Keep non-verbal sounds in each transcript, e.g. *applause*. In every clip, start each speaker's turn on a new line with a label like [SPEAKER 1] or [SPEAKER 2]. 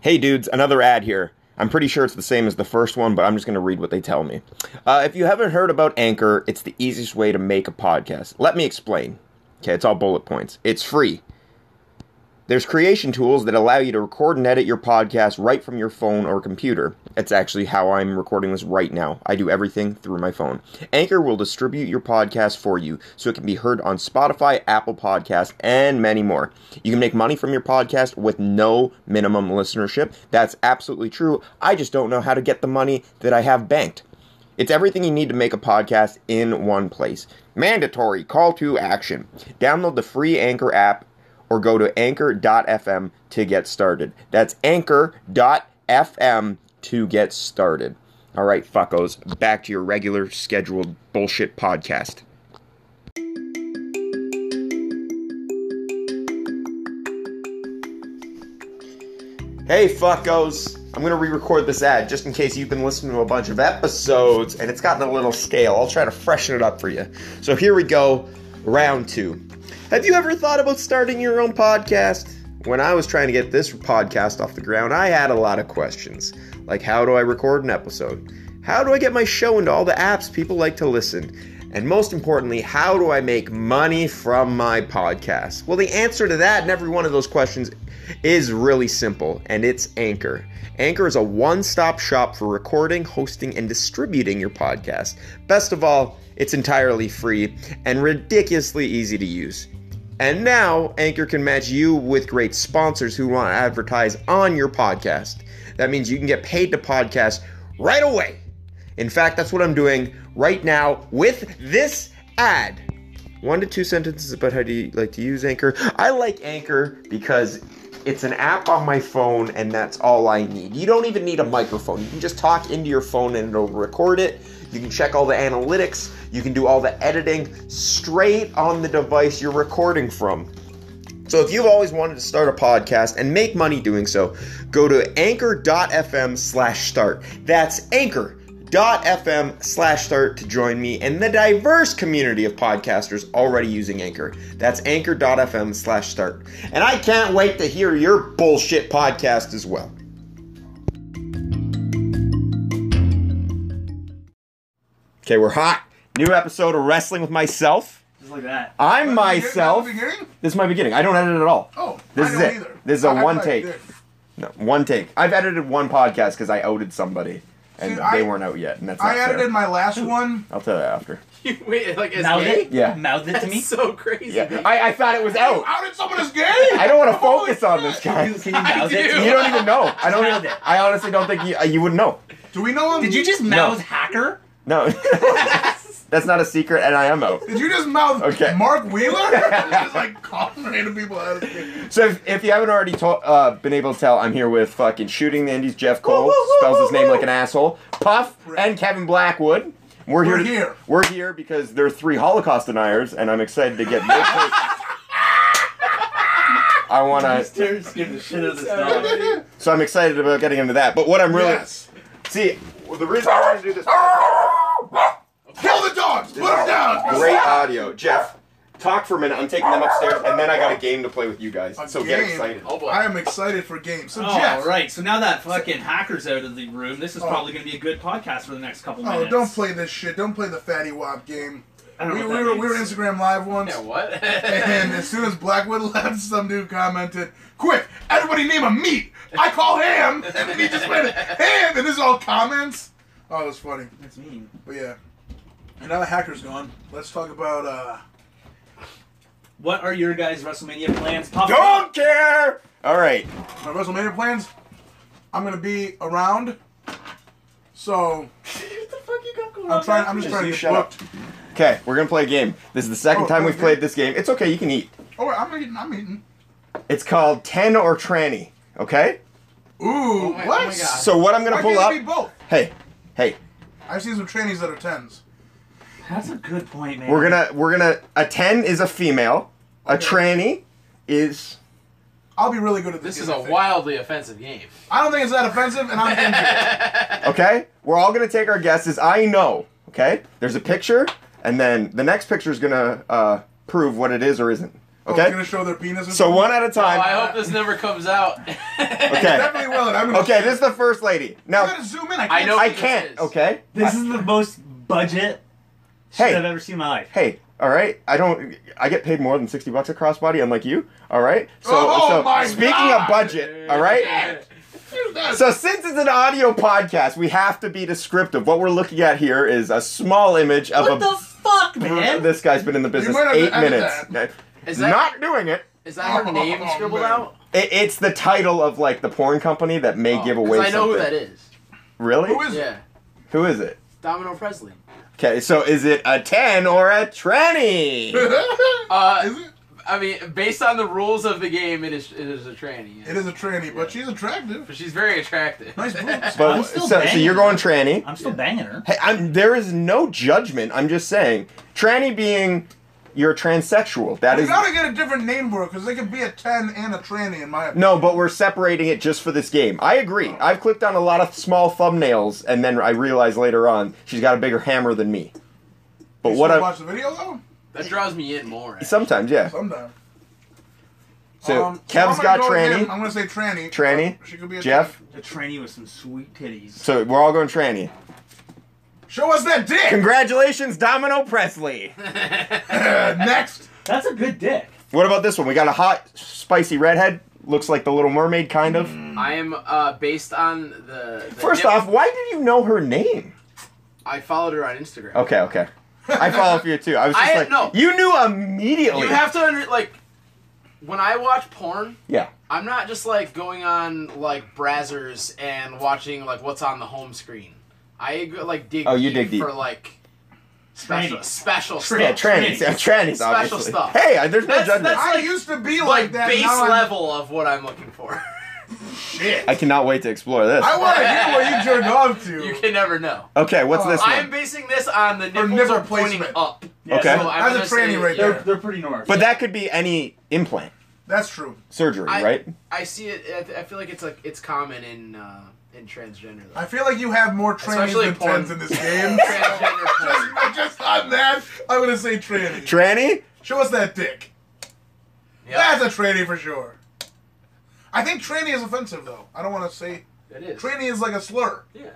[SPEAKER 1] Hey dudes, another ad here. I'm pretty sure it's the same as the first one, but I'm just going to read what they tell me. Uh, if you haven't heard about Anchor, it's the easiest way to make a podcast. Let me explain. Okay, it's all bullet points. It's free. There's creation tools that allow you to record and edit your podcast right from your phone or computer. That's actually how I'm recording this right now. I do everything through my phone. Anchor will distribute your podcast for you so it can be heard on Spotify, Apple Podcasts, and many more. You can make money from your podcast with no minimum listenership. That's absolutely true. I just don't know how to get the money that I have banked. It's everything you need to make a podcast in one place. Mandatory call to action. Download the free Anchor app or go to anchor.fm to get started. That's anchor.fm to get started. All right, fuckos, back to your regular scheduled bullshit podcast. Hey, fuckos. I'm going to re record this ad just in case you've been listening to a bunch of episodes and it's gotten a little stale. I'll try to freshen it up for you. So here we go, round two. Have you ever thought about starting your own podcast? When I was trying to get this podcast off the ground, I had a lot of questions. Like, how do I record an episode? How do I get my show into all the apps people like to listen? And most importantly, how do I make money from my podcast? Well, the answer to that and every one of those questions is really simple, and it's Anchor. Anchor is a one stop shop for recording, hosting, and distributing your podcast. Best of all, it's entirely free and ridiculously easy to use. And now, Anchor can match you with great sponsors who want to advertise on your podcast. That means you can get paid to podcast right away. In fact, that's what I'm doing right now with this ad. One to two sentences about how do you like to use Anchor. I like Anchor because it's an app on my phone, and that's all I need. You don't even need a microphone. You can just talk into your phone and it'll record it. You can check all the analytics. You can do all the editing straight on the device you're recording from. So if you've always wanted to start a podcast and make money doing so, go to anchor.fm slash start. That's anchor.fm slash start to join me and the diverse community of podcasters already using Anchor. That's anchor.fm slash start. And I can't wait to hear your bullshit podcast as well. Okay, we're hot. New episode of Wrestling with Myself.
[SPEAKER 2] Just like that.
[SPEAKER 1] I'm
[SPEAKER 3] That was
[SPEAKER 1] myself.
[SPEAKER 3] The beginning?
[SPEAKER 1] This is my beginning. I don't edit at all.
[SPEAKER 3] Oh,
[SPEAKER 1] This
[SPEAKER 3] I
[SPEAKER 1] is
[SPEAKER 3] don't
[SPEAKER 1] it.
[SPEAKER 3] either.
[SPEAKER 1] This is a
[SPEAKER 3] I- I
[SPEAKER 1] one
[SPEAKER 3] like
[SPEAKER 1] take.
[SPEAKER 3] this.
[SPEAKER 1] No, one take. I've edited one podcast because I owed somebody, and
[SPEAKER 3] Dude,
[SPEAKER 1] they
[SPEAKER 3] I-
[SPEAKER 1] weren't out yet, and that's not
[SPEAKER 3] I edited
[SPEAKER 1] fair.
[SPEAKER 3] my last one.
[SPEAKER 1] I'll tell you
[SPEAKER 3] *laughs*
[SPEAKER 1] after.
[SPEAKER 4] *laughs* You wait, like as
[SPEAKER 2] Mouth
[SPEAKER 4] gay?
[SPEAKER 2] it?
[SPEAKER 1] Yeah.
[SPEAKER 2] Mouth it to
[SPEAKER 4] That's
[SPEAKER 2] me?
[SPEAKER 4] so crazy.
[SPEAKER 1] Yeah, I, I thought it was out.
[SPEAKER 3] How did someone as gay?
[SPEAKER 1] I don't
[SPEAKER 3] *laughs*
[SPEAKER 1] want to focus on this
[SPEAKER 2] Can
[SPEAKER 1] guy.
[SPEAKER 2] you,
[SPEAKER 1] *laughs* You
[SPEAKER 2] can you mouth it to
[SPEAKER 4] do.
[SPEAKER 2] me?
[SPEAKER 1] don't even know. I don't.
[SPEAKER 2] Nailed it.
[SPEAKER 1] I honestly don't think you, uh, you would know.
[SPEAKER 3] Do we know him?
[SPEAKER 2] Did you just
[SPEAKER 1] No.
[SPEAKER 2] mouth hacker?
[SPEAKER 3] *laughs*
[SPEAKER 1] No, *laughs* that's not a secret, and I am out.
[SPEAKER 3] Did you just mouth
[SPEAKER 1] Okay.
[SPEAKER 3] Mark
[SPEAKER 1] *laughs*
[SPEAKER 3] Wheeler? *laughs* just like calling random people out. as gay.
[SPEAKER 1] So if, if you haven't already to- uh, been able to tell, I'm here with fucking shooting the Indies Jeff Cole,
[SPEAKER 2] woo, woo,
[SPEAKER 1] spells
[SPEAKER 2] woo,
[SPEAKER 1] his name
[SPEAKER 2] woo.
[SPEAKER 1] like an asshole, Puff, and Kevin Blackwood. We're,
[SPEAKER 3] We're
[SPEAKER 1] here,
[SPEAKER 3] here.
[SPEAKER 1] We're here because they're three Holocaust deniers, and I'm excited to get. their take. I want to.
[SPEAKER 2] Stairs give the shit out of this dog.
[SPEAKER 1] So I'm excited about getting into that. But what I'm really
[SPEAKER 3] Yes.
[SPEAKER 1] see well, the reason I want to do this.
[SPEAKER 3] Kill the dogs. Put them down.
[SPEAKER 1] Great audio, Jeff. Talk for a minute. I'm taking them upstairs, and then I got a game to play with you guys.
[SPEAKER 3] A
[SPEAKER 1] so get
[SPEAKER 3] game?
[SPEAKER 1] excited.
[SPEAKER 4] Oh boy.
[SPEAKER 3] I am excited for games. So
[SPEAKER 2] Oh, All
[SPEAKER 3] Jeff.
[SPEAKER 2] right, so now that fucking hacker's out of the room, this is
[SPEAKER 3] Oh.
[SPEAKER 2] probably going to be a good podcast for the next couple
[SPEAKER 3] Oh,
[SPEAKER 2] minutes.
[SPEAKER 3] don't play this shit. Don't play the fatty wop game.
[SPEAKER 2] I
[SPEAKER 3] We,
[SPEAKER 2] don't
[SPEAKER 3] we,
[SPEAKER 2] know what that
[SPEAKER 3] were, we were
[SPEAKER 2] means.
[SPEAKER 3] Instagram live once. *laughs*
[SPEAKER 4] yeah, what?
[SPEAKER 3] And as soon as Blackwood *laughs* left, some dude commented, Quick, everybody name a meat. I call ham. *laughs* And then he just went, Ham. And this is all comments. Oh, it was funny.
[SPEAKER 2] That's mean.
[SPEAKER 3] But yeah. And now the hacker's gone. Let's talk about, uh.
[SPEAKER 2] What are your guys' WrestleMania plans? Pop
[SPEAKER 1] Don't care. All right.
[SPEAKER 3] my WrestleMania plans, I'm gonna be around. So
[SPEAKER 2] What the fuck you got going
[SPEAKER 3] I'm
[SPEAKER 4] Oh,
[SPEAKER 2] on?
[SPEAKER 3] trying. I'm just
[SPEAKER 1] Just
[SPEAKER 3] trying
[SPEAKER 1] you
[SPEAKER 3] to get
[SPEAKER 1] shut up.
[SPEAKER 3] booked.
[SPEAKER 1] Okay, we're gonna play a game. This is the second
[SPEAKER 3] Oh,
[SPEAKER 1] time we've
[SPEAKER 3] okay.
[SPEAKER 1] played this game. It's okay, you can eat.
[SPEAKER 3] Oh, I'm eating. I'm eating.
[SPEAKER 1] It's called Ten or Tranny. Okay.
[SPEAKER 3] Ooh,
[SPEAKER 4] my-
[SPEAKER 3] what?
[SPEAKER 4] oh my God.
[SPEAKER 1] So what I'm
[SPEAKER 3] Why
[SPEAKER 1] gonna
[SPEAKER 3] can't
[SPEAKER 1] pull
[SPEAKER 3] it
[SPEAKER 1] up?
[SPEAKER 3] be both?
[SPEAKER 1] Hey, hey,
[SPEAKER 3] I've seen some trannies that are tens.
[SPEAKER 2] That's a good point, man.
[SPEAKER 1] we're gonna we're gonna a ten is a female, a
[SPEAKER 3] Okay.
[SPEAKER 1] tranny is
[SPEAKER 3] I'll be really good at this.
[SPEAKER 4] this is
[SPEAKER 3] game,
[SPEAKER 4] a
[SPEAKER 3] I think.
[SPEAKER 4] wildly offensive game.
[SPEAKER 3] I don't think it's that offensive, and I'm
[SPEAKER 4] *laughs*
[SPEAKER 3] into it.
[SPEAKER 1] okay. We're all gonna take our guesses. I know. Okay. There's a picture, and then the next picture is gonna uh, prove what it is or isn't.
[SPEAKER 3] Oh, they're
[SPEAKER 1] Okay.
[SPEAKER 3] gonna show their penis. or
[SPEAKER 1] So
[SPEAKER 3] something?
[SPEAKER 1] one at a
[SPEAKER 4] Oh, I
[SPEAKER 1] time.
[SPEAKER 4] hope this never comes out. *laughs*
[SPEAKER 1] Okay.
[SPEAKER 3] Definitely will. and I'm gonna.
[SPEAKER 1] Okay, this is the first lady.
[SPEAKER 3] I
[SPEAKER 1] Now
[SPEAKER 3] gotta zoom in. I can't.
[SPEAKER 4] I know-
[SPEAKER 1] I
[SPEAKER 3] see-
[SPEAKER 1] can't. Okay.
[SPEAKER 5] This is the most budget shit
[SPEAKER 1] Hey.
[SPEAKER 5] I've ever seen in my life.
[SPEAKER 1] hey, all right, I don't, I get paid more than sixty bucks at Crossbody, unlike you. All right, so,
[SPEAKER 3] Oh
[SPEAKER 1] so
[SPEAKER 3] my
[SPEAKER 1] speaking
[SPEAKER 3] God!
[SPEAKER 1] of budget, all right.
[SPEAKER 3] Dude, that's-
[SPEAKER 1] So since it's an audio podcast, we have to be descriptive. What we're looking at here is a small image of
[SPEAKER 5] What
[SPEAKER 1] a.
[SPEAKER 5] the fuck, man?
[SPEAKER 1] um, this guy's been in the business
[SPEAKER 3] might have to
[SPEAKER 1] eight
[SPEAKER 3] edit
[SPEAKER 1] minutes.
[SPEAKER 4] *laughs*
[SPEAKER 1] Uh,
[SPEAKER 4] Is that,
[SPEAKER 1] Not doing it.
[SPEAKER 4] is that her name
[SPEAKER 3] Oh,
[SPEAKER 4] scribbled
[SPEAKER 3] man.
[SPEAKER 4] out?
[SPEAKER 1] It- It's the title of like the porn company that may
[SPEAKER 4] Oh,
[SPEAKER 1] give
[SPEAKER 4] 'cause
[SPEAKER 1] away.
[SPEAKER 4] I know
[SPEAKER 1] something.
[SPEAKER 4] who that is.
[SPEAKER 1] Really?
[SPEAKER 3] Who is it?
[SPEAKER 4] Yeah,
[SPEAKER 1] Who is it?
[SPEAKER 4] Domino Presley.
[SPEAKER 1] Okay, so is it a ten or a
[SPEAKER 3] *laughs*
[SPEAKER 1] tranny?
[SPEAKER 4] Uh,
[SPEAKER 3] is it?
[SPEAKER 4] I mean, based on the rules of the game, it is it is a tranny. yeah.
[SPEAKER 3] It is a tranny, but she's attractive.
[SPEAKER 4] But she's very attractive. *laughs*
[SPEAKER 3] Nice boobs.
[SPEAKER 1] but
[SPEAKER 5] I'm still
[SPEAKER 1] so, so
[SPEAKER 5] banging.
[SPEAKER 1] you're going tranny.
[SPEAKER 5] I'm still banging her.
[SPEAKER 1] Hey, I'm, there is no judgment. I'm just saying, tranny being you're a transsexual. That
[SPEAKER 3] We
[SPEAKER 1] is
[SPEAKER 3] gotta get a different name for it because they could be a ten and a Oh. tranny in my.
[SPEAKER 1] no, but we're separating it just for this game. I agree. I've clicked on a lot of small thumbnails, and then I realize later on she's got a bigger hammer than me. But
[SPEAKER 3] You
[SPEAKER 1] what?
[SPEAKER 3] still
[SPEAKER 1] I,
[SPEAKER 3] watch the video though?
[SPEAKER 4] That draws me in more. *laughs*
[SPEAKER 1] sometimes, yeah.
[SPEAKER 3] Sometime.
[SPEAKER 1] So
[SPEAKER 3] Um,
[SPEAKER 1] Kev's got
[SPEAKER 3] I'm gonna go with him.
[SPEAKER 1] tranny.
[SPEAKER 3] I'm gonna say tranny.
[SPEAKER 1] Tranny.
[SPEAKER 3] Uh, She could be a
[SPEAKER 1] Jeff.
[SPEAKER 5] A tranny with some sweet titties.
[SPEAKER 1] So we're all going tranny.
[SPEAKER 3] tranny. Show us that dick.
[SPEAKER 1] Congratulations, Domino Presley.
[SPEAKER 3] *laughs* Next.
[SPEAKER 5] That's a good dick.
[SPEAKER 1] What about this one? We got a hot, spicy redhead. Looks like the Little Mermaid, kind of.
[SPEAKER 3] Mm.
[SPEAKER 4] I am uh, based on the. the
[SPEAKER 1] First
[SPEAKER 4] nip-
[SPEAKER 1] off, why did you know her name?
[SPEAKER 4] I followed her on Instagram.
[SPEAKER 1] Okay, okay. I follow for you too. I was just
[SPEAKER 4] I-
[SPEAKER 1] like,
[SPEAKER 4] no.
[SPEAKER 1] you knew immediately.
[SPEAKER 4] You have to under like when I watch porn,
[SPEAKER 1] yeah.
[SPEAKER 4] I'm not just like going on like browsers and watching like what's on the home screen. I go, like dig.
[SPEAKER 1] Oh, you dig deep.
[SPEAKER 4] for like special
[SPEAKER 5] Trannies.
[SPEAKER 4] special
[SPEAKER 1] Yeah,
[SPEAKER 4] stuff.
[SPEAKER 1] trannies. Yeah, trannies,
[SPEAKER 4] Special
[SPEAKER 1] obviously.
[SPEAKER 4] stuff.
[SPEAKER 1] Hey, I- there's no
[SPEAKER 4] That's-
[SPEAKER 1] judgment.
[SPEAKER 4] that's-
[SPEAKER 3] I
[SPEAKER 4] like-
[SPEAKER 3] used to be
[SPEAKER 4] Like
[SPEAKER 3] like, that.
[SPEAKER 4] base
[SPEAKER 3] now I'm-
[SPEAKER 4] level of what I'm looking for. *laughs*
[SPEAKER 3] Shit.
[SPEAKER 1] I cannot wait to explore this.
[SPEAKER 3] I want to hear what you turned off to.
[SPEAKER 4] *laughs* you can never know.
[SPEAKER 1] okay, what's this one?
[SPEAKER 4] I'm basing this on the nipples
[SPEAKER 3] nipple
[SPEAKER 4] are pointing
[SPEAKER 3] placement.
[SPEAKER 4] up.
[SPEAKER 1] Okay.
[SPEAKER 4] So I'm
[SPEAKER 3] That's a
[SPEAKER 4] gonna
[SPEAKER 3] tranny
[SPEAKER 4] say-
[SPEAKER 3] right
[SPEAKER 5] They're,
[SPEAKER 3] there.
[SPEAKER 5] they're pretty normal.
[SPEAKER 1] but that could be any implant
[SPEAKER 3] That's true.
[SPEAKER 1] surgery,
[SPEAKER 4] I-
[SPEAKER 1] right?
[SPEAKER 4] I see it. I th- I feel like it's like it's common in uh, in transgender. Though.
[SPEAKER 3] I feel like you have more trannies
[SPEAKER 4] Especially
[SPEAKER 3] than
[SPEAKER 4] porn.
[SPEAKER 3] tens in this
[SPEAKER 4] *laughs*
[SPEAKER 3] game.
[SPEAKER 4] Transgender
[SPEAKER 3] *laughs*
[SPEAKER 4] porn.
[SPEAKER 3] just, just on that, I'm gonna say tranny.
[SPEAKER 1] Tranny?
[SPEAKER 3] Show us that dick.
[SPEAKER 4] Yeah,
[SPEAKER 3] That's a tranny for sure. I think tranny is offensive though. I don't want to say
[SPEAKER 4] it is.
[SPEAKER 3] tranny is like a slur.
[SPEAKER 4] Yeah.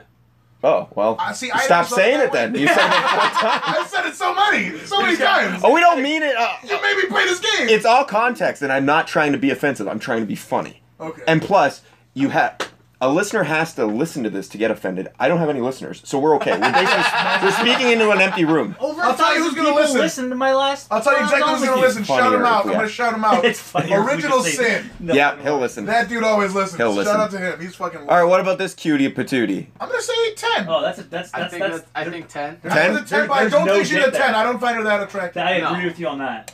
[SPEAKER 1] Oh, well.
[SPEAKER 3] I see, I
[SPEAKER 1] stop
[SPEAKER 3] never saw
[SPEAKER 1] saying
[SPEAKER 3] that
[SPEAKER 1] it then.
[SPEAKER 3] one.
[SPEAKER 1] You said it four
[SPEAKER 4] *laughs*
[SPEAKER 1] times.
[SPEAKER 3] I've said it so many, so many times.
[SPEAKER 1] Oh, we don't mean it. Uh,
[SPEAKER 3] You made me play this game.
[SPEAKER 1] it's all context, and I'm not trying to be offensive. I'm trying to be funny.
[SPEAKER 3] okay.
[SPEAKER 1] And plus, you have. A listener has to listen to this to get offended. I don't have any listeners, so we're okay. We're basically we're speaking into an empty room.
[SPEAKER 5] Over
[SPEAKER 3] I'll
[SPEAKER 5] a
[SPEAKER 3] tell you who's
[SPEAKER 5] thousand
[SPEAKER 3] gonna
[SPEAKER 5] people
[SPEAKER 3] listen.
[SPEAKER 5] listened to my last.
[SPEAKER 3] I'll tell you
[SPEAKER 5] last
[SPEAKER 3] exactly who's
[SPEAKER 5] Dominic
[SPEAKER 3] gonna
[SPEAKER 5] game.
[SPEAKER 3] listen. Shout him
[SPEAKER 1] Funnier
[SPEAKER 3] out.
[SPEAKER 1] if we
[SPEAKER 3] I'm gonna
[SPEAKER 1] had-
[SPEAKER 3] shout him
[SPEAKER 5] *laughs*
[SPEAKER 3] out. *laughs*
[SPEAKER 5] It's funny.
[SPEAKER 3] Original sin.
[SPEAKER 1] Yeah, he'll listen.
[SPEAKER 3] That dude always listens.
[SPEAKER 1] He'll
[SPEAKER 3] Shout
[SPEAKER 1] listen.
[SPEAKER 3] out to him. He's fucking.
[SPEAKER 1] All right, what about this cutie patootie?
[SPEAKER 3] I'm gonna say ten.
[SPEAKER 5] Oh, that's a, that's
[SPEAKER 4] I
[SPEAKER 5] that's
[SPEAKER 4] think
[SPEAKER 5] that's.
[SPEAKER 4] that's, I think ten.
[SPEAKER 3] I'm
[SPEAKER 1] Ten?
[SPEAKER 3] gonna say ten, but I
[SPEAKER 5] There's
[SPEAKER 3] don't
[SPEAKER 5] no
[SPEAKER 3] think she's a
[SPEAKER 5] dick
[SPEAKER 3] ten.
[SPEAKER 5] there.
[SPEAKER 3] I don't find her that attractive.
[SPEAKER 5] I
[SPEAKER 4] No.
[SPEAKER 5] agree with you on that.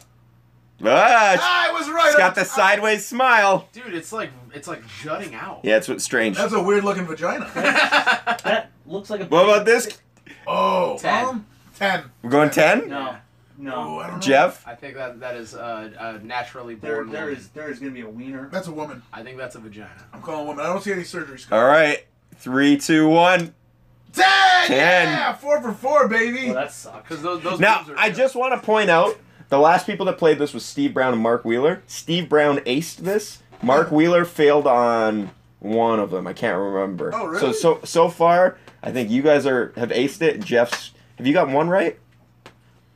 [SPEAKER 1] Ah,
[SPEAKER 3] Ah, I was right.
[SPEAKER 1] she's got the
[SPEAKER 3] I'm-
[SPEAKER 1] sideways smile.
[SPEAKER 4] Dude, it's like it's like jutting out.
[SPEAKER 1] Yeah, it's what's strange.
[SPEAKER 3] That's a weird looking
[SPEAKER 5] *laughs*
[SPEAKER 3] vagina.
[SPEAKER 5] That looks like a.
[SPEAKER 1] What about
[SPEAKER 5] *laughs*
[SPEAKER 1] this?
[SPEAKER 3] Oh,
[SPEAKER 4] Ten.
[SPEAKER 3] um, ten.
[SPEAKER 1] We're going ten.
[SPEAKER 5] No,
[SPEAKER 3] Ooh,
[SPEAKER 5] no.
[SPEAKER 3] I don't know.
[SPEAKER 1] Jeff,
[SPEAKER 4] *laughs* I think that that is uh, a naturally
[SPEAKER 5] There,
[SPEAKER 4] born.
[SPEAKER 5] there
[SPEAKER 4] woman.
[SPEAKER 5] is there is gonna be a wiener.
[SPEAKER 3] That's a woman.
[SPEAKER 4] I think that's a vagina.
[SPEAKER 3] I'm calling a woman. I don't see any surgeries.
[SPEAKER 1] all right, three, two, one.
[SPEAKER 3] Ten.
[SPEAKER 1] Ten.
[SPEAKER 3] Yeah, four for four,
[SPEAKER 5] Well,
[SPEAKER 3] baby.
[SPEAKER 5] Oh,
[SPEAKER 3] *laughs*
[SPEAKER 5] that sucks.
[SPEAKER 4] Because those those.
[SPEAKER 1] Now,
[SPEAKER 4] boobs are
[SPEAKER 1] I
[SPEAKER 4] real.
[SPEAKER 1] just want to point out the last people that played this was Steve Brown and Mark Wheeler. Steve Brown aced this. Mark Wheeler failed on one of them. I can't remember.
[SPEAKER 3] Oh, really?
[SPEAKER 1] So so so far, I think you guys are have aced it. Jeff's have you gotten one right?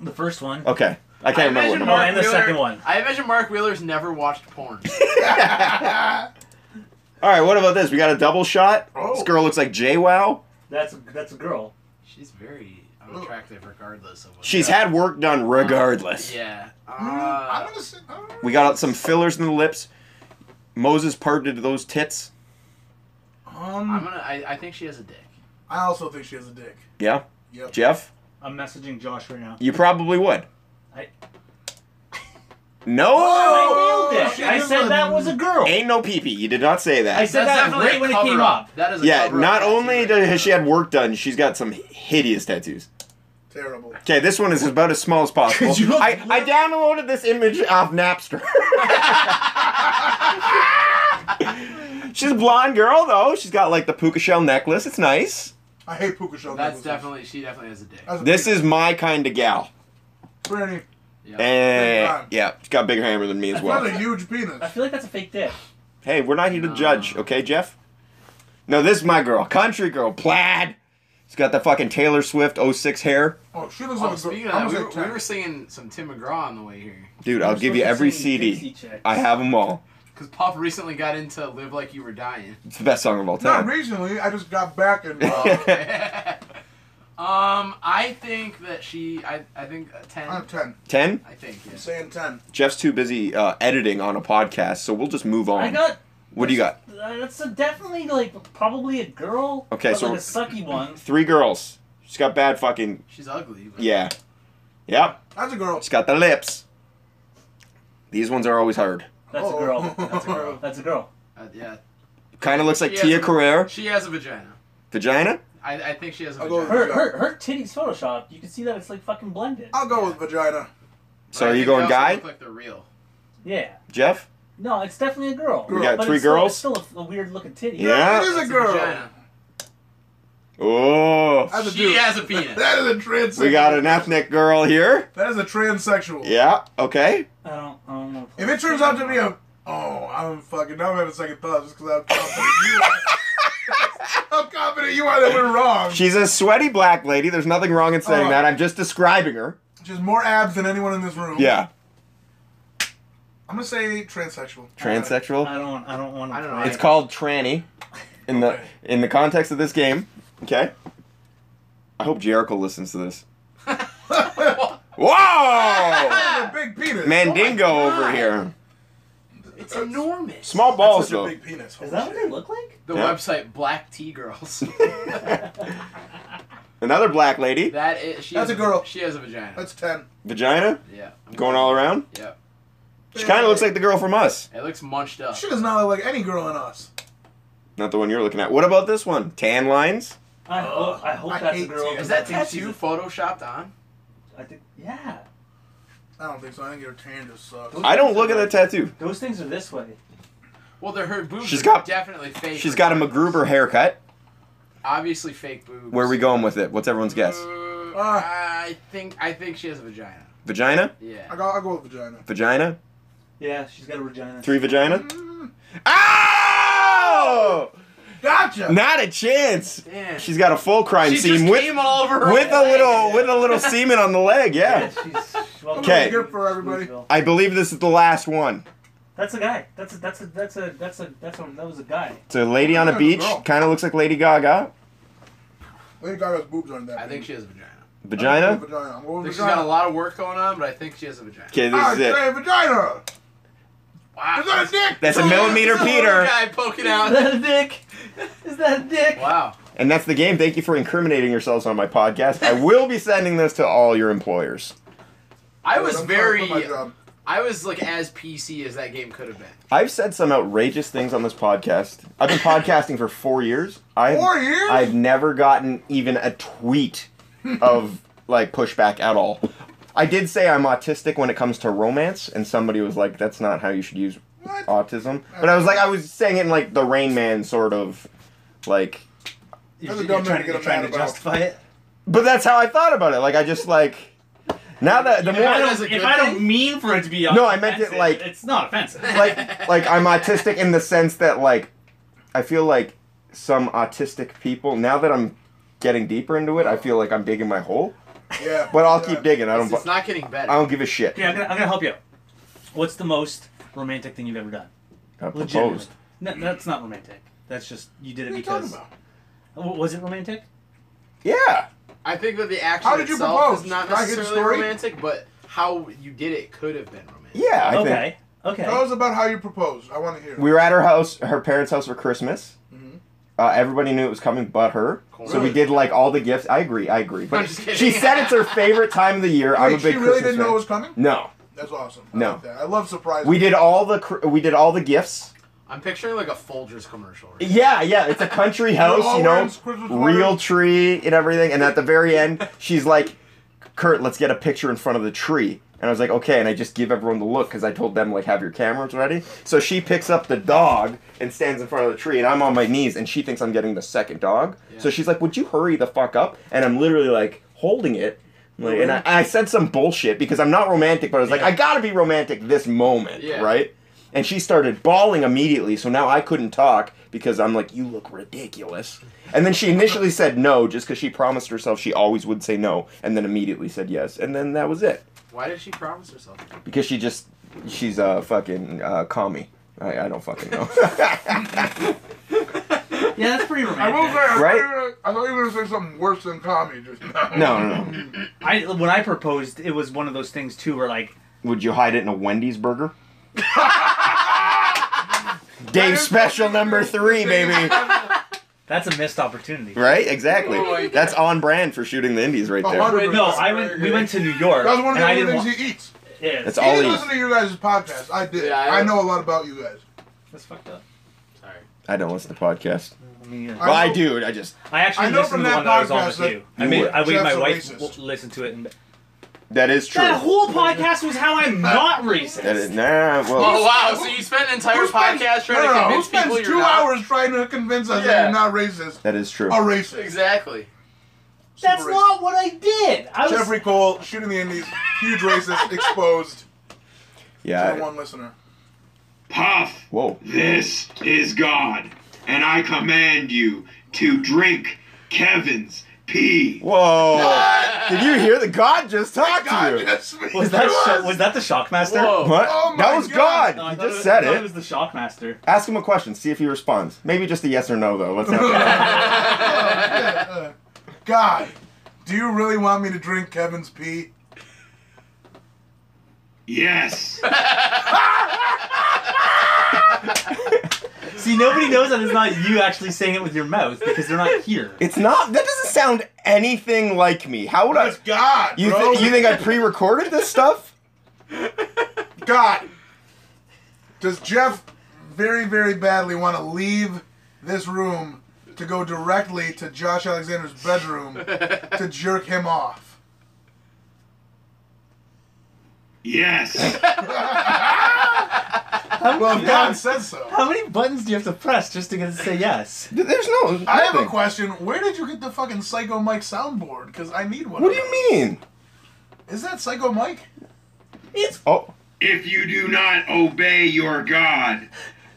[SPEAKER 5] The first one.
[SPEAKER 1] Okay, I
[SPEAKER 4] I
[SPEAKER 1] can't remember. What number.
[SPEAKER 4] imagine
[SPEAKER 5] Mark-
[SPEAKER 4] Mark
[SPEAKER 5] and the
[SPEAKER 4] Wheeler-
[SPEAKER 5] second one.
[SPEAKER 4] I imagine Mark Wheeler's never watched
[SPEAKER 1] *laughs*
[SPEAKER 4] porn.
[SPEAKER 1] All right, what about this? We got a double shot.
[SPEAKER 3] Oh.
[SPEAKER 1] This girl looks like JWoww.
[SPEAKER 5] That's that's a girl.
[SPEAKER 4] She's very unattractive, regardless of. what
[SPEAKER 1] She's had work done regardless.
[SPEAKER 4] Yeah.
[SPEAKER 3] Mm, I'm
[SPEAKER 4] Uh,
[SPEAKER 3] gonna say. I don't know.
[SPEAKER 1] We got some fillers in the lips. Moses parted those tits.
[SPEAKER 4] I'm
[SPEAKER 3] Um,
[SPEAKER 4] gonna. I, I think she has a dick.
[SPEAKER 3] I also think she has a dick.
[SPEAKER 1] Yeah,
[SPEAKER 3] Yep.
[SPEAKER 1] Jeff,
[SPEAKER 5] I'm messaging Josh right now.
[SPEAKER 1] you probably would.
[SPEAKER 5] I-
[SPEAKER 1] No,
[SPEAKER 3] Oh!
[SPEAKER 5] I nailed it.
[SPEAKER 3] she
[SPEAKER 5] I
[SPEAKER 3] is
[SPEAKER 5] said
[SPEAKER 3] a-
[SPEAKER 5] that was a girl.
[SPEAKER 1] ain't no pee pee. You did not say that.
[SPEAKER 5] I said
[SPEAKER 4] That's
[SPEAKER 5] that
[SPEAKER 4] definitely
[SPEAKER 5] right
[SPEAKER 4] a
[SPEAKER 5] when it
[SPEAKER 4] cover
[SPEAKER 5] came up.
[SPEAKER 4] That is. A
[SPEAKER 1] yeah,
[SPEAKER 4] cover
[SPEAKER 1] not
[SPEAKER 4] up
[SPEAKER 1] only
[SPEAKER 4] tattoo
[SPEAKER 1] does-
[SPEAKER 4] right
[SPEAKER 1] has she
[SPEAKER 4] there.
[SPEAKER 1] had work done, she's got some hideous tattoos.
[SPEAKER 3] Terrible.
[SPEAKER 1] Okay, this one is about as small as possible.
[SPEAKER 3] Could you-
[SPEAKER 1] I, I downloaded this image off Napster. *laughs* She's a blonde girl though. She's got like the puka shell necklace. It's nice.
[SPEAKER 3] I hate puka shell.
[SPEAKER 1] *laughs*
[SPEAKER 4] That's
[SPEAKER 3] necklaces.
[SPEAKER 5] Uh,
[SPEAKER 4] definitely. She definitely has a dick.
[SPEAKER 3] That's a
[SPEAKER 1] This
[SPEAKER 3] dick.
[SPEAKER 1] is my kind of gal.
[SPEAKER 3] tranny.
[SPEAKER 4] Yeah.
[SPEAKER 1] And
[SPEAKER 3] time.
[SPEAKER 1] Eh, yeah, she's got a bigger hammer than me as
[SPEAKER 5] I
[SPEAKER 3] What
[SPEAKER 1] well.
[SPEAKER 3] a huge
[SPEAKER 5] I
[SPEAKER 3] penis.
[SPEAKER 5] feel like that's a fake dick.
[SPEAKER 1] Hey, we're not here to
[SPEAKER 4] No.
[SPEAKER 1] judge, okay, Jeff? No, this is my girl, country girl, plaid. She's got that fucking Taylor Swift 06 hair.
[SPEAKER 3] Oh, she looks
[SPEAKER 4] Oh,
[SPEAKER 3] like a
[SPEAKER 4] speaking
[SPEAKER 3] girl.
[SPEAKER 4] of that,
[SPEAKER 3] Almost
[SPEAKER 4] we
[SPEAKER 3] like
[SPEAKER 4] were, we
[SPEAKER 3] ten.
[SPEAKER 4] were singing some Tim McGraw on the way here.
[SPEAKER 1] Dude, I'll
[SPEAKER 5] We're
[SPEAKER 1] give you
[SPEAKER 5] supposed to
[SPEAKER 1] every
[SPEAKER 5] sing
[SPEAKER 1] CD.
[SPEAKER 5] Dixie Chicks.
[SPEAKER 1] I have them all.
[SPEAKER 4] Because Puff recently got into Live Like You
[SPEAKER 1] *laughs*
[SPEAKER 4] Were Dying. *laughs*
[SPEAKER 1] It's the best song of all
[SPEAKER 3] Not
[SPEAKER 1] time.
[SPEAKER 3] recently. I just got back and uh,
[SPEAKER 1] *laughs*
[SPEAKER 4] Okay. um, I think that she. I, I think a 10.
[SPEAKER 3] I'm ten.
[SPEAKER 1] 10?
[SPEAKER 4] I think,
[SPEAKER 3] I'm
[SPEAKER 4] yes.
[SPEAKER 3] saying ten.
[SPEAKER 1] Jeff's too busy uh, editing on a podcast, so we'll just move
[SPEAKER 5] I
[SPEAKER 1] on.
[SPEAKER 5] got.
[SPEAKER 1] What do you got?
[SPEAKER 5] Uh, that's a definitely like probably a girl.
[SPEAKER 1] Okay,
[SPEAKER 5] but,
[SPEAKER 1] so-
[SPEAKER 5] like a sucky one.
[SPEAKER 1] Three girls. She's got bad fucking.
[SPEAKER 4] She's ugugly. But
[SPEAKER 1] Yeah. Yep.
[SPEAKER 3] That's a girl.
[SPEAKER 1] She's got the lips. These ones are always hard.
[SPEAKER 5] That's
[SPEAKER 3] Oh.
[SPEAKER 5] a girl.
[SPEAKER 3] *laughs*
[SPEAKER 5] That's a girl. That's a girl.
[SPEAKER 4] Uh, yeah.
[SPEAKER 1] Kind of looks like
[SPEAKER 4] She
[SPEAKER 1] Tia
[SPEAKER 4] has-
[SPEAKER 1] Carrere.
[SPEAKER 4] She has a vagina.
[SPEAKER 1] Vagina?
[SPEAKER 4] I, I think she has a
[SPEAKER 3] I'll go Ah.
[SPEAKER 5] Her
[SPEAKER 4] vagina.
[SPEAKER 5] her her titties photoshopped. You can see that it's like fucking blended.
[SPEAKER 3] I'll go with vagina.
[SPEAKER 4] But
[SPEAKER 1] So
[SPEAKER 4] I
[SPEAKER 1] are you
[SPEAKER 4] think they
[SPEAKER 1] going
[SPEAKER 4] also
[SPEAKER 1] guy?
[SPEAKER 4] Look like they're real.
[SPEAKER 5] Yeah.
[SPEAKER 1] Jeff?
[SPEAKER 5] No, it's definitely a girl.
[SPEAKER 3] We got
[SPEAKER 5] but
[SPEAKER 1] three
[SPEAKER 5] it's still-
[SPEAKER 1] girls?
[SPEAKER 5] it's Still, a, a weird looking titty.
[SPEAKER 1] Yeah.
[SPEAKER 3] It is a
[SPEAKER 4] That's
[SPEAKER 3] girl.
[SPEAKER 4] vagina.
[SPEAKER 1] Oh.
[SPEAKER 3] That's a
[SPEAKER 4] She
[SPEAKER 3] dude.
[SPEAKER 4] has a
[SPEAKER 1] *laughs*
[SPEAKER 4] penis.
[SPEAKER 3] That is a transsexual.
[SPEAKER 1] We got an ethnic girl here.
[SPEAKER 3] That is a transsexual.
[SPEAKER 1] Yeah. Okay. *laughs*
[SPEAKER 5] I don't. I don't know.
[SPEAKER 3] If it turns out to be a, oh, I'm fucking. Now I'm having second thoughts just because I'm confident you
[SPEAKER 1] *laughs*
[SPEAKER 3] are. I'm confident you are that we're wrong.
[SPEAKER 1] She's a sweaty black lady. There's nothing wrong in saying
[SPEAKER 3] Oh.
[SPEAKER 1] that. I'm just describing her.
[SPEAKER 3] She's more abs than anyone in this room.
[SPEAKER 1] Yeah.
[SPEAKER 3] I'm gonna say transsexual. *laughs*
[SPEAKER 1] Transsexual.
[SPEAKER 5] I don't. I don't want to.
[SPEAKER 4] I don't know.
[SPEAKER 1] It's called tranny. In the
[SPEAKER 3] Okay.
[SPEAKER 1] in the context of this game. Okay. I hope Jericho listens to this. Whoa!
[SPEAKER 4] *laughs*
[SPEAKER 3] That's a big penis.
[SPEAKER 1] Mandingo
[SPEAKER 4] Oh my
[SPEAKER 1] over
[SPEAKER 4] God.
[SPEAKER 1] here.
[SPEAKER 4] It's enormous.
[SPEAKER 1] Small
[SPEAKER 3] That's
[SPEAKER 1] balls
[SPEAKER 3] such a
[SPEAKER 1] though.
[SPEAKER 3] big penis.
[SPEAKER 5] Is
[SPEAKER 3] Holy
[SPEAKER 5] that what
[SPEAKER 3] shit.
[SPEAKER 5] they look like?
[SPEAKER 4] The
[SPEAKER 1] Yeah.
[SPEAKER 4] website Black
[SPEAKER 1] *laughs*
[SPEAKER 4] Tea Girls.
[SPEAKER 1] Another black lady.
[SPEAKER 4] that is. She
[SPEAKER 3] That's
[SPEAKER 4] has
[SPEAKER 3] a girl.
[SPEAKER 4] She has a vagina.
[SPEAKER 3] That's ten.
[SPEAKER 1] Vagina
[SPEAKER 4] yeah. I'm
[SPEAKER 1] going all around.
[SPEAKER 4] Yeah.
[SPEAKER 1] She kind of looks like the girl from Us.
[SPEAKER 4] It looks munched up.
[SPEAKER 3] She does not look like any girl in us.
[SPEAKER 1] Not the one you're looking at. What about this one? Tan lines.
[SPEAKER 5] I hope. I hope
[SPEAKER 3] Uh, I
[SPEAKER 5] that's a
[SPEAKER 3] hate
[SPEAKER 5] girl.
[SPEAKER 3] you.
[SPEAKER 4] Is
[SPEAKER 5] because
[SPEAKER 4] that
[SPEAKER 5] I think she's
[SPEAKER 4] tattoo
[SPEAKER 5] a-
[SPEAKER 4] photoshopped on?
[SPEAKER 5] I think. Yeah.
[SPEAKER 3] I don't think so. I think your tan just sucks.
[SPEAKER 1] I don't look at that tattoo.
[SPEAKER 5] Those things are this way.
[SPEAKER 4] Well, they're her boobs.
[SPEAKER 1] She's
[SPEAKER 4] are
[SPEAKER 1] got-
[SPEAKER 4] definitely fake.
[SPEAKER 1] She's got a MacGruber haircut.
[SPEAKER 4] Obviously fake boobs.
[SPEAKER 1] Where are we going with it? What's everyone's guess?
[SPEAKER 4] Uh,
[SPEAKER 3] Ah.
[SPEAKER 4] I think I think she has a vagina.
[SPEAKER 1] Vagina?
[SPEAKER 3] I
[SPEAKER 4] Yeah.
[SPEAKER 3] go. I go with vagina.
[SPEAKER 1] Vagina?
[SPEAKER 5] Yeah, she's got a vagina.
[SPEAKER 1] Three vagina?
[SPEAKER 4] Mm-hmm.
[SPEAKER 3] Mm-hmm.
[SPEAKER 1] Ow!
[SPEAKER 3] Gotcha.
[SPEAKER 1] Not a chance.
[SPEAKER 4] Damn.
[SPEAKER 1] She's got a full crime
[SPEAKER 4] she just
[SPEAKER 1] scene with
[SPEAKER 4] came all over her
[SPEAKER 1] with a
[SPEAKER 4] leg.
[SPEAKER 1] little with a
[SPEAKER 4] *laughs*
[SPEAKER 1] little semen on the leg.
[SPEAKER 5] Yeah,
[SPEAKER 1] Yeah.
[SPEAKER 5] she's. well,
[SPEAKER 1] Okay.
[SPEAKER 3] Good for everybody.
[SPEAKER 1] I believe this is the last one.
[SPEAKER 5] That's a guy. That's a. That's a. That's a. That's a. That's a. That was a guy.
[SPEAKER 1] It's a lady on a beach. Kind of looks like Lady Gaga.
[SPEAKER 3] Lady Gaga's boobs aren't that.
[SPEAKER 4] I
[SPEAKER 3] big.
[SPEAKER 4] think she has a vagina.
[SPEAKER 3] I'm
[SPEAKER 1] Vagina.
[SPEAKER 3] going with vagina. I'm
[SPEAKER 4] I
[SPEAKER 3] going
[SPEAKER 4] think
[SPEAKER 3] with
[SPEAKER 4] she's got a
[SPEAKER 3] vagina.
[SPEAKER 4] lot of work going on, but I think she has a vagina.
[SPEAKER 1] Okay, this
[SPEAKER 3] I
[SPEAKER 1] is it.
[SPEAKER 3] say vagina.
[SPEAKER 4] Wow.
[SPEAKER 3] Is that a dick?
[SPEAKER 1] That's a
[SPEAKER 4] Look,
[SPEAKER 1] millimeter
[SPEAKER 4] there's a little
[SPEAKER 1] Peter.
[SPEAKER 4] guy poking *laughs* out.
[SPEAKER 5] that a dick? Is that a dick?
[SPEAKER 4] Wow.
[SPEAKER 1] And that's the game. Thank you for incriminating yourselves on my podcast. I will be sending this to all your employers.
[SPEAKER 4] I was
[SPEAKER 3] I'm trying to
[SPEAKER 4] very. uh,
[SPEAKER 3] quit my job.
[SPEAKER 4] I was like as PC as that game could have been.
[SPEAKER 1] I've said some outrageous things on this podcast. I've been podcasting for four years. I've,
[SPEAKER 3] Four years?
[SPEAKER 1] I've never gotten even a tweet of like pushback at all. I did say I'm autistic when it comes to romance, and somebody was like, "That's not how you should use
[SPEAKER 3] What?
[SPEAKER 1] autism." But I was like, I was saying it in like the Rain Man sort of like,
[SPEAKER 3] That's a dumb man to get a man about.
[SPEAKER 5] it.
[SPEAKER 1] but that's how I thought about it. Like I just like now that the
[SPEAKER 5] If
[SPEAKER 1] more
[SPEAKER 5] I
[SPEAKER 4] That
[SPEAKER 5] don't,
[SPEAKER 4] is a
[SPEAKER 5] if
[SPEAKER 4] good
[SPEAKER 5] I don't
[SPEAKER 4] thing.
[SPEAKER 5] mean for it to be
[SPEAKER 1] No, I meant it
[SPEAKER 5] offensive,
[SPEAKER 1] like-
[SPEAKER 5] it's not
[SPEAKER 3] *laughs*
[SPEAKER 5] offensive.
[SPEAKER 1] like like I'm autistic in the sense that like I feel like some autistic people now that I'm getting deeper into it, I feel like I'm digging my hole.
[SPEAKER 3] Yeah.
[SPEAKER 1] But I'll
[SPEAKER 3] yeah.
[SPEAKER 1] keep digging. I don't
[SPEAKER 4] It's, it's
[SPEAKER 1] bu-
[SPEAKER 4] not getting better.
[SPEAKER 1] I don't give a shit.
[SPEAKER 5] Okay, I'm gonna, I'm gonna help you. out. What's the most romantic thing you've ever done?
[SPEAKER 1] I
[SPEAKER 5] Legitimately.
[SPEAKER 1] proposed.
[SPEAKER 5] No, that's not romantic. That's just you did it
[SPEAKER 3] What are you talking
[SPEAKER 5] because.
[SPEAKER 3] about?
[SPEAKER 5] W- Was it romantic?
[SPEAKER 1] Yeah.
[SPEAKER 4] I think that the action
[SPEAKER 3] How did you
[SPEAKER 4] itself
[SPEAKER 3] propose?
[SPEAKER 4] is not
[SPEAKER 3] Can I hear the
[SPEAKER 4] necessarily
[SPEAKER 3] story?
[SPEAKER 4] romantic, but how you did it could have been romantic.
[SPEAKER 1] Yeah, I think.
[SPEAKER 5] okay. Okay.
[SPEAKER 3] Tell us about how you proposed. I want to hear.
[SPEAKER 1] We were at her house, her parents' house for Christmas.
[SPEAKER 3] Mhm.
[SPEAKER 1] Uh, everybody knew it was coming but her. So we
[SPEAKER 3] Really?
[SPEAKER 1] did like all the gifts. I agree, I agree.
[SPEAKER 3] *laughs*
[SPEAKER 1] But
[SPEAKER 4] I'm just kidding.
[SPEAKER 1] she said it's her favorite time of the year. I'm a
[SPEAKER 3] Wait,
[SPEAKER 1] big
[SPEAKER 3] she really
[SPEAKER 1] Christmas
[SPEAKER 3] didn't know
[SPEAKER 1] fan.
[SPEAKER 3] it was coming.
[SPEAKER 1] No.
[SPEAKER 3] That's awesome. I
[SPEAKER 1] No.
[SPEAKER 3] like that. I love surprises.
[SPEAKER 1] We did all the cr- we did all the gifts.
[SPEAKER 4] I'm picturing like a Folgers commercial. Right?
[SPEAKER 1] Yeah, yeah, it's a country
[SPEAKER 3] We're
[SPEAKER 1] house,
[SPEAKER 3] all
[SPEAKER 1] you know.
[SPEAKER 3] wearing Christmas
[SPEAKER 1] real
[SPEAKER 3] sweaters.
[SPEAKER 1] tree and everything. And at the very end, she's like, Kurt, let's get a picture in front of the tree. And I was like, okay. And I just give everyone the look because I told them, like, have your cameras ready. So she picks up the dog and stands in front of the tree. And I'm on my knees and she thinks I'm getting the second dog. So
[SPEAKER 4] Yeah.
[SPEAKER 1] she's like, would you hurry the fuck up? And I'm literally like holding it. Like, and I, I said some bullshit because I'm not romantic, but I was like,
[SPEAKER 5] Yeah.
[SPEAKER 1] I gotta be romantic this moment,
[SPEAKER 4] Yeah.
[SPEAKER 1] right? And she started bawling immediately, so now I couldn't talk because I'm like, you look ridiculous. And then she initially said no just because she promised herself she always would say no, and then immediately said yes, and then that was it
[SPEAKER 4] Why did she promise herself?
[SPEAKER 1] because she just she's a uh, fucking uh, commie. I, I don't fucking
[SPEAKER 4] *laughs*
[SPEAKER 1] know. *laughs*
[SPEAKER 5] Yeah, that's pretty
[SPEAKER 3] *laughs* I
[SPEAKER 5] romantic.
[SPEAKER 3] will say, I,
[SPEAKER 1] Right?
[SPEAKER 3] thought you were, I thought you were gonna say something worse than commie just now.
[SPEAKER 1] no, no, no.
[SPEAKER 5] I when I proposed, it was one of those things too, where like
[SPEAKER 1] Would you hide it in a Wendy's burger? Dave special number three, baby.
[SPEAKER 5] that's a missed
[SPEAKER 1] *laughs*
[SPEAKER 5] opportunity.
[SPEAKER 1] Right? Exactly.
[SPEAKER 4] Oh my God.
[SPEAKER 1] That's on brand for shooting the indies right there.
[SPEAKER 3] 100%.
[SPEAKER 5] Wait, no, I went. We went to New York,
[SPEAKER 3] That was one
[SPEAKER 5] and
[SPEAKER 3] of the
[SPEAKER 5] I
[SPEAKER 3] only
[SPEAKER 5] didn't
[SPEAKER 3] things
[SPEAKER 5] want.
[SPEAKER 3] he eats.
[SPEAKER 5] Yeah,
[SPEAKER 1] That's
[SPEAKER 5] that's,
[SPEAKER 3] He
[SPEAKER 1] all
[SPEAKER 3] didn't
[SPEAKER 1] he
[SPEAKER 3] listen to your guys' podcast. I did.
[SPEAKER 4] Yeah, I-
[SPEAKER 3] I, know a lot about you guys.
[SPEAKER 5] fucked up.
[SPEAKER 4] Sorry.
[SPEAKER 1] I don't listen to podcasts.
[SPEAKER 5] I, mean, yeah.
[SPEAKER 3] I
[SPEAKER 1] Well, I
[SPEAKER 3] know-
[SPEAKER 1] do. I just
[SPEAKER 5] I actually
[SPEAKER 3] I know
[SPEAKER 5] listened
[SPEAKER 3] from
[SPEAKER 5] to the
[SPEAKER 3] that
[SPEAKER 5] one that I was on
[SPEAKER 3] podcast
[SPEAKER 5] with
[SPEAKER 3] that
[SPEAKER 5] you. I
[SPEAKER 1] you
[SPEAKER 5] made.
[SPEAKER 1] were.
[SPEAKER 5] I made my
[SPEAKER 3] Jeff's a
[SPEAKER 5] wife
[SPEAKER 3] racist.
[SPEAKER 5] w- listen to it. And,
[SPEAKER 1] that is true.
[SPEAKER 5] that whole podcast was how I'm not
[SPEAKER 1] That is,
[SPEAKER 5] racist.
[SPEAKER 1] nah.
[SPEAKER 4] Oh
[SPEAKER 1] Well,
[SPEAKER 4] wow! So you spent an entire
[SPEAKER 3] Who spends-
[SPEAKER 4] podcast trying
[SPEAKER 3] no, no,
[SPEAKER 4] to
[SPEAKER 3] no,
[SPEAKER 4] convince
[SPEAKER 3] who spends
[SPEAKER 4] people
[SPEAKER 3] two
[SPEAKER 4] you're not-
[SPEAKER 3] hours trying to convince us
[SPEAKER 4] Yeah.
[SPEAKER 3] that you're not racist?
[SPEAKER 1] that is true.
[SPEAKER 3] A racist.
[SPEAKER 4] Exactly.
[SPEAKER 3] Super
[SPEAKER 5] That's
[SPEAKER 3] racist.
[SPEAKER 5] not what I did. I was.
[SPEAKER 3] Jeffrey Cole shooting the Indies, huge
[SPEAKER 5] *laughs*
[SPEAKER 3] racist, exposed to the
[SPEAKER 1] Yeah.
[SPEAKER 3] one listener.
[SPEAKER 6] Puff,
[SPEAKER 1] Whoa.
[SPEAKER 6] this is God, and I command you to drink Kevin's pee.
[SPEAKER 3] *laughs*
[SPEAKER 1] Whoa. Did you hear the God just talk to you?
[SPEAKER 3] yes, we
[SPEAKER 5] was that
[SPEAKER 3] do
[SPEAKER 5] sh-
[SPEAKER 3] us. *laughs*
[SPEAKER 5] was that the Shockmaster?
[SPEAKER 4] Whoa.
[SPEAKER 1] What?
[SPEAKER 3] Oh my
[SPEAKER 1] that was God.
[SPEAKER 3] God.
[SPEAKER 5] No, I
[SPEAKER 1] He
[SPEAKER 5] thought it
[SPEAKER 1] just
[SPEAKER 5] was-
[SPEAKER 1] said
[SPEAKER 5] I thought
[SPEAKER 1] it.
[SPEAKER 5] was the Shockmaster.
[SPEAKER 1] Ask him a question. See if he responds. Maybe just a yes or no though. Let's
[SPEAKER 3] *laughs*
[SPEAKER 1] have
[SPEAKER 3] Oh,
[SPEAKER 5] *laughs*
[SPEAKER 3] uh, God, do you really want me to drink Kevin's pee?
[SPEAKER 6] Yes.
[SPEAKER 5] See, nobody knows that it's not you actually saying it with your mouth because they're not here.
[SPEAKER 1] It's not. That doesn't sound anything like me. How would I?
[SPEAKER 3] That's God,
[SPEAKER 1] You,
[SPEAKER 3] bro.
[SPEAKER 1] th- you think I pre-recorded this stuff?
[SPEAKER 3] God, does Jeff very, very badly want to leave this room to go directly to Josh Alexander's bedroom to jerk him off?
[SPEAKER 6] Yes.
[SPEAKER 3] *laughs* Well, if God says so.
[SPEAKER 5] How many buttons do you have to press just to get it to say yes?
[SPEAKER 1] Th- There's no.
[SPEAKER 3] I have a
[SPEAKER 1] nothing.
[SPEAKER 3] question. Where did you get the fucking Psycho Mike soundboard? Because I need one.
[SPEAKER 1] What
[SPEAKER 3] of
[SPEAKER 1] do you
[SPEAKER 3] those.
[SPEAKER 1] mean?
[SPEAKER 3] Is that Psycho Mike?
[SPEAKER 1] Oh,
[SPEAKER 6] If you do not obey your God,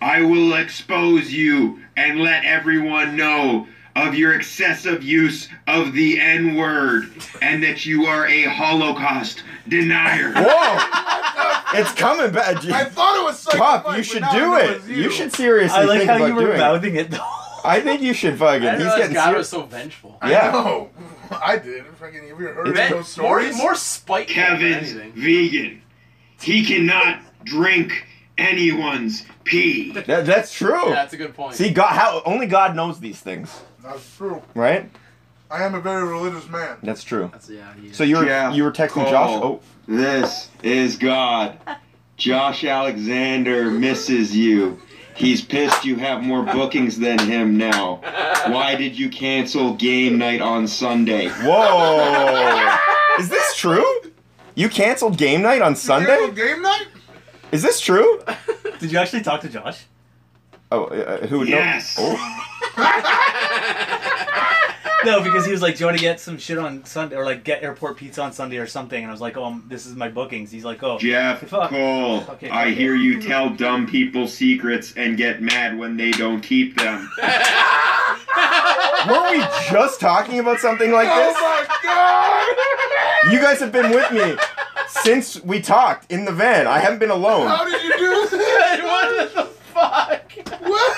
[SPEAKER 6] I will expose you and let everyone know of your excessive use of the N word and that you are a Holocaust denier.
[SPEAKER 1] whoa! it's coming back.
[SPEAKER 3] I
[SPEAKER 1] Jeez.
[SPEAKER 3] thought it was Psycho
[SPEAKER 1] Pop,
[SPEAKER 3] Mike.
[SPEAKER 1] you
[SPEAKER 3] but
[SPEAKER 1] should
[SPEAKER 3] now I
[SPEAKER 1] do
[SPEAKER 3] know
[SPEAKER 1] it.
[SPEAKER 3] it's
[SPEAKER 1] You should seriously
[SPEAKER 5] I like
[SPEAKER 1] think
[SPEAKER 5] how
[SPEAKER 1] about
[SPEAKER 5] you were
[SPEAKER 1] doing it.
[SPEAKER 5] mouthing it.
[SPEAKER 1] I think you should fucking.
[SPEAKER 4] I didn't
[SPEAKER 1] He's
[SPEAKER 4] realize
[SPEAKER 1] getting
[SPEAKER 4] God
[SPEAKER 1] serious.
[SPEAKER 4] was so vengeful.
[SPEAKER 3] I
[SPEAKER 1] Yeah.
[SPEAKER 3] know. *laughs* I did. Fucking, have you heard
[SPEAKER 4] Man,
[SPEAKER 3] those stories?
[SPEAKER 4] More, more spite than
[SPEAKER 6] Kevin's
[SPEAKER 4] anything.
[SPEAKER 6] vegan. He cannot drink anyone's pee.
[SPEAKER 1] That- that's true.
[SPEAKER 3] Oh.
[SPEAKER 4] Yeah, that's a good point.
[SPEAKER 1] See, God, how only God knows these things,
[SPEAKER 3] That's true.
[SPEAKER 1] right?
[SPEAKER 3] I am a very religious man.
[SPEAKER 1] That's true.
[SPEAKER 4] That's, yeah, he is.
[SPEAKER 1] So you were
[SPEAKER 6] Yeah,
[SPEAKER 1] you were texting
[SPEAKER 6] Cole.
[SPEAKER 1] Josh. Oh,
[SPEAKER 6] This is God. Josh Alexander misses you. He's pissed you have more bookings than him now. Why did you cancel game night on Sunday?
[SPEAKER 1] whoa! Is this true? You canceled game night on
[SPEAKER 3] Annual
[SPEAKER 1] Sunday?
[SPEAKER 3] game night?
[SPEAKER 1] Is this true?
[SPEAKER 5] Did you actually talk to Josh?
[SPEAKER 1] Oh, uh, who would
[SPEAKER 6] Yes.
[SPEAKER 1] know? Oh.
[SPEAKER 5] No, because he was like, "Do you want to get some shit on Sunday, or like get airport pizza on Sunday, or something?" And I was like, "Oh, um, this is my bookings." He's like, *laughs* "Oh,
[SPEAKER 6] Jeff
[SPEAKER 5] Fuck.
[SPEAKER 6] Cole,
[SPEAKER 5] Okay,
[SPEAKER 6] I
[SPEAKER 5] okay.
[SPEAKER 6] hear you tell dumb people secrets and get mad when they don't keep
[SPEAKER 5] *laughs*
[SPEAKER 6] them.
[SPEAKER 1] Weren't we just talking about something like this?
[SPEAKER 3] Oh my god! *laughs*
[SPEAKER 1] You guys have been with me since we talked in the van. I haven't been alone.
[SPEAKER 3] How did you do this?
[SPEAKER 4] *laughs* what the fuck?
[SPEAKER 3] What?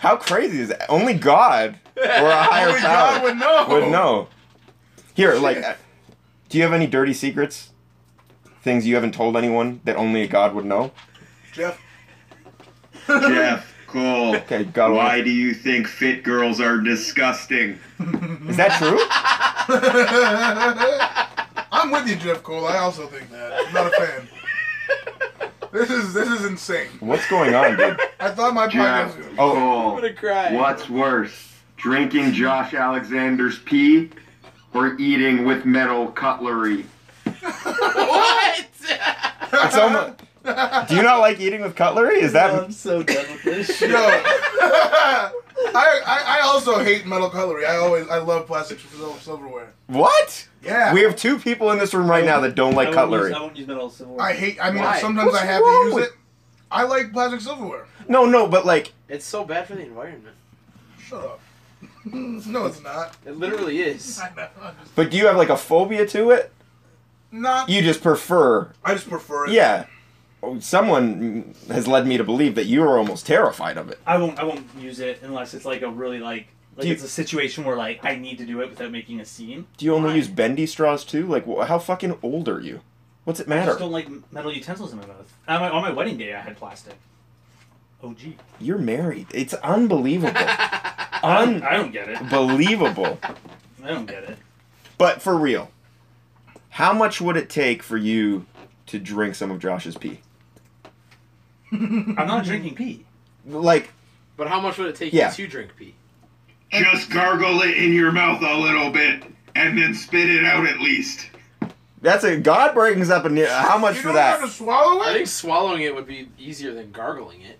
[SPEAKER 1] How crazy is that? Only God or a higher
[SPEAKER 3] Only
[SPEAKER 1] power
[SPEAKER 3] God would know.
[SPEAKER 1] would know. Here, like, uh, do you have any dirty secrets? Things you haven't told anyone that only a God would know?
[SPEAKER 3] Jeff,
[SPEAKER 6] Jeff Cole,
[SPEAKER 1] Okay, God. will-
[SPEAKER 6] why do you think fit girls are disgusting?
[SPEAKER 1] Is that true?
[SPEAKER 3] I'm with you, Jeff Cole. I also think that. I'm not a
[SPEAKER 1] *laughs*
[SPEAKER 3] fan. This is this is insane.
[SPEAKER 1] What's going on, dude?
[SPEAKER 3] I thought my
[SPEAKER 6] Jeff
[SPEAKER 3] podcast was
[SPEAKER 1] Oh.
[SPEAKER 6] Cole.
[SPEAKER 4] I'm gonna cry.
[SPEAKER 6] What's worse, drinking Josh Alexander's pee or eating with metal cutlery?
[SPEAKER 4] What?
[SPEAKER 1] It's
[SPEAKER 3] *laughs*
[SPEAKER 1] almost. Do you not like eating with cutlery? Is that *laughs*
[SPEAKER 5] I'm so done with this shit."
[SPEAKER 3] Yo. *laughs* I, I, I also hate metal cutlery. I always I love plastic sil- silverware.
[SPEAKER 1] What?
[SPEAKER 3] Yeah.
[SPEAKER 1] We have two people in this room right now that don't
[SPEAKER 5] I
[SPEAKER 1] like
[SPEAKER 5] won't
[SPEAKER 1] cutlery.
[SPEAKER 5] Use, I won't use metal silverware.
[SPEAKER 3] I hate. I mean,
[SPEAKER 4] Why?
[SPEAKER 3] sometimes
[SPEAKER 1] What's
[SPEAKER 3] I have to
[SPEAKER 1] wrong
[SPEAKER 3] use
[SPEAKER 1] with-
[SPEAKER 3] it. I like plastic silverware.
[SPEAKER 1] No, no, but like,
[SPEAKER 4] It's so bad for the environment.
[SPEAKER 3] Shut up. *laughs* no, it's not.
[SPEAKER 4] It literally is.
[SPEAKER 3] I know. I'm just-
[SPEAKER 1] but do you have like a phobia to it?
[SPEAKER 3] Not.
[SPEAKER 1] You just prefer.
[SPEAKER 3] I just prefer it.
[SPEAKER 1] Yeah. Oh, Someone has led me to believe that you are almost terrified of it.
[SPEAKER 5] I won't. I won't use it unless it's like a really like like
[SPEAKER 1] Do you-
[SPEAKER 5] it's a situation where like I need to do it without making a scene.
[SPEAKER 1] Do you only
[SPEAKER 5] Why?
[SPEAKER 1] use bendy straws too? Like, wh- how fucking old are you? What's it
[SPEAKER 5] I just
[SPEAKER 1] matter?
[SPEAKER 5] don't like metal utensils in my mouth. On my, on my wedding day, I had plastic. Oh gee,
[SPEAKER 1] You're married. It's
[SPEAKER 5] *laughs*
[SPEAKER 1] unbelievable.
[SPEAKER 5] I don't, I don't get it.
[SPEAKER 1] Unbelievable.
[SPEAKER 5] I don't get it.
[SPEAKER 1] But for real, how much would it take for you to drink some of Josh's pee?
[SPEAKER 5] I'm not drinking pee.
[SPEAKER 1] Like,
[SPEAKER 4] But how much would it take
[SPEAKER 1] Yeah.
[SPEAKER 4] you to drink pee?
[SPEAKER 6] Just gargle it in your mouth a little bit and then spit it out at least.
[SPEAKER 1] that's a God brings up a ne- how much
[SPEAKER 3] you
[SPEAKER 1] for
[SPEAKER 3] don't have
[SPEAKER 1] that?
[SPEAKER 3] to swallow
[SPEAKER 4] I
[SPEAKER 3] it.
[SPEAKER 4] think swallowing it would be easier than gargling it.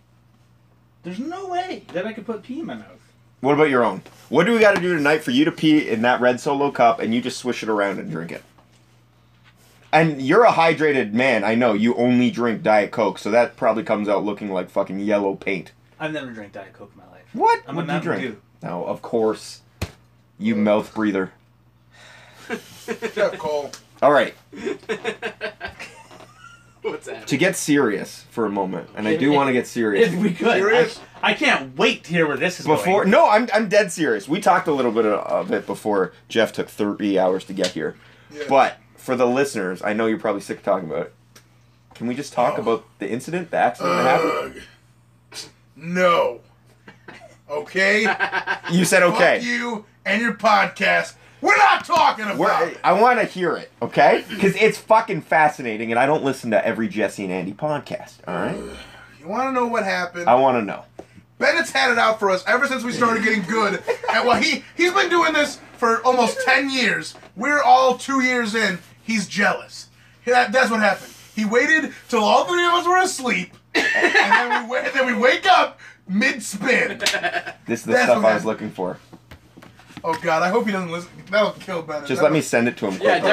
[SPEAKER 4] *laughs*
[SPEAKER 5] There's no way that I could put pee in my mouth.
[SPEAKER 1] What about your own? What do we got to do tonight for you to pee in that red solo cup and you just swish it around and drink it? And you're a hydrated man. I know you only drink Diet Coke, so that probably comes out looking like fucking yellow paint.
[SPEAKER 5] I've never drank Diet Coke in my life.
[SPEAKER 1] What?
[SPEAKER 5] I'm
[SPEAKER 1] what do
[SPEAKER 5] a
[SPEAKER 1] you
[SPEAKER 5] Mountain
[SPEAKER 1] drink? No, of course. You mouth breather.
[SPEAKER 3] Chef Cole.
[SPEAKER 1] All right.
[SPEAKER 4] What's that?
[SPEAKER 1] To get serious for a moment, and I do want to get serious.
[SPEAKER 5] If we could, I-
[SPEAKER 3] Serious?
[SPEAKER 5] I, can't wait to hear where this is
[SPEAKER 1] before
[SPEAKER 5] going.
[SPEAKER 1] no i'm, I'm dead serious we talked a little bit uh, of it before jeff took 30 hours to get here
[SPEAKER 3] Yeah.
[SPEAKER 1] but for the listeners i know you're probably sick of talking about it can we just talk about the incident the accident that happened
[SPEAKER 3] Ugh. No.
[SPEAKER 1] *laughs*
[SPEAKER 3] Okay.
[SPEAKER 1] you said
[SPEAKER 3] Fuck
[SPEAKER 1] okay
[SPEAKER 3] you and your podcast. We're not talking about
[SPEAKER 1] We're,
[SPEAKER 3] it.
[SPEAKER 1] i want to hear it okay because it's fucking fascinating and i don't listen to every jesse and andy podcast all right
[SPEAKER 3] Uh-huh. You want to know what happened?
[SPEAKER 1] i want to know
[SPEAKER 3] Bennett's had it out for us ever since we started getting good. And while he he's been doing this for almost ten years, we're all two years in. He's jealous. That, that's what happened. He waited till all three of us were asleep, and then we wa- then we wake up mid spin.
[SPEAKER 1] this is the
[SPEAKER 3] That's
[SPEAKER 1] stuff
[SPEAKER 3] what
[SPEAKER 1] i was
[SPEAKER 3] happened.
[SPEAKER 1] looking for
[SPEAKER 3] Oh God, I hope he doesn't listen. That'll kill Bennett.
[SPEAKER 1] just
[SPEAKER 3] That'll-
[SPEAKER 1] let me send it to him
[SPEAKER 4] yeah,
[SPEAKER 1] quick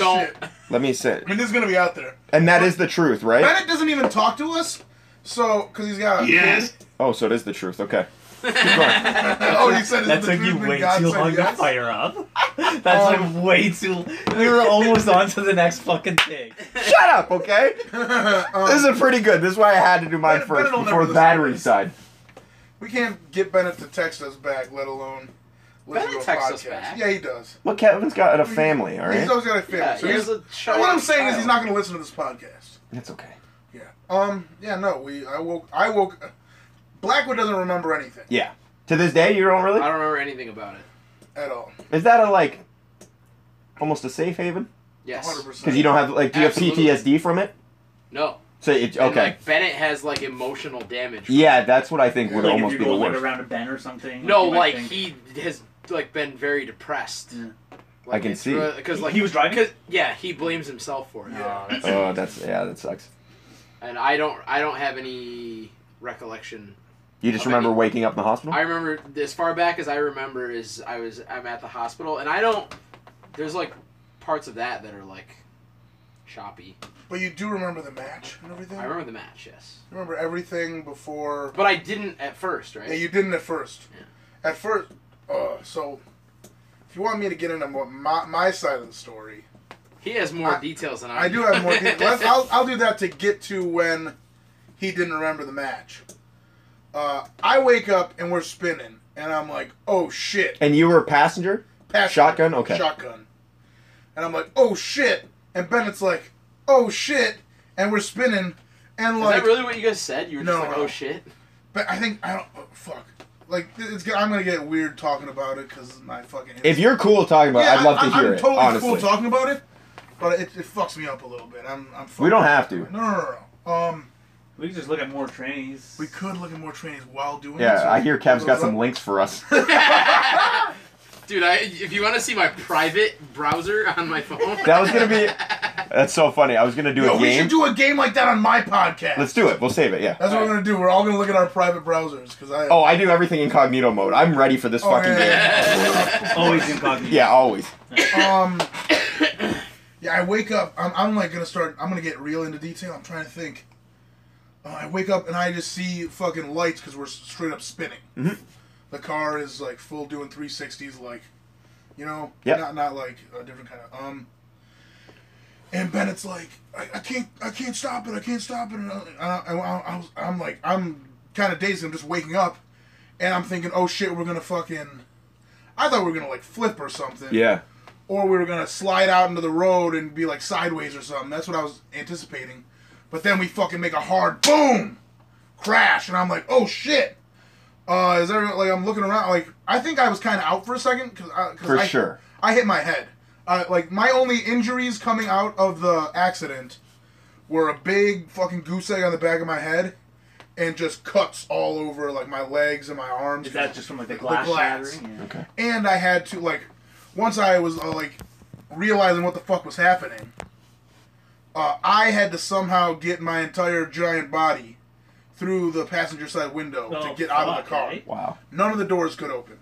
[SPEAKER 3] *laughs*
[SPEAKER 4] don't.
[SPEAKER 3] Shit.
[SPEAKER 1] let me send
[SPEAKER 3] I mean, this is gonna be out there.
[SPEAKER 1] and that is the truth right
[SPEAKER 3] Bennett doesn't even talk to us, so because he's got
[SPEAKER 6] Yes.
[SPEAKER 1] oh so it is the truth okay Keep going.
[SPEAKER 3] *laughs* oh, he said it's
[SPEAKER 5] That
[SPEAKER 3] the
[SPEAKER 5] took you
[SPEAKER 3] truth and
[SPEAKER 5] way
[SPEAKER 3] God
[SPEAKER 5] too
[SPEAKER 3] said
[SPEAKER 5] long to
[SPEAKER 3] yes. Um,
[SPEAKER 5] fire up. *laughs* That's like way too. We were almost on to the next fucking thing.
[SPEAKER 1] Shut up, okay?
[SPEAKER 3] *laughs* Um,
[SPEAKER 1] This is pretty good. This is why I had to do mine
[SPEAKER 3] Better-
[SPEAKER 1] first
[SPEAKER 3] better don't
[SPEAKER 1] before
[SPEAKER 3] ever
[SPEAKER 1] the
[SPEAKER 3] listen to
[SPEAKER 1] battery
[SPEAKER 3] this.
[SPEAKER 1] side.
[SPEAKER 3] We can't get Bennett to text us back, let alone listen
[SPEAKER 4] Bennett
[SPEAKER 3] to a
[SPEAKER 4] texts us
[SPEAKER 3] podcast.
[SPEAKER 4] back.
[SPEAKER 3] Yeah, he does.
[SPEAKER 1] Well, Kevin's got a family, all right?
[SPEAKER 3] He's always got a family.
[SPEAKER 4] Yeah,
[SPEAKER 3] so
[SPEAKER 4] he
[SPEAKER 3] he's,
[SPEAKER 4] has a child.
[SPEAKER 3] what I'm saying is
[SPEAKER 4] child.
[SPEAKER 3] he's not going to listen to this podcast.
[SPEAKER 1] That's okay.
[SPEAKER 3] Yeah. Um. Yeah. No. We. I woke. I woke. Blackwood doesn't remember anything
[SPEAKER 1] Yeah. To this day, you don't
[SPEAKER 4] I
[SPEAKER 1] really.
[SPEAKER 4] don't remember anything about it.
[SPEAKER 3] at all.
[SPEAKER 1] Is that a like, almost a safe haven?
[SPEAKER 4] Yes.
[SPEAKER 3] 100. percent
[SPEAKER 1] Because you don't have like, do you
[SPEAKER 4] Absolutely.
[SPEAKER 1] have PTSD from it?
[SPEAKER 4] No.
[SPEAKER 1] So it,
[SPEAKER 4] And,
[SPEAKER 1] okay.
[SPEAKER 4] like Bennett has like emotional damage. from
[SPEAKER 1] Yeah, that's what I think would
[SPEAKER 5] like if
[SPEAKER 1] almost
[SPEAKER 5] you
[SPEAKER 1] be
[SPEAKER 5] go
[SPEAKER 1] the
[SPEAKER 5] like
[SPEAKER 1] worst.
[SPEAKER 5] around a bend or something.
[SPEAKER 4] No,
[SPEAKER 5] you might
[SPEAKER 4] like
[SPEAKER 5] *laughs* think-
[SPEAKER 4] he has like been very depressed.
[SPEAKER 5] Yeah.
[SPEAKER 1] I can see.
[SPEAKER 4] because like
[SPEAKER 5] He was driving?
[SPEAKER 4] 'cause- yeah, he blames himself for it,
[SPEAKER 5] No, that's-
[SPEAKER 1] Oh, that's yeah, that sucks.
[SPEAKER 4] and I don't. I don't have any recollection.
[SPEAKER 1] You just
[SPEAKER 4] Okay.
[SPEAKER 1] remember waking up in the hospital.
[SPEAKER 4] I remember as far back as I remember is I was I'm at the hospital, and I don't. There's like parts of that that are like choppy.
[SPEAKER 3] But you do remember the match and everything.
[SPEAKER 4] I remember the match, yes,
[SPEAKER 3] You remember everything before.
[SPEAKER 4] but I didn't at first, right?
[SPEAKER 3] Yeah, you didn't at first.
[SPEAKER 4] Yeah.
[SPEAKER 3] At first. Uh. So. If you want me to get into what my, my side of the story,
[SPEAKER 4] he has more
[SPEAKER 3] I-
[SPEAKER 4] details than I.
[SPEAKER 3] I do have
[SPEAKER 4] *laughs*
[SPEAKER 3] more. detail. Let's, I'll, I'll do that to get to when he didn't remember the match. Uh, I wake up and we're spinning, and I'm like, "Oh shit!"
[SPEAKER 1] and you were a passenger.
[SPEAKER 3] Pass-
[SPEAKER 1] Shotgun? Okay.
[SPEAKER 3] Shotgun. And I'm like, "Oh shit!" And Bennett's like, "Oh shit!" And we're spinning, and
[SPEAKER 4] Is
[SPEAKER 3] like,
[SPEAKER 4] that really what you guys said? You were
[SPEAKER 3] No,
[SPEAKER 4] just like,
[SPEAKER 3] no.
[SPEAKER 4] oh shit.
[SPEAKER 3] but I think I don't. oh, fuck. Like it's. go- I'm gonna get weird talking about it because my fucking.
[SPEAKER 1] If you're cool talking about, it,
[SPEAKER 3] Yeah,
[SPEAKER 1] I'd love
[SPEAKER 3] I'm-
[SPEAKER 1] to hear
[SPEAKER 3] I'm
[SPEAKER 1] it.
[SPEAKER 3] totally
[SPEAKER 1] honestly,
[SPEAKER 3] cool talking about it, but it, it fucks me up a little bit. I'm. I'm
[SPEAKER 1] we don't have to.
[SPEAKER 3] No, no, no, no. Um.
[SPEAKER 5] we could just look at more trains.
[SPEAKER 3] We could look at more trainings while doing it.
[SPEAKER 1] Yeah,
[SPEAKER 3] so
[SPEAKER 1] I hear Kevin's got some
[SPEAKER 3] Well,
[SPEAKER 1] links for us.
[SPEAKER 4] Dude, I, if you want to see my private browser *laughs* on my phone,
[SPEAKER 1] That was gonna be That's so funny. I was gonna do
[SPEAKER 3] Yo,
[SPEAKER 1] a
[SPEAKER 3] we
[SPEAKER 1] game.
[SPEAKER 3] should do a game like that on my podcast.
[SPEAKER 1] Let's do it. We'll save it. Yeah.
[SPEAKER 3] That's what we're gonna do. We're all gonna look at our private browsers because I.
[SPEAKER 1] Oh, I do everything incognito mode. I'm ready for this
[SPEAKER 3] Oh,
[SPEAKER 1] fucking game.
[SPEAKER 5] *laughs* Always incognito.
[SPEAKER 1] Yeah, always.
[SPEAKER 3] Um. *coughs* Yeah, I wake up. I'm, I'm like gonna start. I'm gonna get real into detail. I'm trying to think. Uh, I wake up and I just see fucking lights because we're s- straight up spinning.
[SPEAKER 1] Mm-hmm.
[SPEAKER 3] The car is like full doing 360s, like, you know,
[SPEAKER 1] Yep.
[SPEAKER 3] not not like a different kind of um. And Bennett's like, I, I can't, I can't stop it, I can't stop it. And I, I, I, I was, I'm like, I'm kind of dazed. I'm just waking up, and I'm thinking, oh shit, we're gonna fucking. I thought we were gonna like flip or something
[SPEAKER 1] Yeah.
[SPEAKER 3] or we were gonna slide out into the road and be like sideways or something. That's what I was anticipating. But then we fucking make a hard boom, crash, and I'm like, oh shit. Uh, is everyone like I'm looking around? Like I think I was kind of out for a second because I, 'cause
[SPEAKER 1] For
[SPEAKER 3] I-
[SPEAKER 1] sure.
[SPEAKER 3] I hit my head. Uh, like my only injuries coming out of the accident were a big fucking goose egg on the back of my head, and just cuts all over like my legs and my arms.
[SPEAKER 5] Is that just from like the glass,
[SPEAKER 3] glass.
[SPEAKER 5] shattering? Yeah.
[SPEAKER 1] Okay.
[SPEAKER 3] and I had to like once I was uh, like realizing what the fuck was happening. Uh, I had to somehow get my entire giant body through the passenger side window to
[SPEAKER 5] Oh,
[SPEAKER 3] get out of
[SPEAKER 5] fuck,
[SPEAKER 3] the car.
[SPEAKER 5] right?
[SPEAKER 1] Wow.
[SPEAKER 3] None of the doors could open.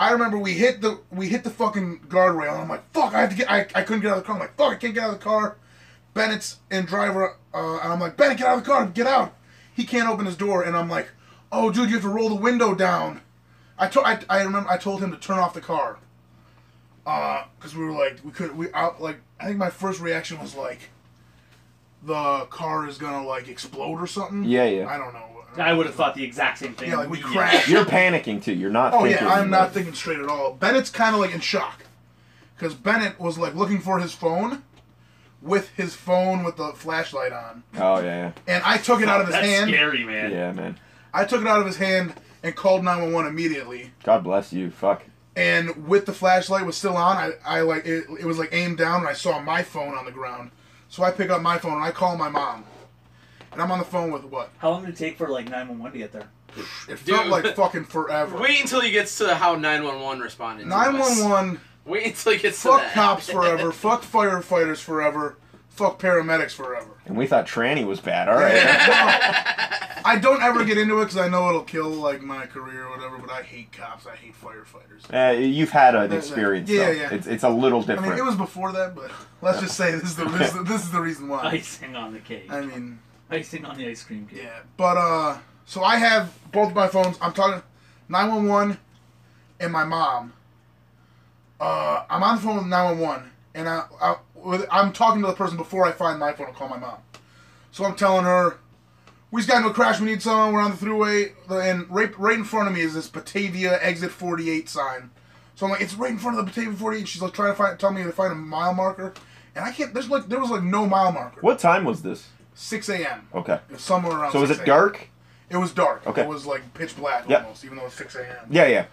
[SPEAKER 3] I remember we hit the we hit the fucking guardrail and I'm like, fuck, I have to get I, I couldn't get out of the car. I'm like, fuck, I can't get out of the car. Bennett's and driver uh, and I'm like, Bennett, get out of the car, get out. He can't open his door and I'm like, oh dude, you have to roll the window down. I told I, I remember I told him to turn off the car. Uh, cause we were like we could we out like I think my first reaction was like, the car is gonna like explode or something.
[SPEAKER 1] Yeah, yeah.
[SPEAKER 3] I don't know.
[SPEAKER 5] I would have thought the exact same thing.
[SPEAKER 3] Yeah, like we
[SPEAKER 5] immediately.
[SPEAKER 3] crashed.
[SPEAKER 1] You're panicking too. You're not.
[SPEAKER 3] Oh
[SPEAKER 1] thinking
[SPEAKER 3] yeah, I'm not thinking straight at all. Bennett's kind of like in shock, because Bennett was like looking for his phone, with his phone with the flashlight on,
[SPEAKER 1] Oh yeah,
[SPEAKER 3] and I took it out of
[SPEAKER 5] *laughs*
[SPEAKER 3] his
[SPEAKER 5] That's
[SPEAKER 3] hand.
[SPEAKER 5] scary,
[SPEAKER 1] yeah,
[SPEAKER 5] man.
[SPEAKER 1] yeah, man.
[SPEAKER 3] I took it out of his hand and called 911 immediately.
[SPEAKER 1] God bless you. Fuck.
[SPEAKER 3] And with the flashlight was still on, I, I like it, it was like aimed down, and I saw my phone on the ground. So I pick up my phone and I call my mom, and I'm on the phone with what?
[SPEAKER 5] How long did it take for like 911 to get there? *laughs*
[SPEAKER 3] It felt
[SPEAKER 4] Dude.
[SPEAKER 3] like fucking forever.
[SPEAKER 4] Wait until he gets to how 911 responded. to us.
[SPEAKER 3] 911.
[SPEAKER 4] Wait until he gets to
[SPEAKER 3] Fuck
[SPEAKER 4] that.
[SPEAKER 3] cops forever. *laughs* fuck firefighters forever. Fuck paramedics forever.
[SPEAKER 1] And we thought tranny was bad. All
[SPEAKER 3] *laughs*
[SPEAKER 1] right.
[SPEAKER 3] Well, I don't ever get into it because I know it'll kill like my career or whatever. But I hate cops. I hate firefighters.
[SPEAKER 1] Uh, you've had an experience.
[SPEAKER 3] Yeah,
[SPEAKER 1] though.
[SPEAKER 3] yeah.
[SPEAKER 1] It's it's a little
[SPEAKER 3] I
[SPEAKER 1] different.
[SPEAKER 3] mean, it was before that, but let's just say this is the this, is the- this is the reason why.
[SPEAKER 5] Icing on the cake.
[SPEAKER 3] I mean,
[SPEAKER 5] Icing on the ice cream cake.
[SPEAKER 3] yeah. But uh, so I have both my phones. I'm talking nine one one and my mom. Uh, I'm on the phone with nine one one, and I, I with, I'm talking to the person before I find my phone and call my mom. So I'm telling her, we just got into a crash. We need someone. We're on the throughway, and right right in front of me is this Batavia exit 48 sign. So I'm like, it's right in front of the Batavia 48. She's like trying to find, tell me to find a mile marker, and I can't. There's like there was like no mile marker.
[SPEAKER 1] what time was this?
[SPEAKER 3] 6 a.m.
[SPEAKER 1] Okay.
[SPEAKER 3] It was somewhere around.
[SPEAKER 1] So was
[SPEAKER 3] 6
[SPEAKER 1] it
[SPEAKER 3] a.m.
[SPEAKER 1] dark?
[SPEAKER 3] It was dark.
[SPEAKER 1] Okay.
[SPEAKER 3] It was like pitch black
[SPEAKER 1] Yep.
[SPEAKER 3] almost, even though it's 6 a.m.
[SPEAKER 1] Yeah, yeah.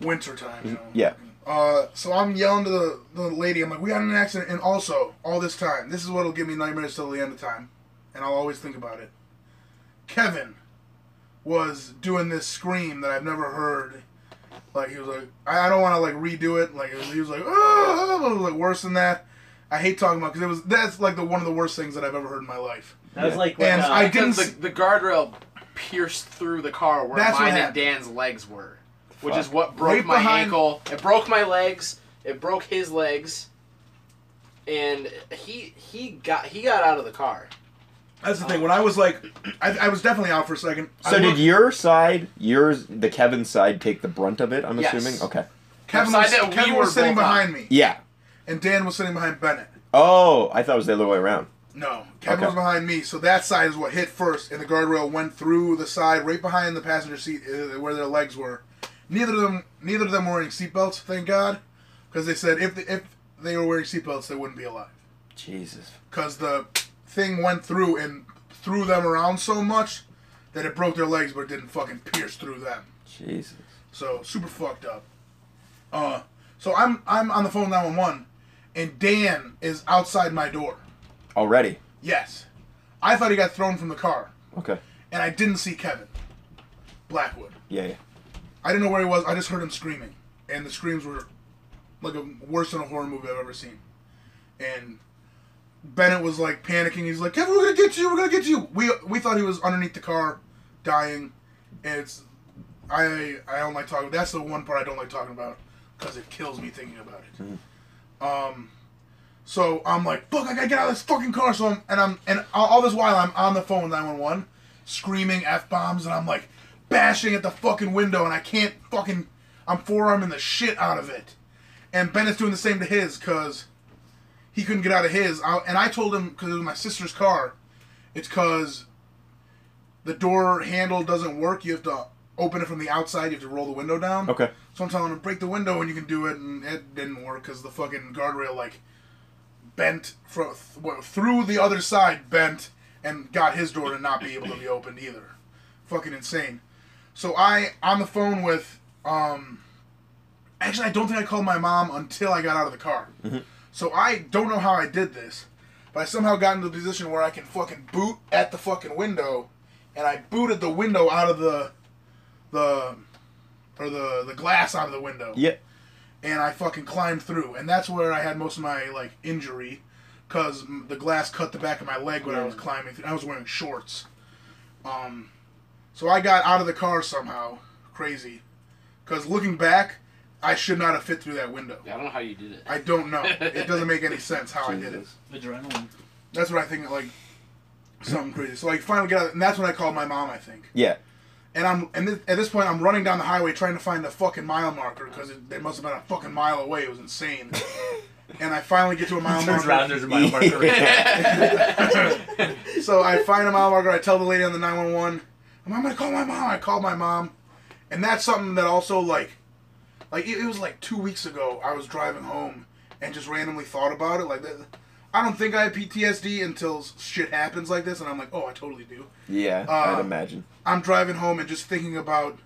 [SPEAKER 3] Winter time. You know?
[SPEAKER 1] Yeah.
[SPEAKER 3] Uh, so I'm yelling to the, the lady. I'm like, we got in an accident, and also all this time, this is what'll give me nightmares till the end of time, and I'll always think about it. Kevin was doing this scream that I've never heard. Like he was like, I, I don't want to like redo it. Like it was- he was like, oh, it was like worse than that. I hate talking about because it was that's like the one of the worst things that I've ever heard in my life.
[SPEAKER 5] That was
[SPEAKER 1] Yeah.
[SPEAKER 5] like when,
[SPEAKER 3] And
[SPEAKER 5] uh,
[SPEAKER 3] I did-
[SPEAKER 4] Because the, the guardrail pierced through the car where
[SPEAKER 3] That's what
[SPEAKER 4] mine and
[SPEAKER 3] happened.
[SPEAKER 4] Dan's legs were, which is
[SPEAKER 1] Fuck.
[SPEAKER 4] what broke
[SPEAKER 3] Right
[SPEAKER 4] my
[SPEAKER 3] behind-
[SPEAKER 4] ankle. It broke my legs. It broke his legs. And he he got he got out of the car.
[SPEAKER 3] That's the thing. When I was like, I, I was definitely out for a second. I
[SPEAKER 1] So did
[SPEAKER 3] looked-
[SPEAKER 1] your side, yours, the Kevin side, take the brunt of it? I'm
[SPEAKER 4] Yes.
[SPEAKER 1] assuming. Okay.
[SPEAKER 3] Kevin
[SPEAKER 4] Side
[SPEAKER 3] was,
[SPEAKER 4] that we
[SPEAKER 3] Kevin
[SPEAKER 4] were
[SPEAKER 3] was sitting
[SPEAKER 4] both on.
[SPEAKER 3] behind me,
[SPEAKER 1] Yeah.
[SPEAKER 3] and Dan was sitting behind Bennett.
[SPEAKER 1] Oh, I thought it was the other way around.
[SPEAKER 3] No, Kevin
[SPEAKER 1] Okay.
[SPEAKER 3] was behind me, so that side is what hit first, and the guardrail went through the side right behind the passenger seat uh, where their legs were. Neither of them, neither of them were wearing seatbelts, thank God, because they said if the, if they were wearing seatbelts, they wouldn't be alive.
[SPEAKER 1] Jesus.
[SPEAKER 3] Because the thing went through and threw them around so much that it broke their legs, but it didn't fucking pierce through them.
[SPEAKER 1] Jesus.
[SPEAKER 3] So super fucked up. Uh, so I'm I'm on the phone nine one one, and Dan is outside my door.
[SPEAKER 1] Already.
[SPEAKER 3] Yes, I thought he got thrown from the car,
[SPEAKER 1] Okay.
[SPEAKER 3] and I didn't see Kevin Blackwood.
[SPEAKER 1] Yeah, yeah.
[SPEAKER 3] I didn't know where he was. I just heard him screaming, and the screams were like a, worse than a horror movie I've ever seen. And Bennett was like panicking. He's like, "Kevin, we're gonna get you. We're gonna get you." We we thought he was underneath the car, dying. And it's I I don't like talking. That's the one part I don't like talking about because it kills me thinking about it. Um, so I'm like, "Fuck! I gotta get out of this fucking car." So I'm and I'm and all, all this while I'm on the phone with 911, screaming f bombs, and I'm like bashing at the fucking window, and I can't fucking. I'm forearming the shit out of it, and Bennett's doing the same to his because he couldn't get out of his. I, and I told him because it was my sister's car. It's because the door handle doesn't work. You have to open it from the outside. You have to roll the window down.
[SPEAKER 5] Okay.
[SPEAKER 3] So I'm telling him break the window and you can do it, and it didn't work because the fucking guardrail like bent from well, through the other side, bent and got his door to not be able to be opened either. Fucking insane. So I on the phone with um. Actually, I don't think I called my mom until I got out of the car. So I don't know how I did this, but I somehow got into the position where I can fucking boot at the fucking window, and I booted the window out of the, the, or the the glass out of the window.
[SPEAKER 1] Yep.
[SPEAKER 3] And I fucking climbed through, and that's where I had most of my like injury, cause m- the glass cut the back of my leg when I was climbing. through. I was wearing shorts. Um, so I got out of the car somehow, crazy, cause looking back, I should not have fit through that window.
[SPEAKER 4] I don't know how you did it.
[SPEAKER 3] I don't know. It doesn't make any sense how I did it.
[SPEAKER 5] Adrenaline.
[SPEAKER 3] That's what I think. Like something crazy. So like finally got, out, and that's when I called my mom. I think.
[SPEAKER 1] Yeah.
[SPEAKER 3] And I'm and this, at this point I'm running down the highway trying to find the fucking mile marker because they must have been a fucking mile away. It was insane. and I finally get to a mile
[SPEAKER 5] Turns around,
[SPEAKER 3] marker.
[SPEAKER 5] there's a
[SPEAKER 1] *laughs*
[SPEAKER 5] mile marker.
[SPEAKER 3] So I find a mile marker. I tell the lady on the 911, "I'm I'm gonna call my mom." I called my mom, and that's something that also like, like it, it was like two weeks ago. I was driving home and just randomly thought about it. Like that, I don't think I have PTSD until s- shit happens like this, and I'm like, oh, I totally do.
[SPEAKER 1] Yeah,
[SPEAKER 3] Uh,
[SPEAKER 1] I'd imagine.
[SPEAKER 3] I'm driving home and just thinking about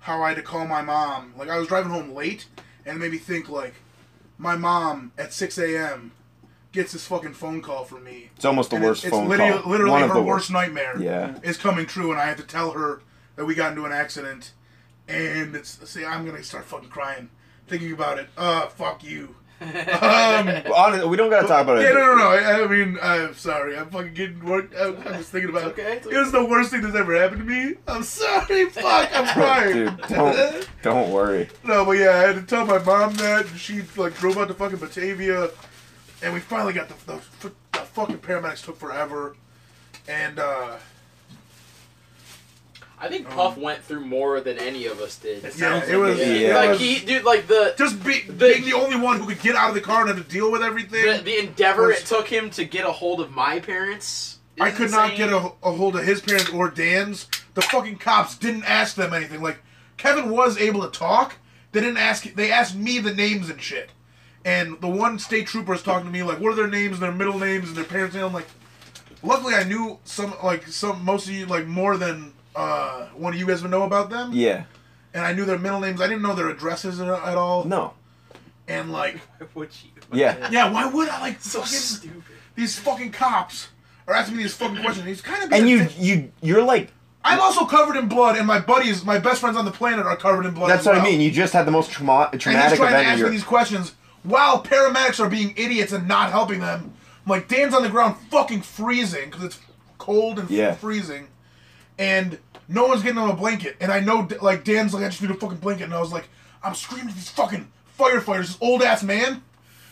[SPEAKER 3] how I had to call my mom. Like I was driving home late, and it made me think like, my mom at 6 a.m. gets this fucking phone call from me.
[SPEAKER 1] It's almost the
[SPEAKER 3] And
[SPEAKER 1] worst
[SPEAKER 3] it's,
[SPEAKER 1] phone
[SPEAKER 3] it's literally,
[SPEAKER 1] call.
[SPEAKER 3] Literally
[SPEAKER 1] One
[SPEAKER 3] her
[SPEAKER 1] of the
[SPEAKER 3] worst nightmare
[SPEAKER 1] Yeah.
[SPEAKER 3] is coming true, and I have to tell her that we got into an accident. And it's see, I'm gonna start fucking crying thinking about it. Uh, fuck you. Um,
[SPEAKER 1] Well, honest- we don't gotta talk about it.
[SPEAKER 3] yeah, no, no, no. I, I mean, I'm sorry. I'm fucking getting worked. I'm, I'm just thinking about
[SPEAKER 4] okay,
[SPEAKER 3] it.
[SPEAKER 4] it's
[SPEAKER 3] It was the worst thing that's ever happened to me. I'm sorry. Fuck.
[SPEAKER 1] *laughs*
[SPEAKER 3] I'm crying.
[SPEAKER 1] Dude, don't, don't worry.
[SPEAKER 3] No, but yeah, I had to tell my mom that. and She like drove out to fucking Batavia, and we finally got the the, fu- the fucking paramedics took forever, and uh,
[SPEAKER 4] I think Puff went through more than any of us did.
[SPEAKER 5] It's-
[SPEAKER 3] Oh. yeah,
[SPEAKER 5] Sounds
[SPEAKER 3] it was
[SPEAKER 4] Yeah.
[SPEAKER 1] Yeah.
[SPEAKER 4] Like
[SPEAKER 3] was-
[SPEAKER 4] he, dude, like the
[SPEAKER 3] just be, being the only one who could get out of the car and have to deal with everything.
[SPEAKER 4] the, the endeavor it
[SPEAKER 3] Was-
[SPEAKER 4] took him to get a hold of my parents. is
[SPEAKER 3] I could not
[SPEAKER 4] insane.
[SPEAKER 3] get a, a hold of his parents or Dan's. The fucking cops didn't ask them anything. Like Kevin was able to talk. They didn't ask. They asked me the names and shit. And the one state trooper was talking to me like, "What are their names? Their middle names and their parents' name?" I'm like, luckily I knew some like some most of you like more than uh, one of you guys would know about them.
[SPEAKER 1] Yeah.
[SPEAKER 3] And I knew their middle names. I didn't know their addresses at, at all.
[SPEAKER 1] No.
[SPEAKER 3] And like,
[SPEAKER 4] Would you?
[SPEAKER 1] Yeah.
[SPEAKER 3] yeah, why would I like
[SPEAKER 4] So
[SPEAKER 3] fucking,
[SPEAKER 4] stupid.
[SPEAKER 3] these fucking cops are asking me these fucking questions? He's kind of being
[SPEAKER 1] And
[SPEAKER 3] a
[SPEAKER 1] you,
[SPEAKER 3] dick.
[SPEAKER 1] you, you're like,
[SPEAKER 3] I'm also covered in blood, and my buddies, my best friends on the planet, are covered in blood.
[SPEAKER 1] that's
[SPEAKER 3] as
[SPEAKER 1] what I
[SPEAKER 3] well.
[SPEAKER 1] mean. You just had the most trauma-
[SPEAKER 3] and he's
[SPEAKER 1] traumatic
[SPEAKER 3] trying to
[SPEAKER 1] event of
[SPEAKER 3] ask me
[SPEAKER 1] your.
[SPEAKER 3] these questions while paramedics are being idiots and not helping them. I'm like, Dan's on the ground, fucking freezing because it's cold and
[SPEAKER 1] Yeah.
[SPEAKER 3] freezing, and no one's getting him a blanket. And I know, like, Dan's like, I just need a fucking blanket, and I was like, I'm screaming at these fucking firefighters. This old ass man,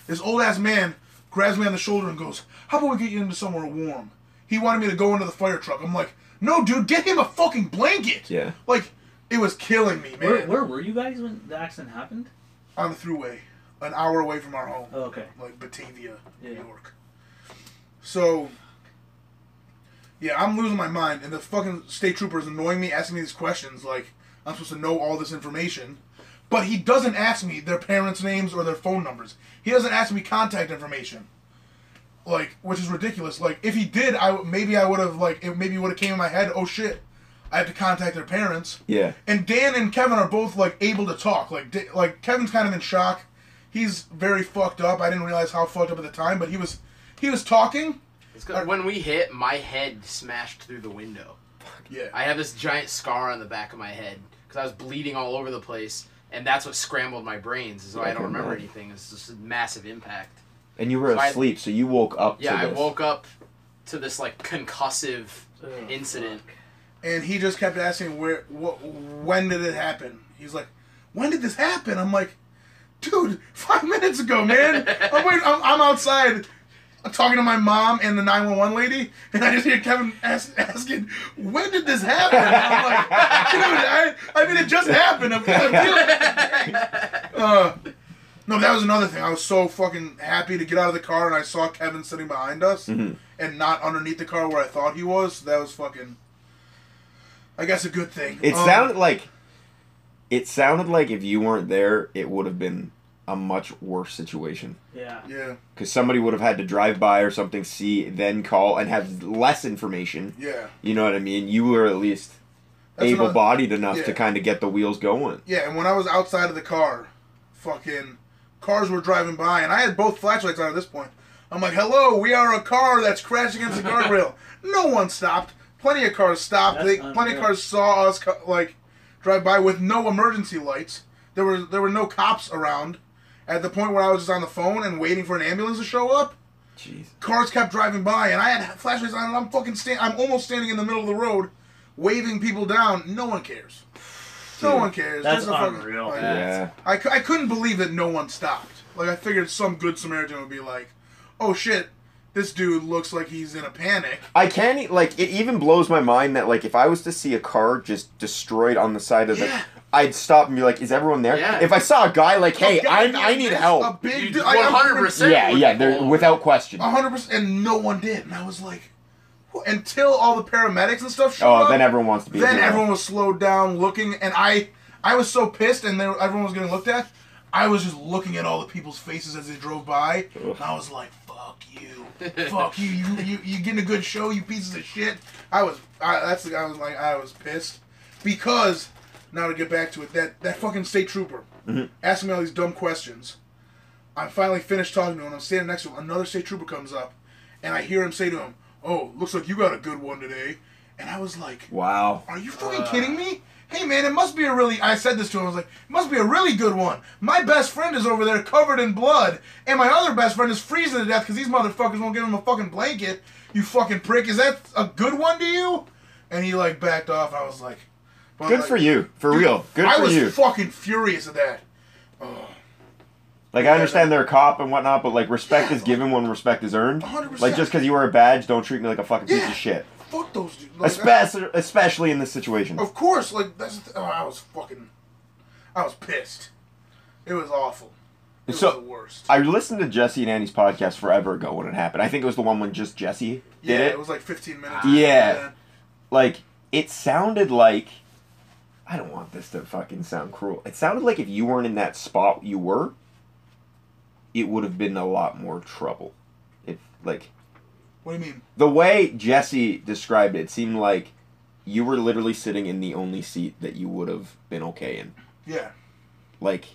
[SPEAKER 3] this old ass man grabs me on the shoulder and goes, "How about we get you into somewhere warm?" He wanted me to go into the fire truck. I'm like, "No, dude, get him a fucking blanket."
[SPEAKER 1] Yeah.
[SPEAKER 3] Like, it was killing me, man.
[SPEAKER 5] where, where were you guys when the accident happened?
[SPEAKER 3] on the thruway, an hour away from our home,
[SPEAKER 5] Oh, okay.
[SPEAKER 3] like Batavia, New
[SPEAKER 5] Yeah.
[SPEAKER 3] York. So, yeah, I'm losing my mind, and the fucking state trooper is annoying me, asking me these questions. Like, I'm supposed to know all this information, but he doesn't ask me their parents' names or their phone numbers. He doesn't ask me contact information. Like, which is ridiculous. Like, if he did, I w- maybe I would have like it maybe would have came in my head. Oh shit, I have to contact their parents
[SPEAKER 1] Yeah.
[SPEAKER 3] and Dan and Kevin are both like able to talk. Like Da- like Kevin's kind of in shock. He's very fucked up. I didn't realize how fucked up at the time, but he was he was talking.
[SPEAKER 4] It's 'cause when we hit, my head smashed through the window.
[SPEAKER 3] Yeah.
[SPEAKER 4] I have this giant scar on the back of my head because I was bleeding all over the place, and that's what scrambled my brains. Is why I don't remember anything. It's just a massive impact.
[SPEAKER 1] And you were
[SPEAKER 4] So I-
[SPEAKER 1] asleep, so you woke up
[SPEAKER 4] Yeah,
[SPEAKER 1] to
[SPEAKER 4] I
[SPEAKER 1] this.
[SPEAKER 4] woke up to this like concussive incident.
[SPEAKER 3] and he just kept asking where what when did it happen he's like when did this happen i'm like dude five minutes ago man i'm waiting i'm, I'm outside talking to my mom and the 911 lady and i just hear kevin ask, asking when did this happen and i'm like dude i, I mean it just happened i'm, I'm feeling- uh, no that was another thing i was so fucking happy to get out of the car and i saw kevin sitting behind us and not underneath the car where i thought he was that was fucking I guess a good thing.
[SPEAKER 1] It
[SPEAKER 3] Um,
[SPEAKER 1] sounded like it sounded like if you weren't there, it would have been a much worse situation.
[SPEAKER 2] Yeah.
[SPEAKER 3] Yeah,
[SPEAKER 1] Because somebody would have had to drive by or something, see, then call, and have less information.
[SPEAKER 3] yeah,
[SPEAKER 1] You know what I mean? You were at least
[SPEAKER 3] That's
[SPEAKER 1] able bodied enough
[SPEAKER 3] yeah.
[SPEAKER 1] to kind of get the wheels going.
[SPEAKER 3] yeah. And when I was outside of the car, fucking cars were driving by, and I had both flashlights on at this point. I'm like, "Hello, we are a car that's crashing against
[SPEAKER 2] *laughs*
[SPEAKER 3] the guardrail." no one stopped. Plenty of cars stopped.
[SPEAKER 2] That's
[SPEAKER 3] They, plenty of
[SPEAKER 2] unreal.
[SPEAKER 3] cars saw us co- like drive by with no emergency lights. There were there were no cops around. At the point where I was just on the phone and waiting for an ambulance to show up,
[SPEAKER 1] Jeez.
[SPEAKER 3] cars kept driving by, and I had flashlights on, and I'm fucking stand. I'm almost standing in the middle of the road, waving people down. No one cares. No
[SPEAKER 1] Dude,
[SPEAKER 3] one cares.
[SPEAKER 5] that's
[SPEAKER 3] Just a fucking-
[SPEAKER 5] unreal.
[SPEAKER 3] like,
[SPEAKER 1] Yeah.
[SPEAKER 3] I, cou- I couldn't believe that no one stopped. Like I figured some good Samaritan would be like, "Oh shit, this dude looks like he's in a panic."
[SPEAKER 1] I can't e- like it even blows my mind that like if I was to see a car just destroyed on the side of
[SPEAKER 3] Yeah.
[SPEAKER 1] the I'd stop and be like, is everyone there?
[SPEAKER 4] Yeah.
[SPEAKER 1] If I saw a guy like, hey,
[SPEAKER 3] A guy
[SPEAKER 1] I'm, I
[SPEAKER 3] like
[SPEAKER 1] need
[SPEAKER 3] this, A
[SPEAKER 1] help.
[SPEAKER 3] big
[SPEAKER 4] You-
[SPEAKER 3] dude. I- I'm-
[SPEAKER 4] 100%.
[SPEAKER 1] Yeah,
[SPEAKER 4] would
[SPEAKER 1] yeah, there,
[SPEAKER 4] fall.
[SPEAKER 1] without question. Oh,
[SPEAKER 3] A hundred percent. And no one did, and I was like, "Wh- until all the paramedics and stuff showed
[SPEAKER 1] Oh,
[SPEAKER 3] up.
[SPEAKER 1] then everyone wants to be. a
[SPEAKER 3] then
[SPEAKER 1] hero.
[SPEAKER 3] everyone was slowed down looking and i i was so pissed and they, everyone was getting looked at i was just looking at all the people's faces as they drove by and i was like fuck you fuck you you you you getting a good show you pieces of shit i was I, that's the guy was like i was pissed because now to get back to it that that fucking state trooper
[SPEAKER 1] Mm-hmm.
[SPEAKER 3] asked me all these dumb questions i finally finished talking to him i'm standing next to him another state trooper comes up and i hear him say to him oh looks like you got a good one today and i was like
[SPEAKER 1] Wow.
[SPEAKER 3] are you fucking
[SPEAKER 1] Uh.
[SPEAKER 3] kidding me? Hey man, it must be a really. I said this to him. I was like, it must be a really good one. My best friend is over there covered in blood, and my other best friend is freezing to death because these motherfuckers won't give him a fucking blanket. You fucking prick. Is that a good one to you? And he like backed off. I was like, but
[SPEAKER 1] Good
[SPEAKER 3] like,
[SPEAKER 1] for you. For real. Good
[SPEAKER 3] I
[SPEAKER 1] for
[SPEAKER 3] was
[SPEAKER 1] you.
[SPEAKER 3] fucking furious at that.
[SPEAKER 1] Like I understand they're a cop and whatnot, but like respect is given when respect is earned.
[SPEAKER 3] 100%.
[SPEAKER 1] Like just because you wear a badge, don't treat me like a fucking piece
[SPEAKER 3] Yeah.
[SPEAKER 1] of shit.
[SPEAKER 3] Fuck those dudes. Like,
[SPEAKER 1] Especially, especially in this situation.
[SPEAKER 3] Of course, like that's. The th- oh, I was fucking. I was pissed. It was awful. It was
[SPEAKER 1] So-
[SPEAKER 3] the worst.
[SPEAKER 1] I listened to Jesse and Annie's podcast forever ago when it happened. I think it was the one when just Jesse did
[SPEAKER 3] yeah,
[SPEAKER 1] it.
[SPEAKER 3] it? was like 15 minutes.
[SPEAKER 1] Yeah. like it sounded like I don't want this to fucking sound cruel. It sounded like if you weren't in that spot you were, it would have been a lot more trouble. If like
[SPEAKER 3] What do you mean?
[SPEAKER 1] the way Jesse described it, it seemed like you were literally sitting in the only seat that you would have been okay in.
[SPEAKER 3] Yeah.
[SPEAKER 1] Like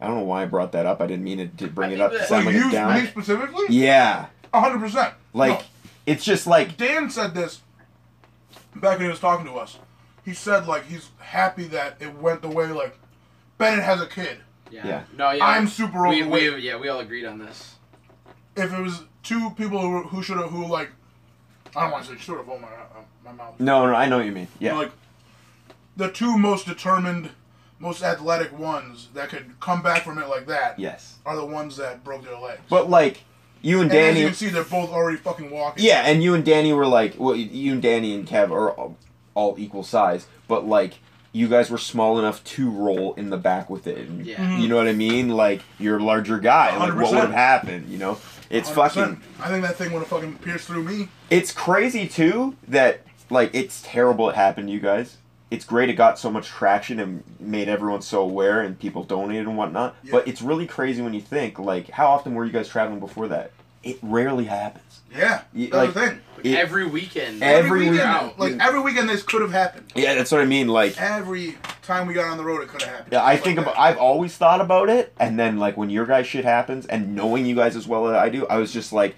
[SPEAKER 1] I don't know why I brought that up. I didn't mean it to bring
[SPEAKER 4] I
[SPEAKER 1] it
[SPEAKER 4] think
[SPEAKER 1] up. to
[SPEAKER 4] that-
[SPEAKER 3] So
[SPEAKER 1] Sound like
[SPEAKER 3] you
[SPEAKER 1] a
[SPEAKER 3] me
[SPEAKER 1] down.
[SPEAKER 3] specifically? *laughs*
[SPEAKER 1] Yeah,
[SPEAKER 3] A hundred percent.
[SPEAKER 1] like
[SPEAKER 3] No,
[SPEAKER 1] it's just like
[SPEAKER 3] Dan said this back when he was talking to us. He said like he's happy that it went the way like Bennett has a kid.
[SPEAKER 4] Yeah.
[SPEAKER 1] Yeah.
[SPEAKER 4] No, yeah.
[SPEAKER 3] I'm super
[SPEAKER 4] we,
[SPEAKER 3] overweight.
[SPEAKER 4] we, yeah, we all agreed on this.
[SPEAKER 3] If it was two people who, who should have who like I don't want to say should have oh my uh, my mouth.
[SPEAKER 1] no, no. I know what you mean. Yeah,
[SPEAKER 3] Like the two most determined, most athletic ones that could come back from it like that
[SPEAKER 1] yes.
[SPEAKER 3] are the ones that broke their legs.
[SPEAKER 1] But like you and
[SPEAKER 3] and as
[SPEAKER 1] Danny.
[SPEAKER 3] you can see, they're both already fucking walking.
[SPEAKER 1] Yeah, and you and Danny were like, well, you and Danny and Kev are all, all equal size, but like you guys were small enough to roll in the back with it. And,
[SPEAKER 4] Yeah. Mhm.
[SPEAKER 1] You know what I mean? Like you're a larger guy. Like what
[SPEAKER 3] 100%.
[SPEAKER 1] would have happened? You know, it's
[SPEAKER 3] 100%.
[SPEAKER 1] fucking.
[SPEAKER 3] I think that thing would have fucking pierced through me.
[SPEAKER 1] It's crazy too that like it's terrible it happened to you guys. It's great it got so much traction and made everyone so aware and people donated and whatnot.
[SPEAKER 3] Yeah.
[SPEAKER 1] But it's really crazy when you think like how often were you guys traveling before that? It rarely happens.
[SPEAKER 3] Yeah,
[SPEAKER 1] You-
[SPEAKER 3] that's the
[SPEAKER 1] like,
[SPEAKER 3] thing.
[SPEAKER 1] It-
[SPEAKER 4] every weekend.
[SPEAKER 1] Every
[SPEAKER 3] weekend,
[SPEAKER 1] week-
[SPEAKER 3] like every weekend, this could have happened.
[SPEAKER 1] yeah, that's what I mean. Like
[SPEAKER 3] Every time we got on the road, it could have happened.
[SPEAKER 1] Yeah, I
[SPEAKER 3] Like
[SPEAKER 1] think
[SPEAKER 3] that.
[SPEAKER 1] about, I've always thought about it, and then like when your guys shit happens, and knowing you guys as well as I do, I was just like,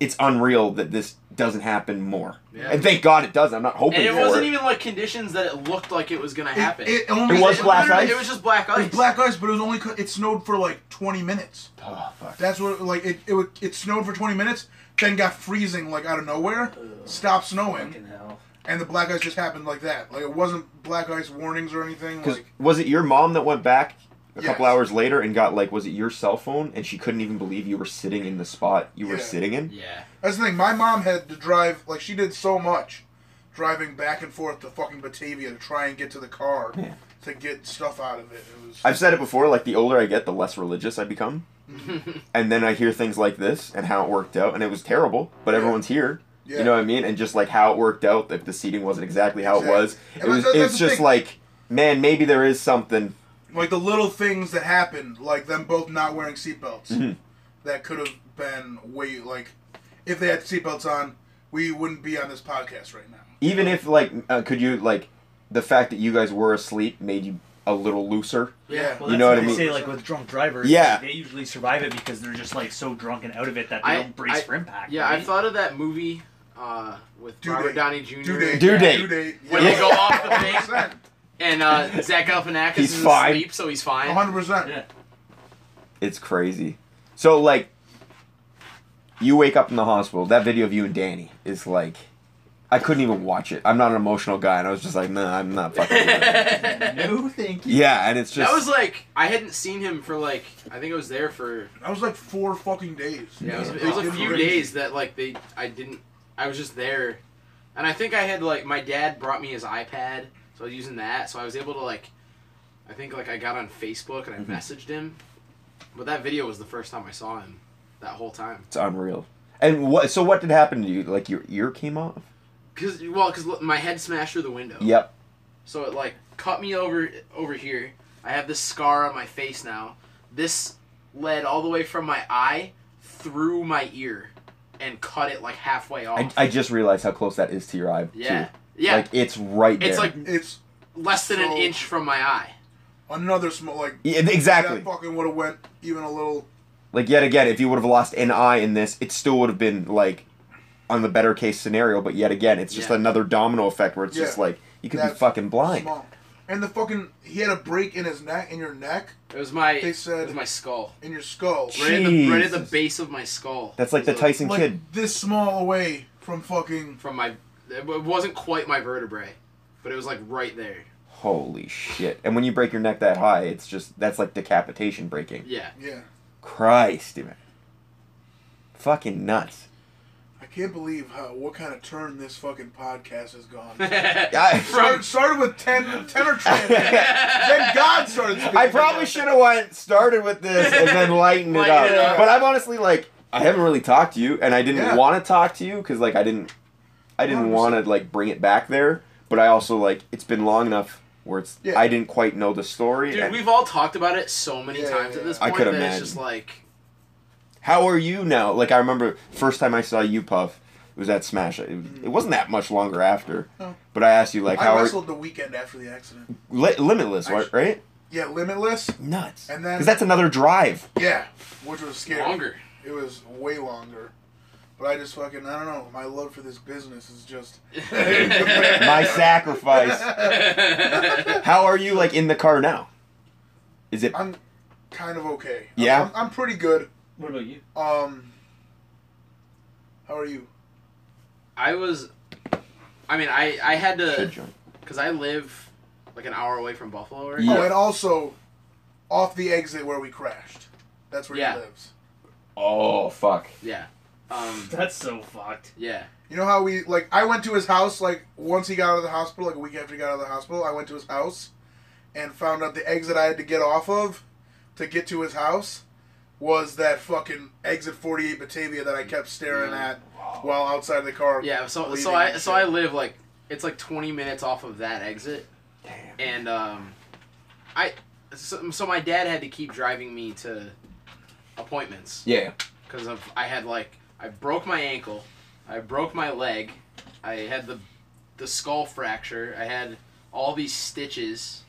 [SPEAKER 1] it's unreal that this doesn't happen more.
[SPEAKER 4] Yeah.
[SPEAKER 1] And thank God it does. I'm not hoping
[SPEAKER 4] And it
[SPEAKER 1] for
[SPEAKER 4] wasn't
[SPEAKER 1] it.
[SPEAKER 4] even like conditions that it looked like it was gonna happen.
[SPEAKER 3] It, it only
[SPEAKER 1] It was
[SPEAKER 3] it
[SPEAKER 1] black
[SPEAKER 3] literally-
[SPEAKER 1] ice?
[SPEAKER 4] It was just black
[SPEAKER 3] It
[SPEAKER 4] ice.
[SPEAKER 3] was black ice, but it was only co- it snowed for like 20 minutes.
[SPEAKER 1] oh, fuck.
[SPEAKER 3] That's what like it it, would, it snowed for 20 minutes, then got freezing like out of nowhere, stopped snowing,
[SPEAKER 5] Fucking hell.
[SPEAKER 3] and the black ice just happened like that. Like it wasn't black ice warnings or anything.
[SPEAKER 1] 'Cause
[SPEAKER 3] Like
[SPEAKER 1] was it your mom that went back a couple
[SPEAKER 3] Yes.
[SPEAKER 1] hours later and got like, was it your cell phone? And she couldn't even believe you were sitting in the spot you were
[SPEAKER 3] Yeah.
[SPEAKER 1] sitting in.
[SPEAKER 4] Yeah.
[SPEAKER 3] that's the thing. My mom had to drive like she did so much, driving back and forth to fucking Batavia to try and get to the car
[SPEAKER 1] Yeah.
[SPEAKER 3] to get stuff out of it. It was
[SPEAKER 1] I've said it before. Like the older I get, the less religious I
[SPEAKER 3] *laughs*
[SPEAKER 1] become. and then I hear things like this and how it worked out, and it was terrible. But
[SPEAKER 3] Yeah.
[SPEAKER 1] everyone's here.
[SPEAKER 3] yeah.
[SPEAKER 1] You know what I mean? And just like how it worked out, that the seating wasn't exactly how
[SPEAKER 3] Exactly.
[SPEAKER 1] it was. It
[SPEAKER 3] And
[SPEAKER 1] was
[SPEAKER 3] that's- that's
[SPEAKER 1] it's
[SPEAKER 3] the
[SPEAKER 1] just
[SPEAKER 3] thing.
[SPEAKER 1] like, man, maybe there is something.
[SPEAKER 3] like the little things that happened, like them both not wearing seatbelts,
[SPEAKER 1] Mm-hmm.
[SPEAKER 3] that could have been way like, if they had seatbelts on, we wouldn't be on this podcast right now.
[SPEAKER 1] Even if like, uh, could you like, the fact that you guys were asleep made you a little looser.
[SPEAKER 3] Yeah,
[SPEAKER 5] Well,
[SPEAKER 1] You
[SPEAKER 5] that's
[SPEAKER 1] know
[SPEAKER 5] what
[SPEAKER 1] what I
[SPEAKER 5] they
[SPEAKER 1] mean?
[SPEAKER 5] say, like with drunk drivers.
[SPEAKER 1] Yeah.
[SPEAKER 5] They usually survive it because they're just like so drunk and out of it that they
[SPEAKER 4] I-
[SPEAKER 5] don't brace
[SPEAKER 4] I-
[SPEAKER 5] for impact.
[SPEAKER 4] Yeah,
[SPEAKER 5] right?
[SPEAKER 4] I thought of that movie uh, with
[SPEAKER 3] Due
[SPEAKER 4] Robert
[SPEAKER 3] date.
[SPEAKER 4] Downey Jr.
[SPEAKER 3] Due date.
[SPEAKER 1] Due date.
[SPEAKER 3] Due date.
[SPEAKER 4] When
[SPEAKER 1] Yeah.
[SPEAKER 4] they go off
[SPEAKER 3] *laughs*
[SPEAKER 4] the thing,
[SPEAKER 3] 100%.
[SPEAKER 4] and uh, Zach Galifianakis
[SPEAKER 1] He's
[SPEAKER 4] is
[SPEAKER 1] fine.
[SPEAKER 4] asleep, so he's fine.
[SPEAKER 3] 100%.
[SPEAKER 5] Yeah.
[SPEAKER 1] It's crazy. So like, you wake up in the hospital. That video of you and Danny is like, I couldn't even watch it. I'm not an emotional guy, and I was just like, nah, I'm not fucking. doing it.
[SPEAKER 4] *laughs*
[SPEAKER 5] *laughs*
[SPEAKER 4] that
[SPEAKER 5] No, thank you.
[SPEAKER 1] Yeah, and it's just
[SPEAKER 4] was like I hadn't seen him for like I think I was there for
[SPEAKER 3] That was like four fucking days.
[SPEAKER 4] yeah, it was,
[SPEAKER 1] Yeah.
[SPEAKER 4] it was a
[SPEAKER 3] It's
[SPEAKER 4] few
[SPEAKER 3] crazy.
[SPEAKER 4] days that like they I didn't I was just there, and I think I had like my dad brought me his iPad, so I was using that, so I was able to like I think like I got on Facebook and I
[SPEAKER 1] Mhm.
[SPEAKER 4] messaged him, but that video was the first time I saw him that whole time.
[SPEAKER 1] it's unreal. And what? So what did happen to you? Like your ear came off?
[SPEAKER 4] Cause well, cause look, my head smashed through the window.
[SPEAKER 1] Yep.
[SPEAKER 4] So it like cut me over over here. I have this scar on my face now. This led all the way from my eye through my ear, and cut it like halfway off.
[SPEAKER 1] I, I just realized how close that is to your eye.
[SPEAKER 4] yeah,
[SPEAKER 1] Too.
[SPEAKER 4] yeah.
[SPEAKER 1] Like it's right there.
[SPEAKER 4] it's like
[SPEAKER 3] It's
[SPEAKER 4] less than an
[SPEAKER 3] so-
[SPEAKER 4] inch from my eye.
[SPEAKER 3] another small, like,
[SPEAKER 1] Yeah, exactly.
[SPEAKER 3] that fucking would have went even a little.
[SPEAKER 1] Like yet again, if you would have lost an eye in this, it still would have been like on the better case scenario. But yet again, it's just
[SPEAKER 4] Yeah.
[SPEAKER 1] another domino effect where it's just
[SPEAKER 3] Yeah.
[SPEAKER 1] like you could be
[SPEAKER 3] That's
[SPEAKER 1] fucking blind.
[SPEAKER 3] Small. And the fucking, he had a break in his neck, in your neck,
[SPEAKER 4] It was my
[SPEAKER 3] They said-
[SPEAKER 4] it was my skull.
[SPEAKER 3] in your skull.
[SPEAKER 4] Right at, the, right at the
[SPEAKER 1] Jesus.
[SPEAKER 4] base of my skull.
[SPEAKER 1] That's like
[SPEAKER 4] It
[SPEAKER 1] the
[SPEAKER 4] was, like,
[SPEAKER 1] Tyson
[SPEAKER 3] Like
[SPEAKER 1] kid.
[SPEAKER 3] this small away from fucking.
[SPEAKER 4] from my. It wasn't quite my vertebrae, but it was like right there.
[SPEAKER 1] Holy shit! And when you break your neck that high, it's just that's like decapitation breaking.
[SPEAKER 4] Yeah. *laughs*
[SPEAKER 3] Yeah.
[SPEAKER 1] Christ, man. Fucking nuts.
[SPEAKER 3] I can't believe how what kind of turn this fucking podcast has gone.
[SPEAKER 1] I,
[SPEAKER 4] From-
[SPEAKER 3] Start, started with ten tenor
[SPEAKER 1] *laughs*
[SPEAKER 3] trend. then God started speaking.
[SPEAKER 1] I probably should have went started with this and
[SPEAKER 3] *laughs*
[SPEAKER 1] then lightened it up.
[SPEAKER 4] Lighten it up.
[SPEAKER 1] But I'm honestly like I haven't really talked to you, and I didn't
[SPEAKER 3] Yeah.
[SPEAKER 1] want to talk to you because like I didn't, I didn't want to like bring it back there. But I also like it's been long enough where it's
[SPEAKER 3] Yeah.
[SPEAKER 1] I didn't quite know the story.
[SPEAKER 4] Dude,
[SPEAKER 1] and-
[SPEAKER 4] we've all talked about it so many
[SPEAKER 3] Yeah,
[SPEAKER 4] times
[SPEAKER 3] yeah,
[SPEAKER 4] at this
[SPEAKER 1] yeah. I
[SPEAKER 4] point
[SPEAKER 1] could
[SPEAKER 4] that
[SPEAKER 1] imagine.
[SPEAKER 4] it's just like
[SPEAKER 1] How are you now? Like I remember first time I saw you puff. It was at Smash. It, it wasn't that much longer after,
[SPEAKER 3] No.
[SPEAKER 1] but I asked you like how
[SPEAKER 3] Oh. I
[SPEAKER 1] are
[SPEAKER 3] wrestled the weekend after the accident.
[SPEAKER 1] li- limitless
[SPEAKER 3] I-
[SPEAKER 1] right? right?
[SPEAKER 3] Yeah, Limitless.
[SPEAKER 1] Nuts.
[SPEAKER 3] And then-
[SPEAKER 1] because that's another
[SPEAKER 3] *laughs*
[SPEAKER 1] drive.
[SPEAKER 3] Yeah, which was scary.
[SPEAKER 4] longer.
[SPEAKER 3] It was way longer. But I just fucking I don't know. My love for this business is just. *laughs*
[SPEAKER 1] My sacrifice.
[SPEAKER 4] *laughs*
[SPEAKER 1] How are you like in the car now? Is it
[SPEAKER 3] I'm kind of okay.
[SPEAKER 1] Yeah?
[SPEAKER 3] I'm, I'm pretty good.
[SPEAKER 5] What about you?
[SPEAKER 3] Um. How are you?
[SPEAKER 4] I was, I mean, I I had
[SPEAKER 1] Should
[SPEAKER 4] to
[SPEAKER 1] join.
[SPEAKER 4] because I live like an hour away from Buffalo. Right?
[SPEAKER 1] Yeah.
[SPEAKER 3] Oh, and also, off the exit where we crashed. That's where
[SPEAKER 4] Yeah.
[SPEAKER 3] he lives.
[SPEAKER 1] Oh fuck.
[SPEAKER 4] Yeah. Um.
[SPEAKER 5] That's so fucked.
[SPEAKER 4] Yeah.
[SPEAKER 3] You know how we like I went to his house like once he got out of the hospital, like a week after he got out of the hospital, I went to his house and found out the exit I had to get off of to get to his house was that fucking exit forty eight Batavia that I kept staring
[SPEAKER 1] Mm.
[SPEAKER 4] Yeah.
[SPEAKER 3] at while outside the car.
[SPEAKER 4] Yeah. So so
[SPEAKER 3] bleeding
[SPEAKER 4] I
[SPEAKER 3] and
[SPEAKER 4] so I
[SPEAKER 3] shit.
[SPEAKER 4] live like it's like 20 minutes off of that exit,
[SPEAKER 1] Damn.
[SPEAKER 4] and um, I so, so my dad had to keep driving me to appointments
[SPEAKER 1] Yeah.
[SPEAKER 4] because of I had like I broke my ankle, I broke my leg, I had the the skull fracture, I had all these stitches,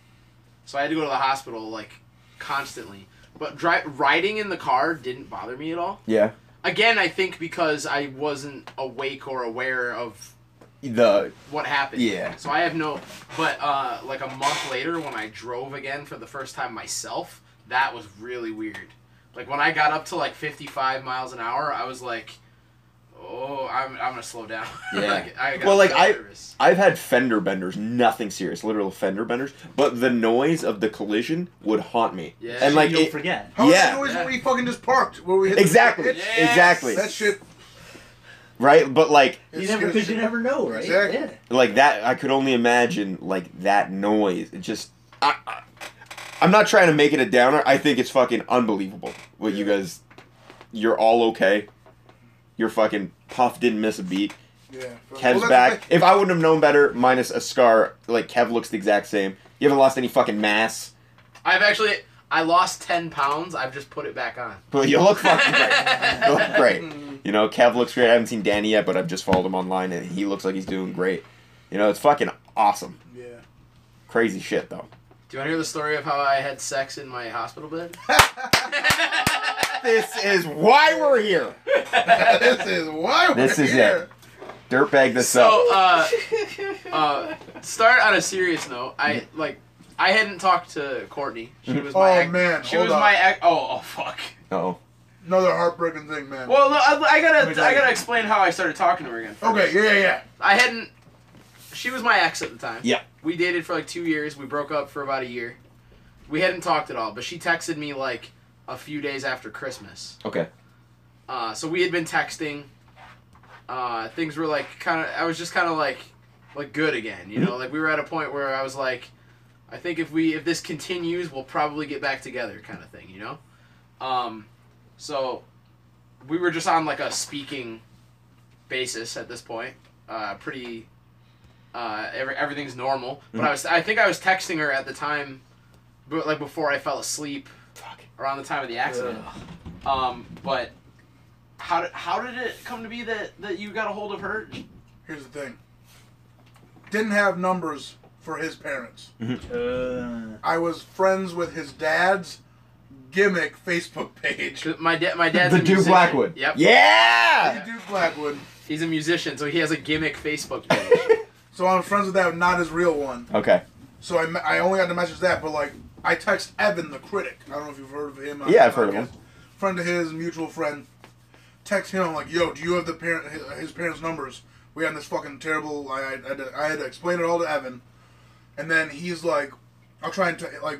[SPEAKER 4] so I had to go to the hospital like constantly. But dri- riding in the car didn't bother me at all.
[SPEAKER 1] Yeah.
[SPEAKER 4] Again, I think because I wasn't awake or aware of
[SPEAKER 1] The
[SPEAKER 4] what happened.
[SPEAKER 1] Yeah.
[SPEAKER 4] So I have no. But uh, like a month later, when I drove again for the first time myself, that was really weird. Like when I got up to like 55 miles an hour, I was like, "Oh, I'm, I'm gonna slow down." *laughs*
[SPEAKER 1] Yeah.
[SPEAKER 4] Like, I got
[SPEAKER 1] Well, like, I-
[SPEAKER 4] nervous.
[SPEAKER 1] I've had fender benders, nothing serious, literal fender benders, but the noise of the collision would haunt me.
[SPEAKER 4] Yeah.
[SPEAKER 1] And like
[SPEAKER 5] you'll
[SPEAKER 1] it,
[SPEAKER 5] forget.
[SPEAKER 3] How was
[SPEAKER 1] Yeah.
[SPEAKER 3] that noise
[SPEAKER 4] Yeah.
[SPEAKER 3] when we fucking just parked? Where we hit the-
[SPEAKER 1] exactly,
[SPEAKER 3] it-
[SPEAKER 4] Yes.
[SPEAKER 1] exactly,
[SPEAKER 3] That shit.
[SPEAKER 1] right? But like,
[SPEAKER 3] it
[SPEAKER 5] You never,
[SPEAKER 3] scares
[SPEAKER 5] because you
[SPEAKER 3] the-
[SPEAKER 5] never know, right?
[SPEAKER 3] Exactly.
[SPEAKER 5] Yeah.
[SPEAKER 1] like that, I could only imagine like that noise. It just, I, I, I'm not trying to make it a downer. I think it's fucking unbelievable what you guys, you're all okay. You're fucking puff didn't miss a beat.
[SPEAKER 3] Yeah.
[SPEAKER 1] Kev's
[SPEAKER 3] Well, that's
[SPEAKER 1] back.
[SPEAKER 3] like-
[SPEAKER 1] If I wouldn't have known better, minus a scar, like Kev looks the exact same. You haven't lost any fucking mass. *laughs*
[SPEAKER 4] I've actually I lost 10 pounds. I've just put it back on.
[SPEAKER 1] But you look fucking great. You look great. You know, Kev looks great. I haven't seen Danny yet, but I've just followed him online, and he looks like he's doing great. You know, it's fucking awesome.
[SPEAKER 3] Yeah. *laughs*
[SPEAKER 1] Crazy shit, though.
[SPEAKER 4] Do you want to hear the story of how I had sex in my
[SPEAKER 1] *laughs*
[SPEAKER 4] hospital bed?
[SPEAKER 1] This is why we're here.
[SPEAKER 3] this is why we're
[SPEAKER 1] This is
[SPEAKER 3] here.
[SPEAKER 1] Dirtbag this
[SPEAKER 4] so
[SPEAKER 1] up.
[SPEAKER 4] uh, uh, start on a serious note. I
[SPEAKER 1] Mm-hmm.
[SPEAKER 4] like I hadn't talked to Courtney. She was my
[SPEAKER 3] Oh,
[SPEAKER 4] ex-
[SPEAKER 3] man,
[SPEAKER 4] She
[SPEAKER 3] hold
[SPEAKER 4] was
[SPEAKER 3] on.
[SPEAKER 4] my ex- oh oh fuck.
[SPEAKER 1] Oh,
[SPEAKER 3] Another heartbreaking thing, man.
[SPEAKER 4] Well, no, I, I
[SPEAKER 5] me
[SPEAKER 4] gotta
[SPEAKER 5] tell
[SPEAKER 4] I
[SPEAKER 5] you.
[SPEAKER 4] gotta explain how I started talking to her again.
[SPEAKER 3] okay. Yeah, yeah, yeah.
[SPEAKER 4] I hadn't. She was my ex at the time.
[SPEAKER 1] Yeah.
[SPEAKER 4] We dated for like two years. We broke up for about a year. We hadn't talked at all, but she texted me like a few days after Christmas.
[SPEAKER 1] okay.
[SPEAKER 4] Uh, so we had been texting. Uh, things were like kind of. I was just kind of like, like good again. You know, like we were at a point where I was like, I think if we if this continues, we'll probably get back together, kind of thing. You know, um, so we were just on like a speaking basis at this point. Uh, pretty. Uh, every, everything's normal, but I was I think I was texting her at the time, but like before I fell asleep, around the time of the accident. Um, but how did how did it come to be that that you got a hold of her?
[SPEAKER 3] Here's the thing. Didn't have numbers for his parents.
[SPEAKER 5] Uh,
[SPEAKER 3] I was friends with his dad's gimmick Facebook page.
[SPEAKER 4] My dad, my
[SPEAKER 1] *laughs*
[SPEAKER 4] dad's
[SPEAKER 1] the
[SPEAKER 4] a
[SPEAKER 1] Duke
[SPEAKER 4] musician.
[SPEAKER 1] Blackwood.
[SPEAKER 4] Yep,
[SPEAKER 1] Yeah!
[SPEAKER 3] Duke Blackwood.
[SPEAKER 4] he's a musician, so he has a gimmick
[SPEAKER 1] *laughs*
[SPEAKER 4] Facebook page.
[SPEAKER 3] So I'm friends with that, not his real one.
[SPEAKER 1] Okay.
[SPEAKER 3] So I, me- I only got to message that, but like I text Evan the critic. I don't know if you've heard of him. on
[SPEAKER 1] Yeah,
[SPEAKER 3] the
[SPEAKER 1] I've heard of
[SPEAKER 3] podcast.
[SPEAKER 1] him.
[SPEAKER 3] Friend of his, mutual friend. Text him like, "Yo, do you have the parent his, his parents' numbers?" We had this fucking terrible. I I, I, had to- I had to explain it all to Evan, and then he's like, "I'll try and t- like."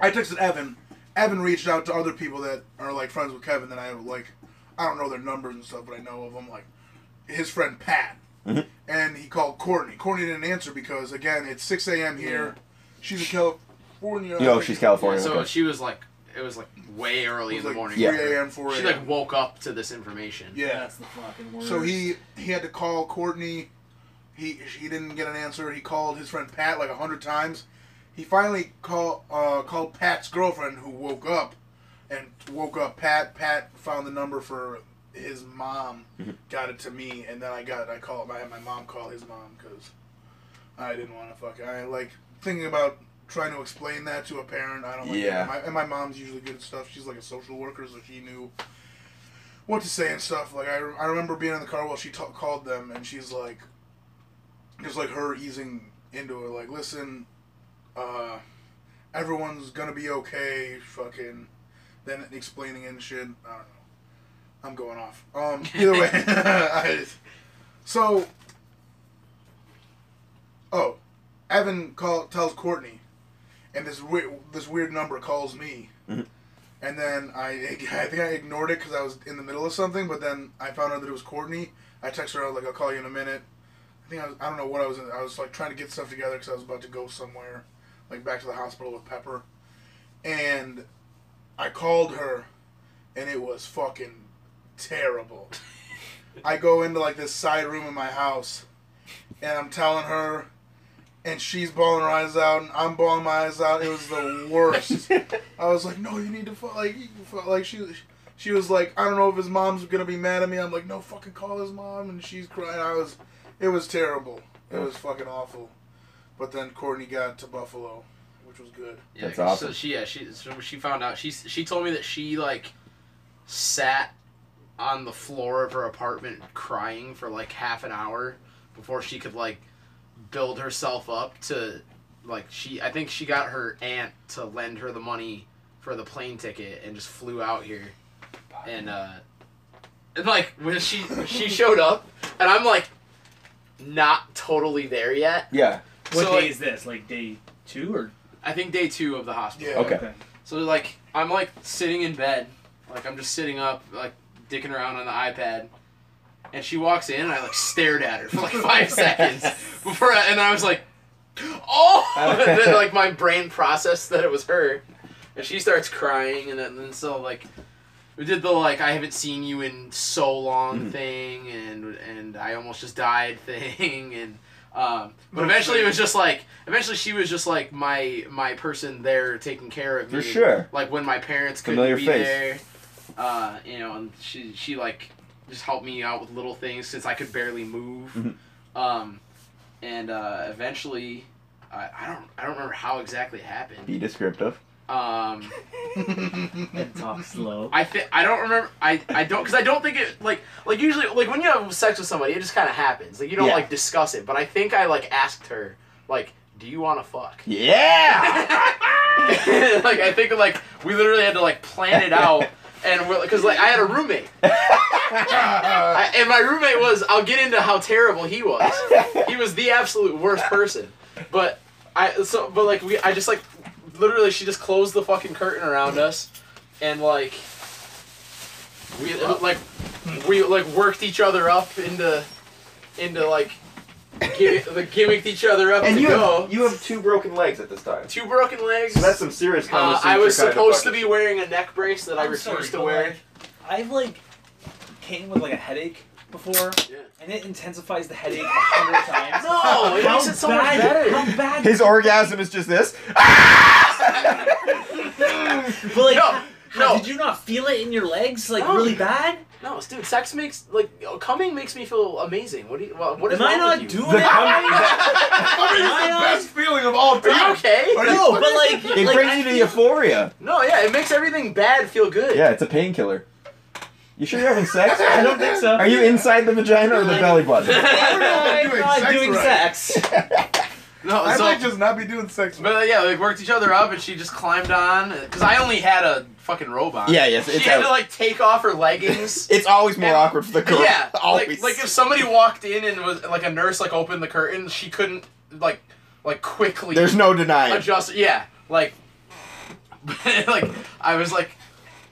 [SPEAKER 3] I texted Evan. Evan reached out to other people that are like friends with Kevin that I like. I don't know their numbers and stuff, but I know of them. Like his friend Pat,
[SPEAKER 1] Mm-hmm.
[SPEAKER 3] and he called Courtney. Courtney didn't answer because again, it's six a.m. here. She's in California.
[SPEAKER 1] Yo, she's California.
[SPEAKER 4] so
[SPEAKER 1] okay.
[SPEAKER 4] she was like, it was like way early
[SPEAKER 3] It was
[SPEAKER 4] in the
[SPEAKER 3] like
[SPEAKER 4] morning.
[SPEAKER 3] three a.m. four
[SPEAKER 4] She
[SPEAKER 3] a.m.
[SPEAKER 4] like woke up to this information.
[SPEAKER 3] yeah.
[SPEAKER 5] that's the fucking word.
[SPEAKER 3] So he he had to call Courtney. He he didn't get an answer. He called his friend Pat like a hundred times. He finally call uh, called Pat's girlfriend who woke up, and woke up Pat. Pat found the number for his mom, got it to me, and then I got I called my my mom called his mom because I didn't want to fuck. I like thinking about trying to explain that to a parent. I don't like
[SPEAKER 1] Yeah.
[SPEAKER 3] that. My, and my mom's usually good at stuff. She's like a social worker, so she knew what to say and stuff. Like I, re- I remember being in the car while she ta called them, and she's like, just like her easing into it. Like, listen, uh, everyone's gonna be okay. Fucking, then explaining and shit. I don't know. I'm going off. Um, either way, *laughs* I, so. Oh, Evan call, tells Courtney, and this weird this weird number calls me, and then I *laughs* I think I ignored it because I was in the middle of something. But then I found out that it was Courtney. I texted her I was like I'll call you in a minute. I think I, was, I don't know what I was in. I was like trying to get stuff together because I was about to go somewhere, like back to the hospital with Pepper, and I called her, and it was fucking terrible. I go into like this side room in my house, and I'm telling her and she's bawling her eyes out, and I'm bawling my eyes out. It was the worst. I was like, no, you need to fu- like, you can fu-. like she, she was like, I don't know if his mom's gonna be mad at me. I'm like, no, fucking call his mom, and she's crying. I was, it was terrible. It was fucking awful. But then Courtney got to Buffalo, which was good.
[SPEAKER 4] Yeah,
[SPEAKER 1] That's awesome.
[SPEAKER 4] So she yeah she so she found out she she told me that she like sat on the floor of her apartment crying for like half an hour before she could like build herself up to like she I think she got her aunt to lend her the money for the plane ticket and just flew out here. And uh and like when she she showed up and I'm like not totally there yet.
[SPEAKER 1] Yeah.
[SPEAKER 5] What
[SPEAKER 4] So,
[SPEAKER 5] day
[SPEAKER 4] like-
[SPEAKER 5] is this? Like day two
[SPEAKER 4] *laughs*
[SPEAKER 5] or
[SPEAKER 4] I think day 2 of the hospital.
[SPEAKER 3] Yeah.
[SPEAKER 1] Okay.
[SPEAKER 4] So like I'm like sitting in bed, like I'm just sitting up, like dicking around on the iPad, and she walks in, and I like stared at her for like five seconds before, I, and I was like, oh, and then like my brain processed that it was her, and she starts crying, and then, then so like. We did the like I haven't seen you in so long thing and and I almost just died *laughs* thing and um, but eventually it was just like eventually she was just like my my person there taking care of me
[SPEAKER 1] For sure.
[SPEAKER 4] like when my parents couldn't
[SPEAKER 1] Familiar
[SPEAKER 4] be
[SPEAKER 1] face.
[SPEAKER 4] there uh, you know and she she like just helped me out with little things since I could barely move
[SPEAKER 1] Mhm.
[SPEAKER 4] um, and uh, eventually I, I don't I don't remember how exactly it happened
[SPEAKER 1] Be descriptive.
[SPEAKER 4] um,
[SPEAKER 5] and talk slow.
[SPEAKER 4] I thi- I don't remember. I, I don't because I don't think it like like usually like when you have sex with somebody, it just kind of happens. Like you don't
[SPEAKER 1] Yeah.
[SPEAKER 4] like discuss it. But I think I like asked her like, "Do you want to fuck?"
[SPEAKER 1] *laughs* Yeah.
[SPEAKER 4] *laughs* like I think like we literally had to like plan it out. And we're because like I had
[SPEAKER 1] *laughs*
[SPEAKER 4] a roommate, I, and my roommate was I'll get into how terrible he was. He was the absolute worst person. But I so but like we I just like literally she just closed the fucking curtain around us, and like we like we like worked each other up into into like gimmick, like gimmicked each other up
[SPEAKER 1] and
[SPEAKER 4] to
[SPEAKER 1] you
[SPEAKER 4] go.
[SPEAKER 1] have, you have two broken legs at this time.
[SPEAKER 4] Two broken legs.
[SPEAKER 1] So that's some serious
[SPEAKER 4] Uh,
[SPEAKER 1] conversation.
[SPEAKER 4] I was
[SPEAKER 1] kind of
[SPEAKER 4] supposed to
[SPEAKER 1] fucking-
[SPEAKER 4] be wearing a neck brace that I
[SPEAKER 5] I'm sorry,
[SPEAKER 4] refused to
[SPEAKER 5] but,
[SPEAKER 4] wear.
[SPEAKER 5] like, I've like came with like a headache before,
[SPEAKER 4] Yeah.
[SPEAKER 5] and it intensifies the headache a
[SPEAKER 4] *laughs*
[SPEAKER 5] hundred times.
[SPEAKER 4] No, it
[SPEAKER 5] How
[SPEAKER 4] makes it so much
[SPEAKER 5] bad-
[SPEAKER 4] better.
[SPEAKER 5] How bad?
[SPEAKER 1] His orgasm is just this. *laughs*
[SPEAKER 5] but like,
[SPEAKER 4] No,
[SPEAKER 5] how-
[SPEAKER 4] no.
[SPEAKER 5] did you not feel it in your legs like
[SPEAKER 4] No.
[SPEAKER 5] really bad?
[SPEAKER 4] No, dude, sex makes like coming makes me feel amazing. What do you? What, what is
[SPEAKER 5] Am I
[SPEAKER 4] wrong
[SPEAKER 5] not
[SPEAKER 4] with you?
[SPEAKER 5] doing
[SPEAKER 1] The
[SPEAKER 4] *laughs*
[SPEAKER 5] it?
[SPEAKER 1] cum-
[SPEAKER 3] I mean, it's the best feeling of all
[SPEAKER 4] Are you
[SPEAKER 3] time.
[SPEAKER 4] okay?
[SPEAKER 3] Are you-
[SPEAKER 5] No, but like,
[SPEAKER 1] It
[SPEAKER 5] like,
[SPEAKER 1] brings
[SPEAKER 5] I
[SPEAKER 1] you to
[SPEAKER 5] feel-
[SPEAKER 1] euphoria.
[SPEAKER 4] No, yeah, it makes everything bad feel good.
[SPEAKER 1] Yeah, it's a painkiller. You sure you're having sex?
[SPEAKER 5] *laughs* I don't think so.
[SPEAKER 1] Are
[SPEAKER 5] *laughs*
[SPEAKER 1] you inside the vagina or the belly button? *laughs*
[SPEAKER 3] Why
[SPEAKER 5] I'm
[SPEAKER 3] we're
[SPEAKER 5] not doing
[SPEAKER 3] right?
[SPEAKER 5] sex.
[SPEAKER 4] No,
[SPEAKER 3] I
[SPEAKER 4] so,
[SPEAKER 3] might just not be doing sex right.
[SPEAKER 4] but uh, yeah, like worked each other up, and she just climbed on because I only had a fucking robot.
[SPEAKER 1] Yeah, yes,
[SPEAKER 4] She
[SPEAKER 1] it's
[SPEAKER 4] had
[SPEAKER 1] out.
[SPEAKER 4] to like take off her leggings.
[SPEAKER 1] *laughs* It's always more
[SPEAKER 4] And-
[SPEAKER 1] awkward for the girl. *laughs*
[SPEAKER 4] Yeah, like,
[SPEAKER 1] always.
[SPEAKER 4] like if somebody walked in and was like a nurse like opened the curtain, she couldn't like like quickly.
[SPEAKER 1] There's no denying.
[SPEAKER 4] adjust. Yeah, like, *laughs* like I was like,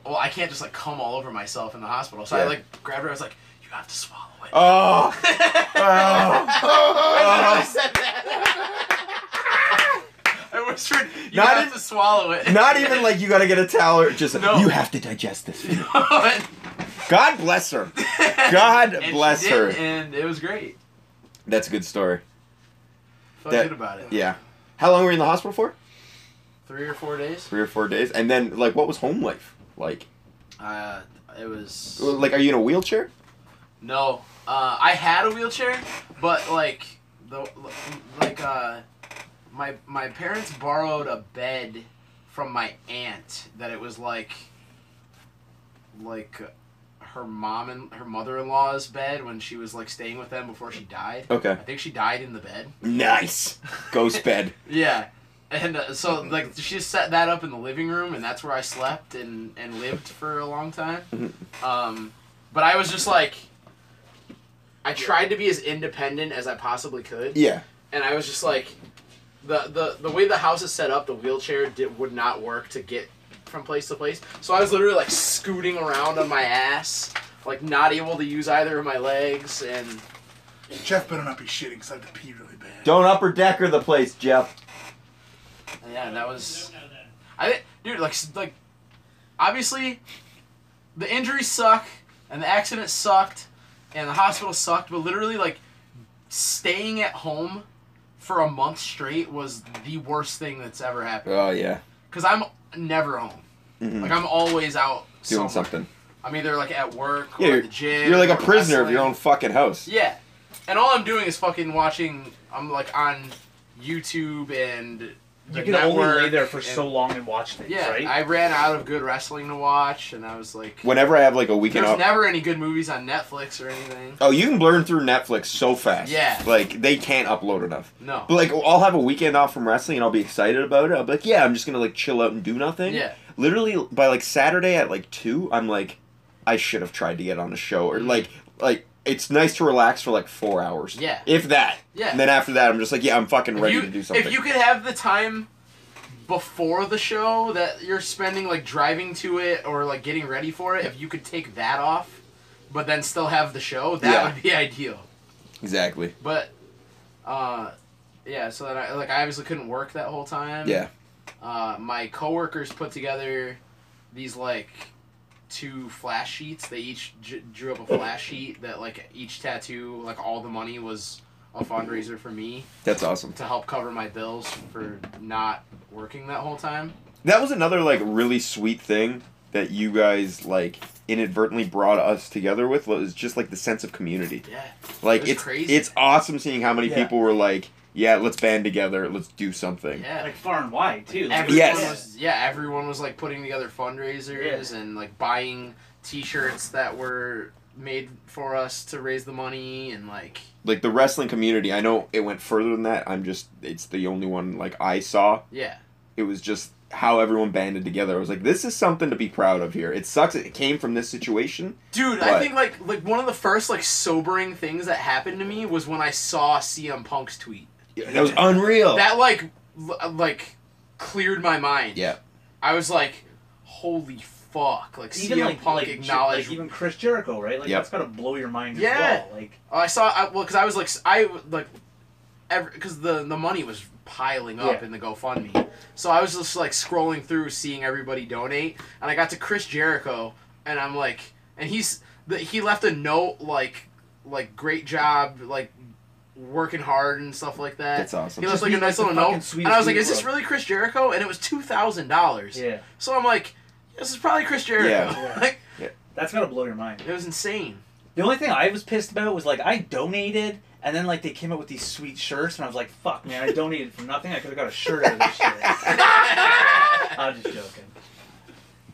[SPEAKER 4] well, I can't just like cum all over myself in the hospital. So I
[SPEAKER 1] Yeah.
[SPEAKER 4] like grabbed her. I was like, you have to swallow it. *laughs*
[SPEAKER 1] Oh. oh.
[SPEAKER 4] I literally said that. I whispered, you
[SPEAKER 1] Not
[SPEAKER 4] have
[SPEAKER 1] even-
[SPEAKER 4] to swallow it.
[SPEAKER 1] Not
[SPEAKER 4] *laughs*
[SPEAKER 1] even like you gotta get a towel or just
[SPEAKER 4] No.
[SPEAKER 1] you have to digest this. food."
[SPEAKER 4] God
[SPEAKER 1] God bless her. God bless her.
[SPEAKER 4] And it was great.
[SPEAKER 1] That's a good story.
[SPEAKER 4] Felt
[SPEAKER 1] That-
[SPEAKER 4] good about it.
[SPEAKER 1] Yeah. How long were you in the hospital for?
[SPEAKER 4] Three or four days.
[SPEAKER 1] Three or four days. And then like what was home life? Like
[SPEAKER 4] Uh, it was.
[SPEAKER 1] like are you in a wheelchair?
[SPEAKER 4] No, uh, I had a wheelchair, but like the like uh, my my parents borrowed a bed from my aunt that it was like like her mom and her mother-in-law's bed when she was like staying with them before she died.
[SPEAKER 1] Okay.
[SPEAKER 4] I think she died in the bed.
[SPEAKER 1] Nice. *laughs* Ghost bed.
[SPEAKER 4] Yeah. And uh, so like she set that up in the living room and that's where I slept and and lived for a long time. Um but I was just like I tried to be as independent as I possibly could
[SPEAKER 1] Yeah.
[SPEAKER 4] and I was just like the the the way the house is set up the wheelchair did, would not work to get from place to place. So I was literally like scooting around on my ass, like not able to use either of my legs and
[SPEAKER 3] Jeff better not be shitting because I have to pee really bad.
[SPEAKER 1] Don't upper decker the place, Jeff.
[SPEAKER 4] Yeah, that was. I thi- dude like s- like, obviously, the injuries suck and the accident sucked and the hospital sucked, but literally like staying at home for a month straight was the worst thing that's ever happened.
[SPEAKER 1] Oh yeah.
[SPEAKER 4] Cause I'm never home.
[SPEAKER 1] Mhm.
[SPEAKER 4] Like I'm always out
[SPEAKER 1] Doing
[SPEAKER 4] somewhere.
[SPEAKER 1] something.
[SPEAKER 4] I'm either like at work
[SPEAKER 1] Yeah,
[SPEAKER 4] or
[SPEAKER 1] you're-
[SPEAKER 4] at the gym.
[SPEAKER 1] You're like a
[SPEAKER 4] or
[SPEAKER 1] prisoner of your
[SPEAKER 4] wrestling.
[SPEAKER 1] own fucking house.
[SPEAKER 4] Yeah, and all I'm doing is fucking watching. I'm like on YouTube and
[SPEAKER 5] you
[SPEAKER 4] the
[SPEAKER 5] can only
[SPEAKER 4] network
[SPEAKER 5] lay there for
[SPEAKER 4] and-
[SPEAKER 5] so long and watch things,
[SPEAKER 4] Yeah,
[SPEAKER 5] right?
[SPEAKER 4] I ran out of good wrestling to watch, and I was like,
[SPEAKER 1] Whenever I have like a weekend
[SPEAKER 4] there's
[SPEAKER 1] off,
[SPEAKER 4] never any good movies on Netflix or anything.
[SPEAKER 1] oh, you can learn through Netflix so fast.
[SPEAKER 4] Yeah.
[SPEAKER 1] like they can't upload enough.
[SPEAKER 4] No.
[SPEAKER 1] But like I'll have a weekend off from wrestling and I'll be excited about it. I'll be like, yeah, I'm just gonna like chill out and do nothing.
[SPEAKER 4] Yeah.
[SPEAKER 1] Literally by like Saturday at like two, I'm like, I should have tried to get on a show
[SPEAKER 4] Mm-hmm.
[SPEAKER 1] or like like it's nice to relax for like four hours.
[SPEAKER 4] Yeah.
[SPEAKER 1] If that.
[SPEAKER 4] Yeah.
[SPEAKER 1] And then after that, I'm just like, yeah, I'm fucking
[SPEAKER 4] If
[SPEAKER 1] ready
[SPEAKER 4] you,
[SPEAKER 1] to do something.
[SPEAKER 4] if you could have the time before the show that you're spending like driving to it or like getting ready for it, if you could take that off, but then still have the show, that
[SPEAKER 1] Yeah.
[SPEAKER 4] would be *laughs* ideal.
[SPEAKER 1] exactly.
[SPEAKER 4] But, uh, yeah. So that I like I obviously couldn't work that whole time.
[SPEAKER 1] Yeah.
[SPEAKER 4] uh, my coworkers put together these like two flash sheets. They each j- drew up a
[SPEAKER 5] *laughs*
[SPEAKER 4] flash sheet that like each tattoo, like all the money was a fundraiser for me
[SPEAKER 1] That's awesome.
[SPEAKER 4] to help cover my bills for not working that whole time.
[SPEAKER 1] That was another like really sweet thing that you guys like inadvertently brought us together with was just like the sense of community.
[SPEAKER 4] Yeah.
[SPEAKER 1] Like
[SPEAKER 4] It was
[SPEAKER 1] it's
[SPEAKER 4] crazy.
[SPEAKER 1] it's awesome seeing how many
[SPEAKER 5] Yeah.
[SPEAKER 1] people were like, yeah, let's band together, let's do something.
[SPEAKER 4] Yeah.
[SPEAKER 5] like far and wide too. Like,
[SPEAKER 4] Everyone
[SPEAKER 1] Yes.
[SPEAKER 4] was yeah, everyone was like putting together fundraisers and like buying t-shirts that were made for us to raise the money and like
[SPEAKER 1] Like the wrestling community, I know it went further than that. I'm just it's the only one like I saw.
[SPEAKER 4] yeah.
[SPEAKER 1] It was just how everyone banded together. I was like, this is something to be proud of here. It sucks that it came from this situation.
[SPEAKER 4] Dude,
[SPEAKER 1] But-
[SPEAKER 4] I think like like one of the first like sobering things that happened to me was when I saw CM Punk's tweet.
[SPEAKER 1] That was unreal.
[SPEAKER 4] That like l- like cleared my mind.
[SPEAKER 1] yeah.
[SPEAKER 4] I was like, holy fuck! Like
[SPEAKER 5] even
[SPEAKER 4] CM
[SPEAKER 5] like,
[SPEAKER 4] Punk
[SPEAKER 5] like, Jer-
[SPEAKER 4] acknowledged.
[SPEAKER 5] like even Chris Jericho, right? Like
[SPEAKER 1] Yep.
[SPEAKER 5] that's gotta blow your mind as
[SPEAKER 4] Yeah.
[SPEAKER 5] well. Like
[SPEAKER 4] oh, I saw I, well because I was like s- I like every because the the money was piling up
[SPEAKER 5] Yeah.
[SPEAKER 4] in the GoFundMe, so I was just like scrolling through, seeing everybody donate, and I got to Chris Jericho, and I'm like, and he's the, he left a note like like great job like working hard and stuff like that.
[SPEAKER 1] That's awesome.
[SPEAKER 4] He left
[SPEAKER 5] Just
[SPEAKER 4] like
[SPEAKER 5] be,
[SPEAKER 4] a
[SPEAKER 5] like,
[SPEAKER 4] nice
[SPEAKER 5] the
[SPEAKER 4] little
[SPEAKER 5] fucking
[SPEAKER 4] note, and
[SPEAKER 5] sweetest
[SPEAKER 4] I was like,
[SPEAKER 5] dude,
[SPEAKER 4] "Is this
[SPEAKER 5] bro."
[SPEAKER 4] really Chris Jericho?" And it was two thousand dollars.
[SPEAKER 5] yeah.
[SPEAKER 4] So I'm like, "This is probably Chris Jericho."
[SPEAKER 1] Yeah.
[SPEAKER 4] like
[SPEAKER 5] That's gotta blow your mind.
[SPEAKER 4] *laughs* it was
[SPEAKER 5] *laughs*
[SPEAKER 4] insane. *laughs*
[SPEAKER 5] The only thing I was pissed about was like I donated and then like they came up with these sweet shirts and I was like, fuck man, I donated for nothing. I could have got a shirt out of this
[SPEAKER 4] *laughs*
[SPEAKER 5] shit. I'm just joking.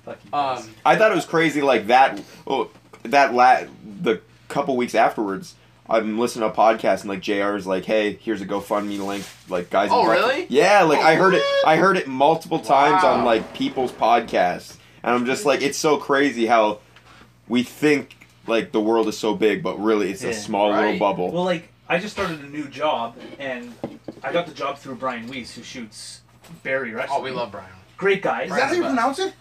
[SPEAKER 5] Fuck you. guys.
[SPEAKER 4] um,
[SPEAKER 1] I thought it was crazy like that oh that la- the couple weeks afterwards I'm listening to a podcast and like JR's like, "Hey, here's a GoFundMe link." Like guys.
[SPEAKER 4] Oh,
[SPEAKER 1] involved-
[SPEAKER 4] really?
[SPEAKER 1] Yeah, like
[SPEAKER 4] Oh,
[SPEAKER 1] I heard it I heard it multiple times on
[SPEAKER 4] Wow.
[SPEAKER 1] like people's podcasts. And I'm just like it's so crazy how we think like the world is so big, but really it's a
[SPEAKER 5] Yeah.
[SPEAKER 1] small little
[SPEAKER 4] Right.
[SPEAKER 1] bubble.
[SPEAKER 5] Well, like I just started a new job, and I got the job through Brian Weiss, who shoots Barry Wrestling.
[SPEAKER 4] oh, we love Brian.
[SPEAKER 5] great guys.
[SPEAKER 3] Is that how you pronounce it?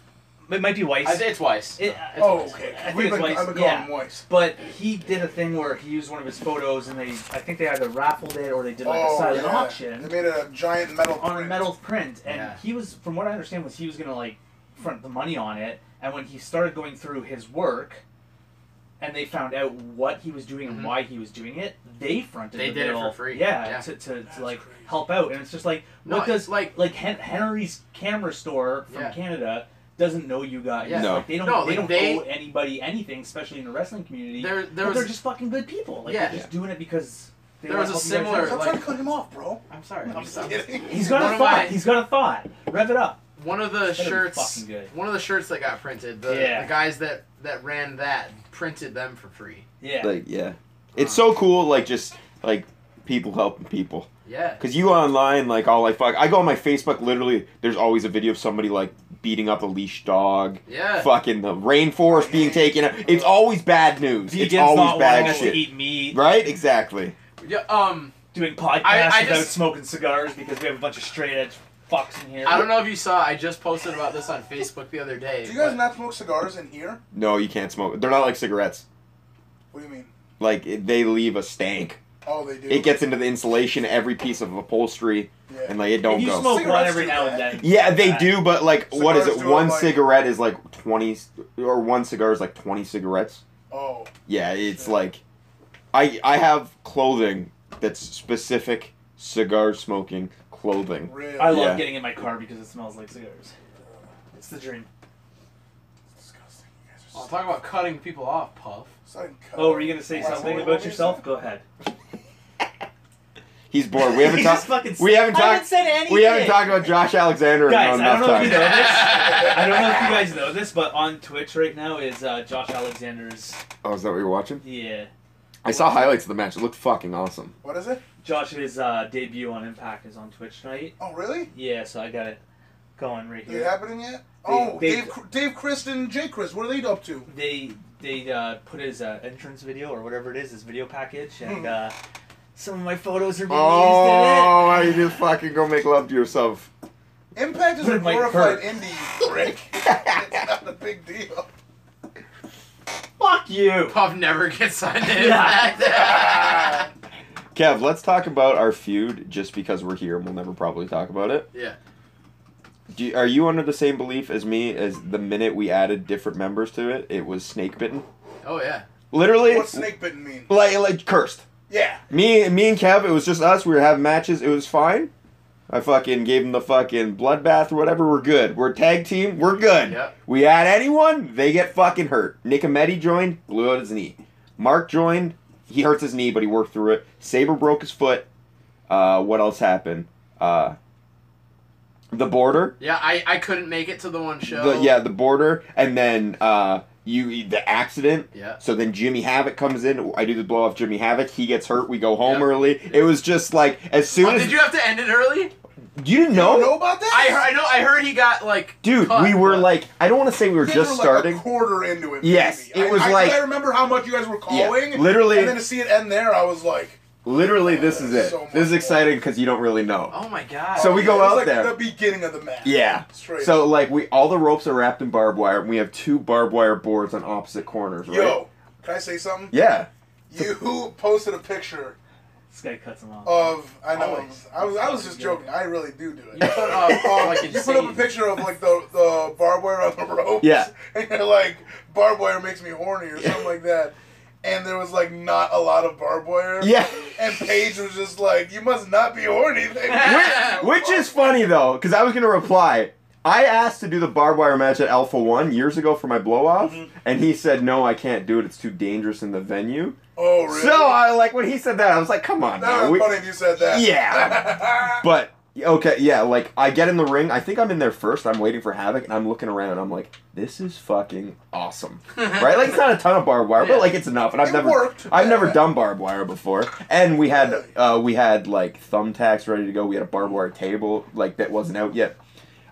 [SPEAKER 5] It might be Weiss.
[SPEAKER 4] I, it's Weiss.
[SPEAKER 5] It-
[SPEAKER 4] It's
[SPEAKER 3] Oh,
[SPEAKER 4] Weiss.
[SPEAKER 3] okay.
[SPEAKER 5] I think
[SPEAKER 3] We've
[SPEAKER 5] it's
[SPEAKER 3] been,
[SPEAKER 5] Weiss,
[SPEAKER 3] I've been calling
[SPEAKER 5] yeah.
[SPEAKER 3] him Weiss.
[SPEAKER 5] but he did a thing where he used one of his photos, and they I think they either raffled it or they did like a
[SPEAKER 3] Oh,
[SPEAKER 5] silent
[SPEAKER 3] yeah. They
[SPEAKER 5] auction
[SPEAKER 3] made a giant metal
[SPEAKER 5] on a
[SPEAKER 3] print.
[SPEAKER 5] metal print, and
[SPEAKER 4] Yeah.
[SPEAKER 5] he was, from what I understand, was he was gonna like front the money on it, and when he started going through his work. And they found out what he was doing and
[SPEAKER 4] Mhm.
[SPEAKER 5] why he was doing it. They fronted.
[SPEAKER 4] They
[SPEAKER 5] the
[SPEAKER 4] did it for
[SPEAKER 5] bill,
[SPEAKER 4] free.
[SPEAKER 5] Yeah,
[SPEAKER 4] Yeah.
[SPEAKER 5] to, to,
[SPEAKER 3] That's
[SPEAKER 5] to like
[SPEAKER 3] crazy.
[SPEAKER 5] help out, and it's just like,
[SPEAKER 4] No,
[SPEAKER 5] what does
[SPEAKER 4] it's like
[SPEAKER 5] like Hen- Henry's camera store from
[SPEAKER 4] Yeah.
[SPEAKER 5] Canada doesn't know you guys.
[SPEAKER 4] Yeah.
[SPEAKER 1] No.
[SPEAKER 5] Like, they don't.
[SPEAKER 4] No,
[SPEAKER 5] they
[SPEAKER 4] like,
[SPEAKER 5] don't
[SPEAKER 4] they-
[SPEAKER 5] owe anybody anything, especially in the wrestling community.
[SPEAKER 4] there
[SPEAKER 5] but
[SPEAKER 4] there
[SPEAKER 5] they're
[SPEAKER 4] was
[SPEAKER 5] just fucking good people. Like
[SPEAKER 4] Yeah.
[SPEAKER 5] they're just doing it because. They
[SPEAKER 4] There
[SPEAKER 5] wanna
[SPEAKER 4] was a
[SPEAKER 5] help you guys
[SPEAKER 4] similar-
[SPEAKER 3] Stop
[SPEAKER 5] out.
[SPEAKER 4] like-
[SPEAKER 3] trying to cut him off,
[SPEAKER 5] *laughs*
[SPEAKER 3] bro.
[SPEAKER 4] I'm sorry.
[SPEAKER 3] I'm just kidding.
[SPEAKER 5] He's got
[SPEAKER 4] One
[SPEAKER 5] a
[SPEAKER 4] of
[SPEAKER 5] thought.
[SPEAKER 4] my-
[SPEAKER 5] He's got a thought. Rev it up.
[SPEAKER 4] One of the
[SPEAKER 5] That'd be
[SPEAKER 4] shirts,
[SPEAKER 5] fucking good.
[SPEAKER 4] one of the shirts that got printed, the,
[SPEAKER 5] Yeah.
[SPEAKER 4] the guys that that ran that printed them for free.
[SPEAKER 5] Yeah.
[SPEAKER 1] like, yeah. It's so cool like just like people helping people.
[SPEAKER 4] Yeah,
[SPEAKER 1] Cause you online, like all I fuck, I go on my Facebook. Literally, there's always a video of somebody like beating up a leash dog,
[SPEAKER 4] yeah.
[SPEAKER 1] fucking the rainforest being taken. out. It's always bad news. It's always bad
[SPEAKER 5] to
[SPEAKER 1] shit.
[SPEAKER 5] eat meat.
[SPEAKER 1] Right? Exactly.
[SPEAKER 4] yeah um,
[SPEAKER 5] Doing podcasts
[SPEAKER 4] I- I
[SPEAKER 5] without
[SPEAKER 4] just-
[SPEAKER 5] smoking cigars because we have a bunch of straight edge fucks in here.
[SPEAKER 4] I don't know if you saw. I just posted about this on Facebook the other day.
[SPEAKER 3] Do you guys
[SPEAKER 4] but-
[SPEAKER 3] not smoke cigars in here?
[SPEAKER 1] No, you can't smoke. They're not like cigarettes.
[SPEAKER 3] What do you mean?
[SPEAKER 1] Like it, they leave a stank.
[SPEAKER 3] Oh, they do.
[SPEAKER 1] It gets into the insulation, every piece of upholstery,
[SPEAKER 3] Yeah.
[SPEAKER 1] and like it don't
[SPEAKER 5] If you
[SPEAKER 1] go.
[SPEAKER 5] smoke one
[SPEAKER 3] Cigarettes
[SPEAKER 5] every
[SPEAKER 3] do
[SPEAKER 5] now and
[SPEAKER 3] that.
[SPEAKER 5] then.
[SPEAKER 1] yeah, they
[SPEAKER 5] Uh,
[SPEAKER 1] do, but like, what is
[SPEAKER 3] Cigars
[SPEAKER 1] it?
[SPEAKER 3] do,
[SPEAKER 1] One
[SPEAKER 3] like-
[SPEAKER 1] cigarette is like twenty, or one cigar is like twenty cigarettes.
[SPEAKER 3] oh,
[SPEAKER 1] Yeah, it's
[SPEAKER 3] Yeah.
[SPEAKER 1] like I I have clothing that's specific cigar smoking clothing.
[SPEAKER 3] really?
[SPEAKER 5] I love
[SPEAKER 1] Yeah.
[SPEAKER 5] getting in my car because it smells like cigars. It's the dream.
[SPEAKER 3] Disgusting. You guys are
[SPEAKER 4] I'll
[SPEAKER 3] so-
[SPEAKER 4] talk about cutting people off, Puff.
[SPEAKER 3] so uncut.
[SPEAKER 5] Oh, were you gonna say
[SPEAKER 3] Wow.
[SPEAKER 5] something
[SPEAKER 3] What
[SPEAKER 5] about
[SPEAKER 3] were you
[SPEAKER 5] yourself?
[SPEAKER 3] saying?
[SPEAKER 5] Go ahead.
[SPEAKER 1] He's
[SPEAKER 5] *laughs*
[SPEAKER 1] bored. We haven't
[SPEAKER 5] He's just
[SPEAKER 1] talked.
[SPEAKER 5] fucking-
[SPEAKER 1] We haven't
[SPEAKER 5] I haven't
[SPEAKER 1] talked.
[SPEAKER 5] said anything.
[SPEAKER 1] We haven't talked about Josh Alexander in
[SPEAKER 5] Guys, I
[SPEAKER 1] enough
[SPEAKER 5] don't know if
[SPEAKER 1] time.
[SPEAKER 5] you
[SPEAKER 1] *laughs*
[SPEAKER 5] know this. I don't know if you guys know this, but on Twitch right now is uh, Josh Alexander's.
[SPEAKER 1] Oh, is that what you're watching?
[SPEAKER 5] Yeah,
[SPEAKER 1] I saw highlights of the match. It looked fucking awesome.
[SPEAKER 3] What is it?
[SPEAKER 5] Josh's uh, debut on Impact is on Twitch tonight.
[SPEAKER 3] Oh, really?
[SPEAKER 5] Yeah, so I got it going right
[SPEAKER 3] Is it
[SPEAKER 5] here.
[SPEAKER 3] happening yet? Oh,
[SPEAKER 5] they-
[SPEAKER 3] Dave, Cr- Dave Christ and Jay Christ. What are they up to?
[SPEAKER 5] They they uh, put his uh, entrance video or whatever it is, his video package,
[SPEAKER 1] Hmm.
[SPEAKER 5] and uh, some of my photos are being
[SPEAKER 1] Oh, why you just fucking go make love to yourself?
[SPEAKER 3] Impact is
[SPEAKER 5] But
[SPEAKER 3] a
[SPEAKER 5] it might hurt.
[SPEAKER 3] glorified
[SPEAKER 5] *laughs*
[SPEAKER 3] indie, Rick. it's not a big deal.
[SPEAKER 5] used in it. Fuck you.
[SPEAKER 4] Puff never *laughs* gets signed to
[SPEAKER 5] Yeah.
[SPEAKER 4] Impact.
[SPEAKER 1] Kev, let's talk about our feud just because we're here and we'll never probably talk about it.
[SPEAKER 4] *laughs* yeah.
[SPEAKER 1] Do you, are you under the same belief as me as the minute we added different members to it, it was snake bitten?
[SPEAKER 4] Oh yeah.
[SPEAKER 1] Literally,
[SPEAKER 3] What's snake bitten mean?
[SPEAKER 1] like, like cursed.
[SPEAKER 3] Yeah.
[SPEAKER 1] Me, me and Kev, it was just us. We were having matches. It was fine. I fucking gave him the fucking bloodbath or whatever. We're good. We're tag team. We're good.
[SPEAKER 4] Yep.
[SPEAKER 1] We add anyone, they get fucking hurt. Nick Amedi joined, blew out his knee. Mark joined, he hurts his knee, but he worked through it. Saber broke his foot. Uh, what else happened? Uh, the border.
[SPEAKER 4] Yeah, I, I couldn't make it to the one show.
[SPEAKER 1] The, yeah, the border, and then uh, you the accident.
[SPEAKER 4] Yeah.
[SPEAKER 1] So then Jimmy Havoc comes in. I do the blow off Jimmy Havoc. He gets hurt. We go home
[SPEAKER 4] Yeah.
[SPEAKER 1] early. It was just like as soon
[SPEAKER 4] Oh,
[SPEAKER 1] as
[SPEAKER 4] did you have to end it early?
[SPEAKER 1] you didn't
[SPEAKER 3] You
[SPEAKER 1] know,
[SPEAKER 3] don't know about that?
[SPEAKER 4] I heard, I know I heard he got like
[SPEAKER 1] dude.
[SPEAKER 4] cut,
[SPEAKER 1] we were
[SPEAKER 4] but-
[SPEAKER 1] like I don't want to say we were
[SPEAKER 3] They
[SPEAKER 1] just
[SPEAKER 3] were like
[SPEAKER 1] starting.
[SPEAKER 3] a quarter into it.
[SPEAKER 1] Yes,
[SPEAKER 3] maybe.
[SPEAKER 1] it was
[SPEAKER 3] I, I,
[SPEAKER 1] like-
[SPEAKER 3] I remember how much you guys were
[SPEAKER 1] Yeah,
[SPEAKER 3] calling.
[SPEAKER 1] literally-
[SPEAKER 3] And then to see it end there, I was like,
[SPEAKER 1] Literally, this
[SPEAKER 3] Oh,
[SPEAKER 1] is
[SPEAKER 3] there's
[SPEAKER 1] it.
[SPEAKER 3] so much
[SPEAKER 1] this is
[SPEAKER 3] more.
[SPEAKER 1] exciting because you don't really know.
[SPEAKER 4] Oh my god.
[SPEAKER 1] So we
[SPEAKER 3] yeah,
[SPEAKER 1] go
[SPEAKER 3] it was
[SPEAKER 1] out
[SPEAKER 3] like
[SPEAKER 1] there.
[SPEAKER 3] The beginning of the match.
[SPEAKER 1] Yeah.
[SPEAKER 3] Straight.
[SPEAKER 1] So like we all the ropes are wrapped in barbed wire, and we have two barbed wire boards on opposite corners, right?
[SPEAKER 3] yo, can I say something?
[SPEAKER 1] Yeah.
[SPEAKER 3] You posted a picture
[SPEAKER 5] This guy cuts him
[SPEAKER 1] Oh.
[SPEAKER 5] off.
[SPEAKER 3] of I know
[SPEAKER 4] Always.
[SPEAKER 3] I was I was just joking. I really do do it. *laughs*
[SPEAKER 4] You put up,
[SPEAKER 3] Um,
[SPEAKER 4] *laughs* like,
[SPEAKER 3] you put up a
[SPEAKER 4] insane-
[SPEAKER 3] picture of like the the barbed wire on the *laughs* ropes.
[SPEAKER 1] Yeah.
[SPEAKER 3] And you're like barbed wire makes me horny or something like that. And there was like not a lot of barbed wire.
[SPEAKER 1] Yeah.
[SPEAKER 3] And Paige was just like, "You must not be horny."
[SPEAKER 4] *laughs* Whi-
[SPEAKER 1] Which is funny though, because I was gonna reply. I asked to do the barbed wire match at Alpha One years ago for my blow off,
[SPEAKER 3] Mm-hmm.
[SPEAKER 1] and he said no, I can't do it. It's too dangerous in the venue.
[SPEAKER 3] Oh really?
[SPEAKER 1] So I like when he said that, I was like, come on,
[SPEAKER 3] that
[SPEAKER 1] man.
[SPEAKER 3] was
[SPEAKER 1] we-
[SPEAKER 3] funny if you said that. *laughs*
[SPEAKER 1] Yeah. But
[SPEAKER 3] but
[SPEAKER 1] okay, yeah, like I get in the ring. I think I'm in there first. I'm waiting for Havoc, and I'm looking around. And I'm like, this is fucking
[SPEAKER 3] *laughs*
[SPEAKER 1] awesome, right? Like it's not a ton of barbed wire,
[SPEAKER 4] Yeah.
[SPEAKER 1] but like it's enough. And I've
[SPEAKER 3] It
[SPEAKER 1] never,
[SPEAKER 3] worked.
[SPEAKER 1] I've never done barbed wire before. And we had, uh, we had like thumbtacks ready to go. We had a barbed wire table like that wasn't out yet.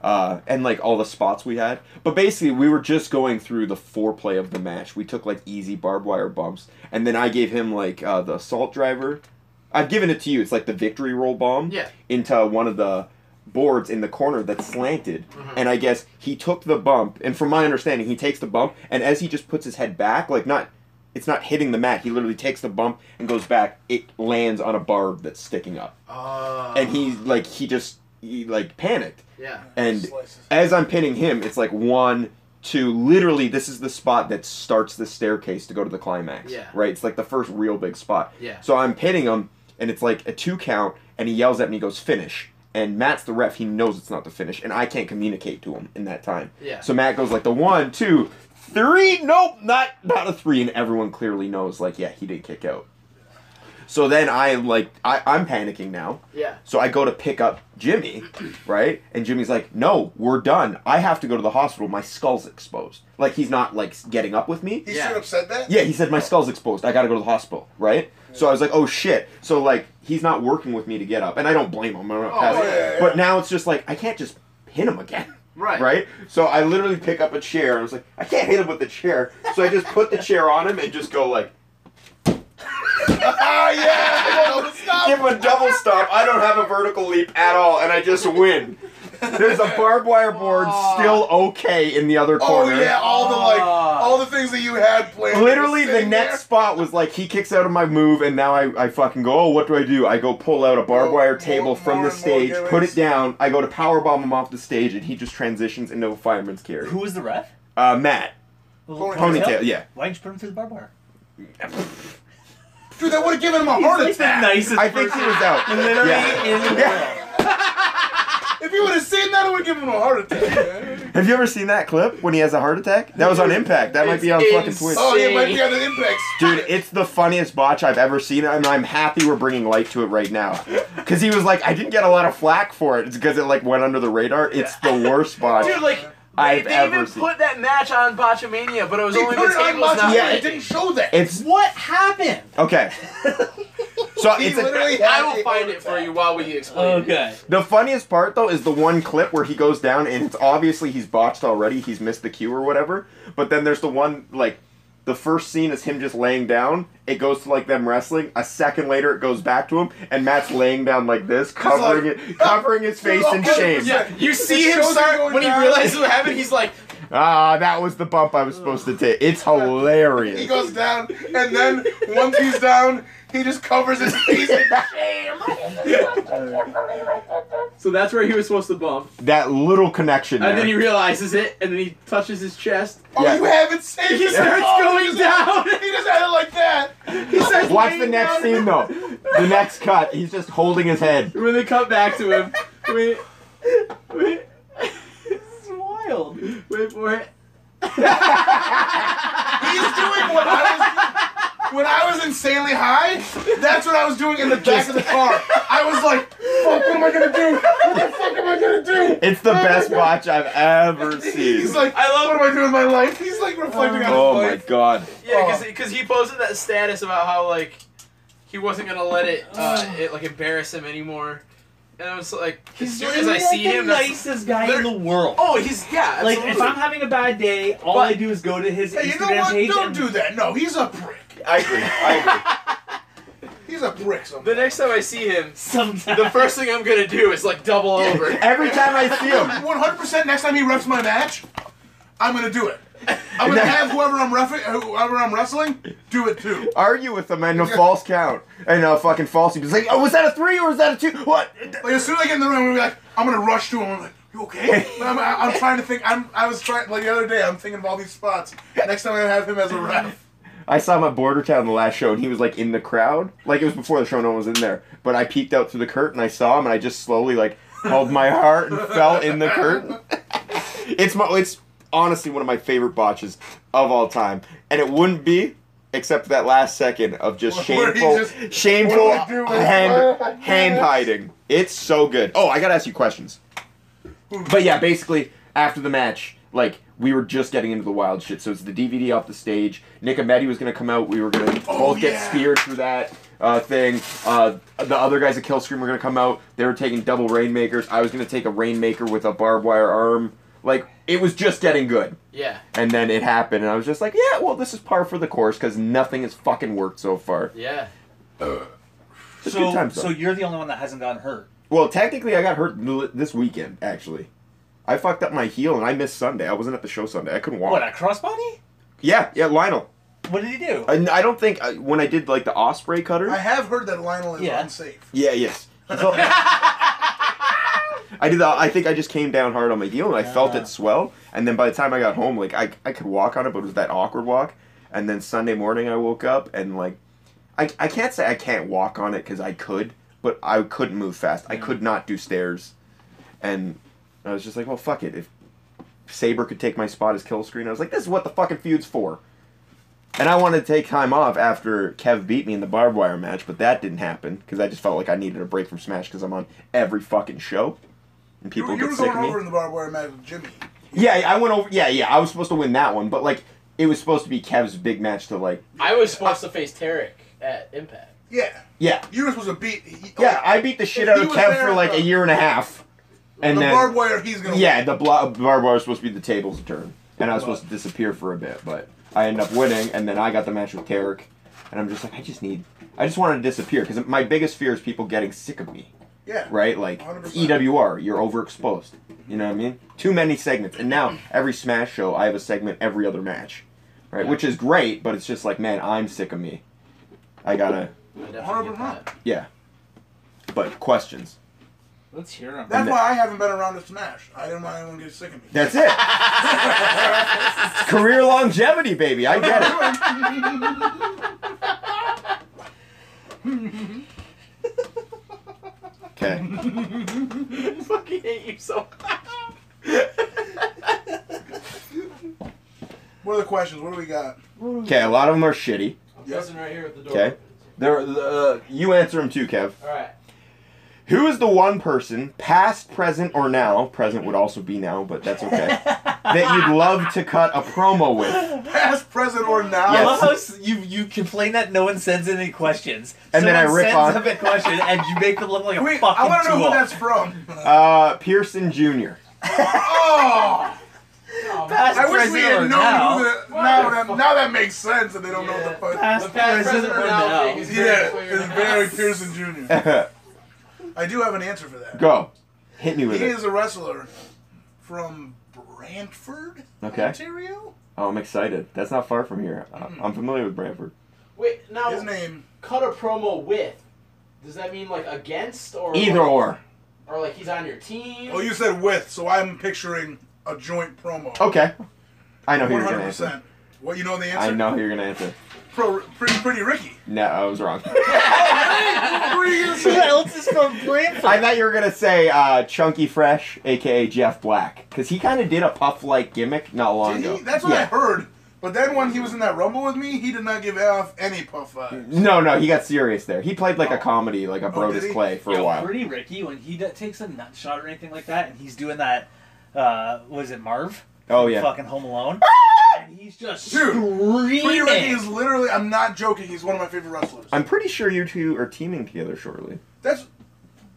[SPEAKER 1] Uh, and like all the spots we had, but basically we were just going through the foreplay of the match. We took like easy barbed wire bumps, and then I gave him like uh, the assault driver. I've given it to you. It's like the victory roll bomb
[SPEAKER 4] Yeah.
[SPEAKER 1] into one of the boards in the corner that's slanted. And I guess he took the bump, and from my understanding, he takes the bump, and as he just puts his head back, like not, it's not hitting the mat. He literally takes the bump and goes back. It lands on a barb that's sticking up,
[SPEAKER 4] Uh,
[SPEAKER 1] and he like he just he like panicked.
[SPEAKER 4] yeah.
[SPEAKER 1] And as I'm pinning him, it's like one, two. Literally, this is the spot that starts the staircase to go to the climax.
[SPEAKER 4] Yeah.
[SPEAKER 1] Right. It's like the first real big spot.
[SPEAKER 4] Yeah.
[SPEAKER 1] So I'm pinning him, and it's like a two count, and he yells at me, he goes finish. And Matt's the ref. He knows it's not the finish, and I can't communicate to him in that time.
[SPEAKER 4] Yeah.
[SPEAKER 1] So Matt goes like the one, two, three. Nope, not not a three. And everyone clearly knows like yeah, he did kick out. So then I am like I, I'm panicking now.
[SPEAKER 4] Yeah.
[SPEAKER 1] So I go to pick up Jimmy, right? And Jimmy's like, "No, we're done. I have to go to the hospital. My skull's exposed." Like he's not like getting up with me.
[SPEAKER 3] he
[SPEAKER 4] Yeah.
[SPEAKER 3] should have said that.
[SPEAKER 1] Yeah, he said my skull's exposed. I got to go to the hospital, right? So I was like, "Oh shit." So like he's not working with me to get up, and I don't blame him. I'm not
[SPEAKER 4] Oh,
[SPEAKER 1] passing-
[SPEAKER 3] yeah, yeah,
[SPEAKER 1] But
[SPEAKER 3] yeah.
[SPEAKER 1] now it's just like I can't just pin him again. *laughs*
[SPEAKER 4] Right.
[SPEAKER 1] Right? So I literally pick up a chair and I was like, I can't hit him with the chair. So I just put the chair on him and just go like *laughs*
[SPEAKER 3] Ah yeah. Double stop.
[SPEAKER 1] give him a double stomp. I don't have a vertical leap at all, and I just win. There's a barbed wire board still okay in the other
[SPEAKER 3] Oh
[SPEAKER 1] corner.
[SPEAKER 3] yeah, all the like,
[SPEAKER 5] Ah.
[SPEAKER 3] all the things that you had planned.
[SPEAKER 1] Literally,
[SPEAKER 3] just
[SPEAKER 1] the
[SPEAKER 3] sitting
[SPEAKER 1] next
[SPEAKER 3] there.
[SPEAKER 1] spot was like he kicks out of my move, and now I, I fucking go, oh, what do I do? I go pull out a barbed
[SPEAKER 3] More-
[SPEAKER 1] wire
[SPEAKER 3] more-
[SPEAKER 1] table from
[SPEAKER 3] more
[SPEAKER 1] the
[SPEAKER 3] and more
[SPEAKER 1] stage, put
[SPEAKER 3] gimmicks.
[SPEAKER 1] it down, I go to powerbomb him off the stage, and he just transitions into a fireman's carry.
[SPEAKER 5] Who was the ref?
[SPEAKER 1] Uh, Matt.
[SPEAKER 5] Little
[SPEAKER 1] Ponytail, yeah.
[SPEAKER 5] Why didn't you put him through the barbed wire?
[SPEAKER 3] Dude, that would have given him a heart
[SPEAKER 5] He's like the
[SPEAKER 3] attack.
[SPEAKER 5] nicest
[SPEAKER 1] I think he
[SPEAKER 5] person
[SPEAKER 1] was out.
[SPEAKER 5] literally
[SPEAKER 1] Yeah.
[SPEAKER 5] in the
[SPEAKER 1] Yeah.
[SPEAKER 5] world.
[SPEAKER 3] If you would have seen that How do we give him a heart attack?
[SPEAKER 4] *laughs*
[SPEAKER 3] man?
[SPEAKER 1] Have you ever seen that clip when he has a heart attack? That was on Impact. That might be on
[SPEAKER 4] It's
[SPEAKER 1] fucking Twitch.
[SPEAKER 3] oh, yeah, it might be on the impact.
[SPEAKER 1] Dude, it's the funniest botch I've ever seen, and I'm happy we're bringing light to it right now. Because he was like, I didn't get a lot of flack for it. It's because it like went under the radar. It's the worst botch.
[SPEAKER 4] Dude, like, they,
[SPEAKER 1] I've
[SPEAKER 4] they
[SPEAKER 1] ever
[SPEAKER 4] even
[SPEAKER 1] seen-
[SPEAKER 4] put that match on Botchamania, but it was
[SPEAKER 3] They
[SPEAKER 4] only
[SPEAKER 3] put
[SPEAKER 4] the
[SPEAKER 3] it on
[SPEAKER 4] tables
[SPEAKER 3] Botchamania.
[SPEAKER 4] not
[SPEAKER 1] Yeah,
[SPEAKER 4] ready.
[SPEAKER 3] It didn't show that.
[SPEAKER 1] it's
[SPEAKER 5] What happened?
[SPEAKER 1] okay. So
[SPEAKER 3] He
[SPEAKER 1] it's a,
[SPEAKER 3] literally had
[SPEAKER 4] *laughs* I will
[SPEAKER 3] a
[SPEAKER 4] find
[SPEAKER 3] heart
[SPEAKER 4] it for
[SPEAKER 3] attack.
[SPEAKER 4] you while we explain. *laughs* it.
[SPEAKER 5] Okay.
[SPEAKER 1] the funniest part though is the one clip where he goes down, and it's obviously he's botched already. He's missed the cue or whatever. But then there's the one like. The first scene is him just laying down. It goes to like them wrestling. A second later, it goes back to him, and Matt's laying down like this, covering
[SPEAKER 3] like, ah,
[SPEAKER 1] it, covering his face in
[SPEAKER 3] Oh, *laughs*
[SPEAKER 1] shame.
[SPEAKER 4] Yeah, you see
[SPEAKER 3] It
[SPEAKER 4] him
[SPEAKER 3] shows him
[SPEAKER 4] start
[SPEAKER 3] going
[SPEAKER 4] when he
[SPEAKER 3] down.
[SPEAKER 4] realizes what happened. He's like,
[SPEAKER 1] Ah, that was the bump I was supposed to take. It's hilarious.
[SPEAKER 3] He goes down, and then once he's down, he just covers his
[SPEAKER 1] *laughs*
[SPEAKER 3] face. in shame.
[SPEAKER 4] so that's where he was supposed to bump,
[SPEAKER 1] that little connection there.
[SPEAKER 4] and then he realizes it, and then he touches his chest.
[SPEAKER 3] Oh,
[SPEAKER 1] Yeah.
[SPEAKER 3] you haven't saved
[SPEAKER 4] He
[SPEAKER 3] it.
[SPEAKER 4] starts
[SPEAKER 3] Oh,
[SPEAKER 4] going
[SPEAKER 3] he just-
[SPEAKER 4] down.
[SPEAKER 3] *laughs* He just had it like that.
[SPEAKER 4] He starts
[SPEAKER 1] Watch
[SPEAKER 4] laying
[SPEAKER 1] the next
[SPEAKER 4] down.
[SPEAKER 1] scene though. The next cut, he's just holding his head.
[SPEAKER 4] When they cut back to him, wait, wait,
[SPEAKER 5] This is wild.
[SPEAKER 4] wait for it.
[SPEAKER 3] He's doing what I was when I was insanely high. That's what I was doing in the back of the car. I was like, "Fuck, what am I gonna do? What the fuck am I gonna do?"
[SPEAKER 1] It's the best watch I've ever seen.
[SPEAKER 3] *laughs* He's like,
[SPEAKER 4] I love-
[SPEAKER 3] what am I doing with my life? He's like reflecting on his
[SPEAKER 1] oh my
[SPEAKER 3] life.
[SPEAKER 1] god.
[SPEAKER 4] Yeah, because he posted that status about how like he wasn't gonna let it uh, it like embarrass him anymore, and I was like, as soon as I
[SPEAKER 5] literally,
[SPEAKER 4] see
[SPEAKER 5] like,
[SPEAKER 4] him,
[SPEAKER 5] the
[SPEAKER 4] that's-
[SPEAKER 5] nicest guy
[SPEAKER 4] They're-
[SPEAKER 5] in the world.
[SPEAKER 4] oh, he's yeah,
[SPEAKER 5] like if
[SPEAKER 4] absolutely.
[SPEAKER 5] I'm having a bad day, all I do is go to his
[SPEAKER 3] Hey, you know
[SPEAKER 5] Instagram
[SPEAKER 3] what?
[SPEAKER 5] page.
[SPEAKER 3] Don't
[SPEAKER 5] and *laughs*
[SPEAKER 3] do that. No, he's a prick.
[SPEAKER 1] I agree. I
[SPEAKER 3] He's a prick. Sometimes.
[SPEAKER 4] the next time I see him,
[SPEAKER 5] Sometimes.
[SPEAKER 4] the first thing I'm gonna do is like double over.
[SPEAKER 1] *laughs* Every time I see
[SPEAKER 3] *laughs*
[SPEAKER 1] him.
[SPEAKER 3] 100% next time he refs my match, I'm gonna do it.
[SPEAKER 1] *laughs*
[SPEAKER 3] I'm gonna have whoever I'm ref- whoever I'm wrestling do it too.
[SPEAKER 1] Argue with him and a false count. And a fucking false. He's like, oh, was that a three or was that a two? What?
[SPEAKER 3] Like as soon as I get in the room, I'm gonna be like, I'm gonna rush to him. I'm like,
[SPEAKER 1] *laughs*
[SPEAKER 3] you okay? But I'm, I- I'm trying to think. I'm I was trying like the other day. I'm thinking of all these spots. Next time I'm gonna have him as a ref.
[SPEAKER 1] I saw him at Border Town the last show, and he was like in the crowd. Like it was before the show, no one was in there. But I peeked out through the curtain, I saw him, and I just slowly like held my heart and fell in the curtain. it's my, it's honestly one of my favorite botches of all time, and it wouldn't be except for that last second of just
[SPEAKER 3] Where he
[SPEAKER 1] shameful,
[SPEAKER 3] just-
[SPEAKER 1] shameful
[SPEAKER 3] what do I do?
[SPEAKER 1] hand hand hiding. It's so good. Oh, I gotta ask you questions. But yeah, basically after the match, like we were just getting into the wild shit. So it's the DVD off the stage. Nick and Maddie was gonna come out. We were gonna both get
[SPEAKER 3] yeah.
[SPEAKER 1] speared through that uh, thing. Uh, the other guys at Kill Scream were gonna come out. They were taking double rainmakers. I was gonna take a rainmaker with a barbed wire arm. Like it was just getting good.
[SPEAKER 4] yeah,
[SPEAKER 1] And then it happened, and I was just like, yeah, well, this is par for the course because nothing has fucking worked so far.
[SPEAKER 4] yeah.
[SPEAKER 1] It's
[SPEAKER 5] so,
[SPEAKER 1] good times, though.
[SPEAKER 5] so you're the only one that hasn't gotten hurt.
[SPEAKER 1] Well, technically, I got hurt l- this weekend, actually. I fucked up my heel and I missed Sunday. I wasn't at the show Sunday. I couldn't walk.
[SPEAKER 5] What a crossbody?
[SPEAKER 1] Yeah, yeah, Lionel.
[SPEAKER 5] What did he do?
[SPEAKER 1] And I don't think uh, when I did like the Osprey cutter.
[SPEAKER 3] I have heard that Lionel is
[SPEAKER 5] Yeah.
[SPEAKER 3] unsafe.
[SPEAKER 1] yeah, yes. I did. The, I think I just came down hard on my heel and I felt
[SPEAKER 5] Ah.
[SPEAKER 1] it swell. And then by the time I got home, like I, I could walk on it, but it was that awkward walk. And then Sunday morning, I woke up and like, I, I can't say I can't walk on it because I could, but I couldn't move fast. I could not do stairs, and I was just like, well, fuck it. If Saber could take my spot as kill screen, I was like, this is what the fucking feud's for. And I wanted to take time off after Kev beat me in the barbed wire match, but that didn't happen because I just felt like I needed a break from Smash because I'm on every fucking show, and
[SPEAKER 3] You,
[SPEAKER 1] people
[SPEAKER 3] you were
[SPEAKER 1] get sick
[SPEAKER 3] going
[SPEAKER 1] of me.
[SPEAKER 3] over in the barbed wire match with Jimmy.
[SPEAKER 1] Yeah, I went over. Yeah, yeah, I was supposed to win that one, but like it was supposed to be Kev's big match to like.
[SPEAKER 4] I was supposed to face Tarek at Impact.
[SPEAKER 3] Yeah,
[SPEAKER 1] Yeah,
[SPEAKER 3] you were supposed to beat. He, oh,
[SPEAKER 1] yeah, I beat the shit
[SPEAKER 3] If
[SPEAKER 1] out
[SPEAKER 3] he
[SPEAKER 1] of
[SPEAKER 3] was
[SPEAKER 1] Kev
[SPEAKER 3] there,
[SPEAKER 1] for like
[SPEAKER 3] uh,
[SPEAKER 1] a year and a half, and
[SPEAKER 3] the
[SPEAKER 1] then
[SPEAKER 3] barbed wire. He's gonna.
[SPEAKER 1] yeah, the bla- barbed wire was supposed to be the tables turn, and I was supposed to disappear for a bit, but I ended up winning, and then I got the match with Tarek, and I'm just like, I just need, I just wanted to disappear because my biggest fear is people getting sick of me.
[SPEAKER 3] Win. Yeah.
[SPEAKER 1] right? Like
[SPEAKER 3] 100%.
[SPEAKER 1] EWR, you're overexposed. You know what I mean? Too many segments, and now every Smash show, I have a segment every other match, right? Which is great, but it's just like, man, I'm sick of me. I gotta,
[SPEAKER 4] I definitely
[SPEAKER 3] Horrible
[SPEAKER 4] get that.
[SPEAKER 1] yeah. But questions.
[SPEAKER 5] Let's hear him.
[SPEAKER 3] That's why I haven't been around to Smash. I didn't want anyone to get sick of me. *laughs*
[SPEAKER 1] That's it. Career longevity, baby. I get it. Okay.
[SPEAKER 4] I fucking hate you so much.
[SPEAKER 3] What are the questions? What do we got? *laughs*
[SPEAKER 1] Okay, a lot of them are shitty.
[SPEAKER 7] I'm pressing right here at the door.
[SPEAKER 1] Okay. There, uh, you answer them too, Kev.
[SPEAKER 7] All right.
[SPEAKER 1] Who is the one person, past, present, or now? Present would also be now, but that's okay. that you'd love to cut a promo with.
[SPEAKER 3] Past, present, or now?
[SPEAKER 5] I
[SPEAKER 1] Yes.
[SPEAKER 5] love how s- you you complain that no one sends in any questions,
[SPEAKER 1] And then I
[SPEAKER 5] Someone
[SPEAKER 1] rip
[SPEAKER 5] sends
[SPEAKER 1] on-
[SPEAKER 5] up a question, and you make them
[SPEAKER 3] *laughs*
[SPEAKER 5] look like a
[SPEAKER 3] Wait,
[SPEAKER 5] fucking
[SPEAKER 3] I want to know
[SPEAKER 5] tool.
[SPEAKER 3] who
[SPEAKER 1] *laughs*
[SPEAKER 3] that's from.
[SPEAKER 1] Uh, Pearson Jr.
[SPEAKER 3] oh!
[SPEAKER 4] Um,
[SPEAKER 7] No,
[SPEAKER 5] Past,
[SPEAKER 3] I wish we
[SPEAKER 5] present,
[SPEAKER 3] had
[SPEAKER 5] or
[SPEAKER 3] known
[SPEAKER 5] now.
[SPEAKER 3] who the. Now that, now that makes sense and they don't know
[SPEAKER 7] Yeah.
[SPEAKER 3] what the fuck.
[SPEAKER 5] Past,
[SPEAKER 7] The past, present,
[SPEAKER 5] present, or
[SPEAKER 7] or now
[SPEAKER 5] now.
[SPEAKER 7] thing is-
[SPEAKER 3] Yeah,
[SPEAKER 7] Very clear.
[SPEAKER 3] it's Barry Pearson Jr. I do have an answer for that.
[SPEAKER 1] *laughs* Go. Hit me with
[SPEAKER 3] He
[SPEAKER 1] it.
[SPEAKER 3] is a wrestler from Brantford,
[SPEAKER 1] Okay.
[SPEAKER 3] Ontario.
[SPEAKER 1] Oh, I'm excited. That's not far from here. I- I'm familiar with Bradford.
[SPEAKER 7] Wait, now
[SPEAKER 3] His name.
[SPEAKER 7] cut a promo with. Does that mean like against or
[SPEAKER 1] Either
[SPEAKER 7] like,
[SPEAKER 1] or.
[SPEAKER 7] or like he's on your team?
[SPEAKER 3] Oh, you said with, so I'm picturing a joint promo.
[SPEAKER 1] Okay. Oh, I know who you're
[SPEAKER 3] One
[SPEAKER 1] going
[SPEAKER 3] hundred
[SPEAKER 1] to answer.
[SPEAKER 3] percent. What you know the
[SPEAKER 1] I
[SPEAKER 3] answer?
[SPEAKER 1] know who you're going to answer.
[SPEAKER 3] Pro, pretty, pretty Ricky.
[SPEAKER 1] No, I was
[SPEAKER 3] *laughs*
[SPEAKER 1] wrong.
[SPEAKER 3] What are you gonna
[SPEAKER 5] Who
[SPEAKER 3] say?
[SPEAKER 5] else is from Brantford?
[SPEAKER 1] I thought you were gonna say uh, Chunky Fresh, aka Jeff Black, because he kind of did a puff-like gimmick not long
[SPEAKER 3] Did
[SPEAKER 1] ago.
[SPEAKER 3] he? That's what I
[SPEAKER 1] yeah.
[SPEAKER 3] heard. But then when he was in that rumble with me, he did not give off any puff vibes.
[SPEAKER 1] No, no, he got serious there. He played like a comedy, like a
[SPEAKER 3] Oh, did
[SPEAKER 1] Brodus
[SPEAKER 3] he?
[SPEAKER 1] Clay for
[SPEAKER 5] Yo,
[SPEAKER 1] a while.
[SPEAKER 5] Pretty Ricky, when he d- takes a nut shot or anything like that, and he's doing that, uh, was it Marv?
[SPEAKER 1] Oh yeah.
[SPEAKER 5] Fucking Home Alone. and he's just
[SPEAKER 3] Ah! Dude, Pretty Ricky
[SPEAKER 5] screaming.
[SPEAKER 3] is literally. I'm not joking. He's one of my favorite wrestlers.
[SPEAKER 1] I'm pretty sure you two are teaming together shortly.
[SPEAKER 3] That's.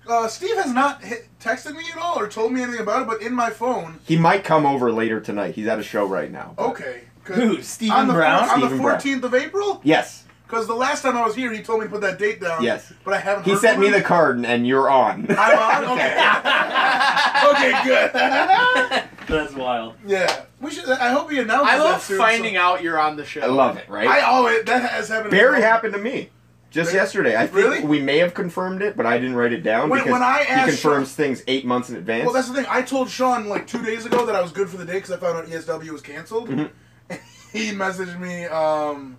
[SPEAKER 3] Uh, Steve has not hit, texted me at all or told me anything about it, but in my phone,
[SPEAKER 1] He might come over later tonight. He's at a show right now. but-
[SPEAKER 3] okay. 'cause
[SPEAKER 5] Who?
[SPEAKER 3] on
[SPEAKER 5] Steven
[SPEAKER 3] the, four-
[SPEAKER 5] Brown?
[SPEAKER 3] On the
[SPEAKER 1] Stephen Brown.
[SPEAKER 3] 14th of April?
[SPEAKER 1] Yes.
[SPEAKER 3] Because the last time I was here, he told me to put that date down.
[SPEAKER 1] Yes.
[SPEAKER 3] But I haven't
[SPEAKER 1] He
[SPEAKER 3] heard
[SPEAKER 1] sent
[SPEAKER 3] from
[SPEAKER 1] me
[SPEAKER 3] him.
[SPEAKER 1] the card, and you're on.
[SPEAKER 3] I'm
[SPEAKER 1] *laughs*
[SPEAKER 3] on? *laughs*
[SPEAKER 7] *laughs*
[SPEAKER 3] Okay. okay, good.
[SPEAKER 5] That's wild.
[SPEAKER 3] yeah. We should, I hope he announces
[SPEAKER 4] I
[SPEAKER 3] that
[SPEAKER 4] love
[SPEAKER 3] soon,
[SPEAKER 4] finding
[SPEAKER 3] so-
[SPEAKER 4] out you're on the show.
[SPEAKER 1] I love it,
[SPEAKER 3] I
[SPEAKER 1] right?
[SPEAKER 3] always. That has happened. to
[SPEAKER 1] Barry
[SPEAKER 3] me.
[SPEAKER 1] happened to me. Just
[SPEAKER 3] Really?
[SPEAKER 1] yesterday, I think
[SPEAKER 3] Really?
[SPEAKER 1] we may have confirmed it, but I didn't write it down
[SPEAKER 3] When-
[SPEAKER 1] because
[SPEAKER 3] when I asked-
[SPEAKER 1] he confirms things eight months in advance.
[SPEAKER 3] Well, that's the thing. I told Sean like two days ago that I was good for the day because I found out ESW was canceled.
[SPEAKER 1] Mhm.
[SPEAKER 3] *laughs* he messaged me. um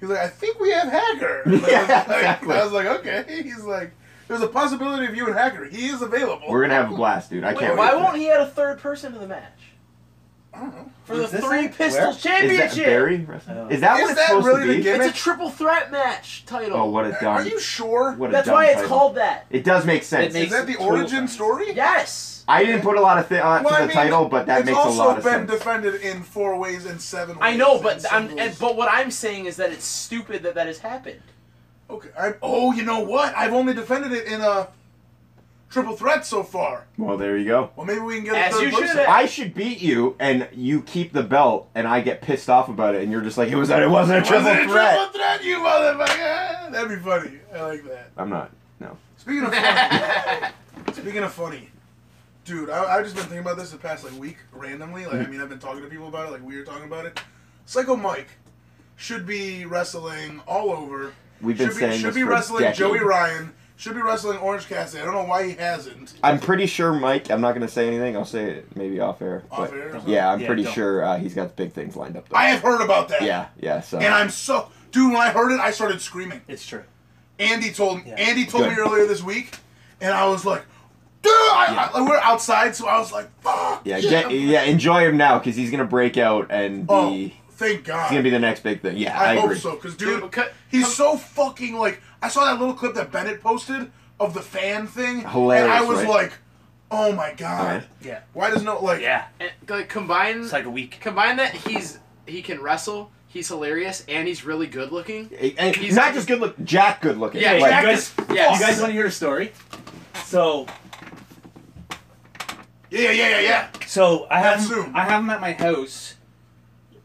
[SPEAKER 3] He's like, I think we
[SPEAKER 1] *laughs*
[SPEAKER 3] have Hacker. And I was
[SPEAKER 1] Yeah,
[SPEAKER 3] like-
[SPEAKER 1] exactly.
[SPEAKER 3] I was like, okay. He's like, there's a possibility of you and Hacker. He is available.
[SPEAKER 1] We're gonna have a blast, dude. I
[SPEAKER 7] Wait,
[SPEAKER 1] can't.
[SPEAKER 7] why
[SPEAKER 1] wait.
[SPEAKER 7] won't he add a third person to the match
[SPEAKER 3] I don't know.
[SPEAKER 7] for
[SPEAKER 5] Is
[SPEAKER 7] the
[SPEAKER 5] this
[SPEAKER 7] three
[SPEAKER 5] it?
[SPEAKER 7] Pistols
[SPEAKER 1] Is
[SPEAKER 7] Championship?
[SPEAKER 1] that Barry?
[SPEAKER 5] Oh.
[SPEAKER 1] Is that
[SPEAKER 3] Is
[SPEAKER 1] what it's
[SPEAKER 3] that
[SPEAKER 1] supposed
[SPEAKER 3] really the
[SPEAKER 1] to be?
[SPEAKER 3] gimmick?
[SPEAKER 7] It's a triple threat match title.
[SPEAKER 1] oh, what a dumb.
[SPEAKER 3] Are you sure?
[SPEAKER 1] what a
[SPEAKER 7] That's
[SPEAKER 1] dumb
[SPEAKER 7] why it's
[SPEAKER 1] title.
[SPEAKER 7] called that.
[SPEAKER 1] It does make sense.
[SPEAKER 5] It makes-
[SPEAKER 3] Is that the
[SPEAKER 5] Total
[SPEAKER 3] origin
[SPEAKER 5] sense.
[SPEAKER 3] story?
[SPEAKER 7] Yes.
[SPEAKER 1] I didn't put a lot of thought onto
[SPEAKER 3] Well, I
[SPEAKER 1] the
[SPEAKER 3] mean,
[SPEAKER 1] title, but that
[SPEAKER 3] it's
[SPEAKER 1] makes a
[SPEAKER 3] also
[SPEAKER 1] lot of
[SPEAKER 3] been
[SPEAKER 1] sense.
[SPEAKER 3] defended in four ways and seven ways.
[SPEAKER 7] I know,
[SPEAKER 3] and
[SPEAKER 7] but I'm and,
[SPEAKER 3] singles.
[SPEAKER 7] but what I'm saying is that it's stupid that that has happened.
[SPEAKER 3] okay. I, oh, you know what? I've only defended it in a triple threat so far.
[SPEAKER 1] well, there you go.
[SPEAKER 3] Well, maybe we can get
[SPEAKER 7] As
[SPEAKER 3] a third
[SPEAKER 7] you
[SPEAKER 3] person.
[SPEAKER 7] should have.
[SPEAKER 1] I should beat you, and you keep the belt, and I get pissed off about it, and you're just like, it was it wasn't a triple
[SPEAKER 3] Was it a
[SPEAKER 1] threat.
[SPEAKER 3] Triple threat, you motherfucker! That'd be funny. I like that.
[SPEAKER 1] I'm not. No.
[SPEAKER 3] Speaking of funny,
[SPEAKER 7] *laughs*
[SPEAKER 3] speaking of funny, dude, I, I've just been thinking about this the past like week randomly. Like, I mean, I've been talking to people about it. Like, we were talking about it. Psycho Mike should be wrestling all over.
[SPEAKER 1] We've been
[SPEAKER 3] should be,
[SPEAKER 1] saying
[SPEAKER 3] should
[SPEAKER 1] this
[SPEAKER 3] be
[SPEAKER 1] for
[SPEAKER 3] wrestling
[SPEAKER 1] decades.
[SPEAKER 3] Joey Ryan. Should be wrestling Orange Cassidy. I don't know why he hasn't.
[SPEAKER 1] I'm pretty sure, Mike. I'm not gonna say anything. I'll say it maybe off air.
[SPEAKER 3] Off
[SPEAKER 1] but
[SPEAKER 3] air or something?
[SPEAKER 1] yeah, I'm
[SPEAKER 5] Yeah,
[SPEAKER 1] pretty
[SPEAKER 5] don't.
[SPEAKER 1] sure uh, he's got big things lined up. Though.
[SPEAKER 3] I have heard about that.
[SPEAKER 1] Yeah, yeah. So
[SPEAKER 3] And I'm so dude. When I heard it, I started screaming.
[SPEAKER 5] It's true.
[SPEAKER 3] Andy told
[SPEAKER 5] Yeah.
[SPEAKER 3] Andy told me
[SPEAKER 1] Good.
[SPEAKER 3] earlier this week, and I was like, "Duh!" I, I- we're outside, so I was like, "Fuck!"
[SPEAKER 1] Yeah, get,
[SPEAKER 3] *laughs*
[SPEAKER 1] yeah, enjoy him now because he's gonna break out and be.
[SPEAKER 3] Oh,
[SPEAKER 1] he's
[SPEAKER 3] thank God.
[SPEAKER 1] gonna be the next big thing. Yeah, I,
[SPEAKER 3] I, hope
[SPEAKER 1] agree.
[SPEAKER 3] so, because
[SPEAKER 4] Dude,
[SPEAKER 3] dude,
[SPEAKER 4] but cut-
[SPEAKER 3] he's
[SPEAKER 4] come-
[SPEAKER 3] so fucking like. I saw that little clip that Bennett posted of the fan thing,
[SPEAKER 1] Hilarious,
[SPEAKER 3] and I was
[SPEAKER 1] right?
[SPEAKER 3] like, "Oh my God,
[SPEAKER 1] Alright.
[SPEAKER 5] Yeah.
[SPEAKER 3] why does no like?"
[SPEAKER 5] Yeah.
[SPEAKER 4] And, like combine
[SPEAKER 5] It's like a week.
[SPEAKER 4] combine that he's he can wrestle, he's hilarious, and he's really good looking.
[SPEAKER 1] And- and
[SPEAKER 4] He's-
[SPEAKER 1] not just good look, Jack good looking.
[SPEAKER 4] Yeah,
[SPEAKER 5] Hey,
[SPEAKER 1] Like,
[SPEAKER 4] Jack-
[SPEAKER 5] you guys,
[SPEAKER 4] Yes.
[SPEAKER 5] you guys want to hear a story? So,
[SPEAKER 3] yeah, yeah, yeah, yeah.
[SPEAKER 5] so I have
[SPEAKER 3] That's
[SPEAKER 5] him,
[SPEAKER 3] soon.
[SPEAKER 5] I have him at my house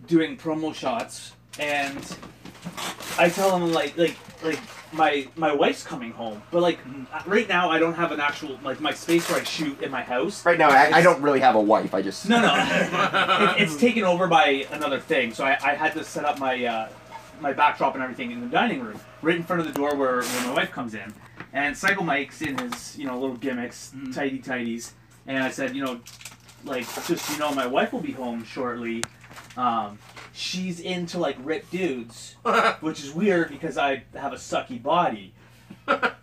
[SPEAKER 5] doing promo shots, and I tell him like like like my my wife's coming home, but like right now I don't have an actual like my space where I shoot in my house.
[SPEAKER 1] Right now, I, I don't really have a wife. I just
[SPEAKER 5] No, no, *laughs* it, it's taken over by another thing. So I, I had to set up my uh, my backdrop and everything in the dining room, right in front of the door where, where my wife comes in. And Cycle Mike's in his you know little gimmicks, tidy tidies, and I said you know, like just you know my wife will be home shortly. Um,
[SPEAKER 3] *laughs*
[SPEAKER 5] she's into like ripped dudes, which is weird because I have a sucky body.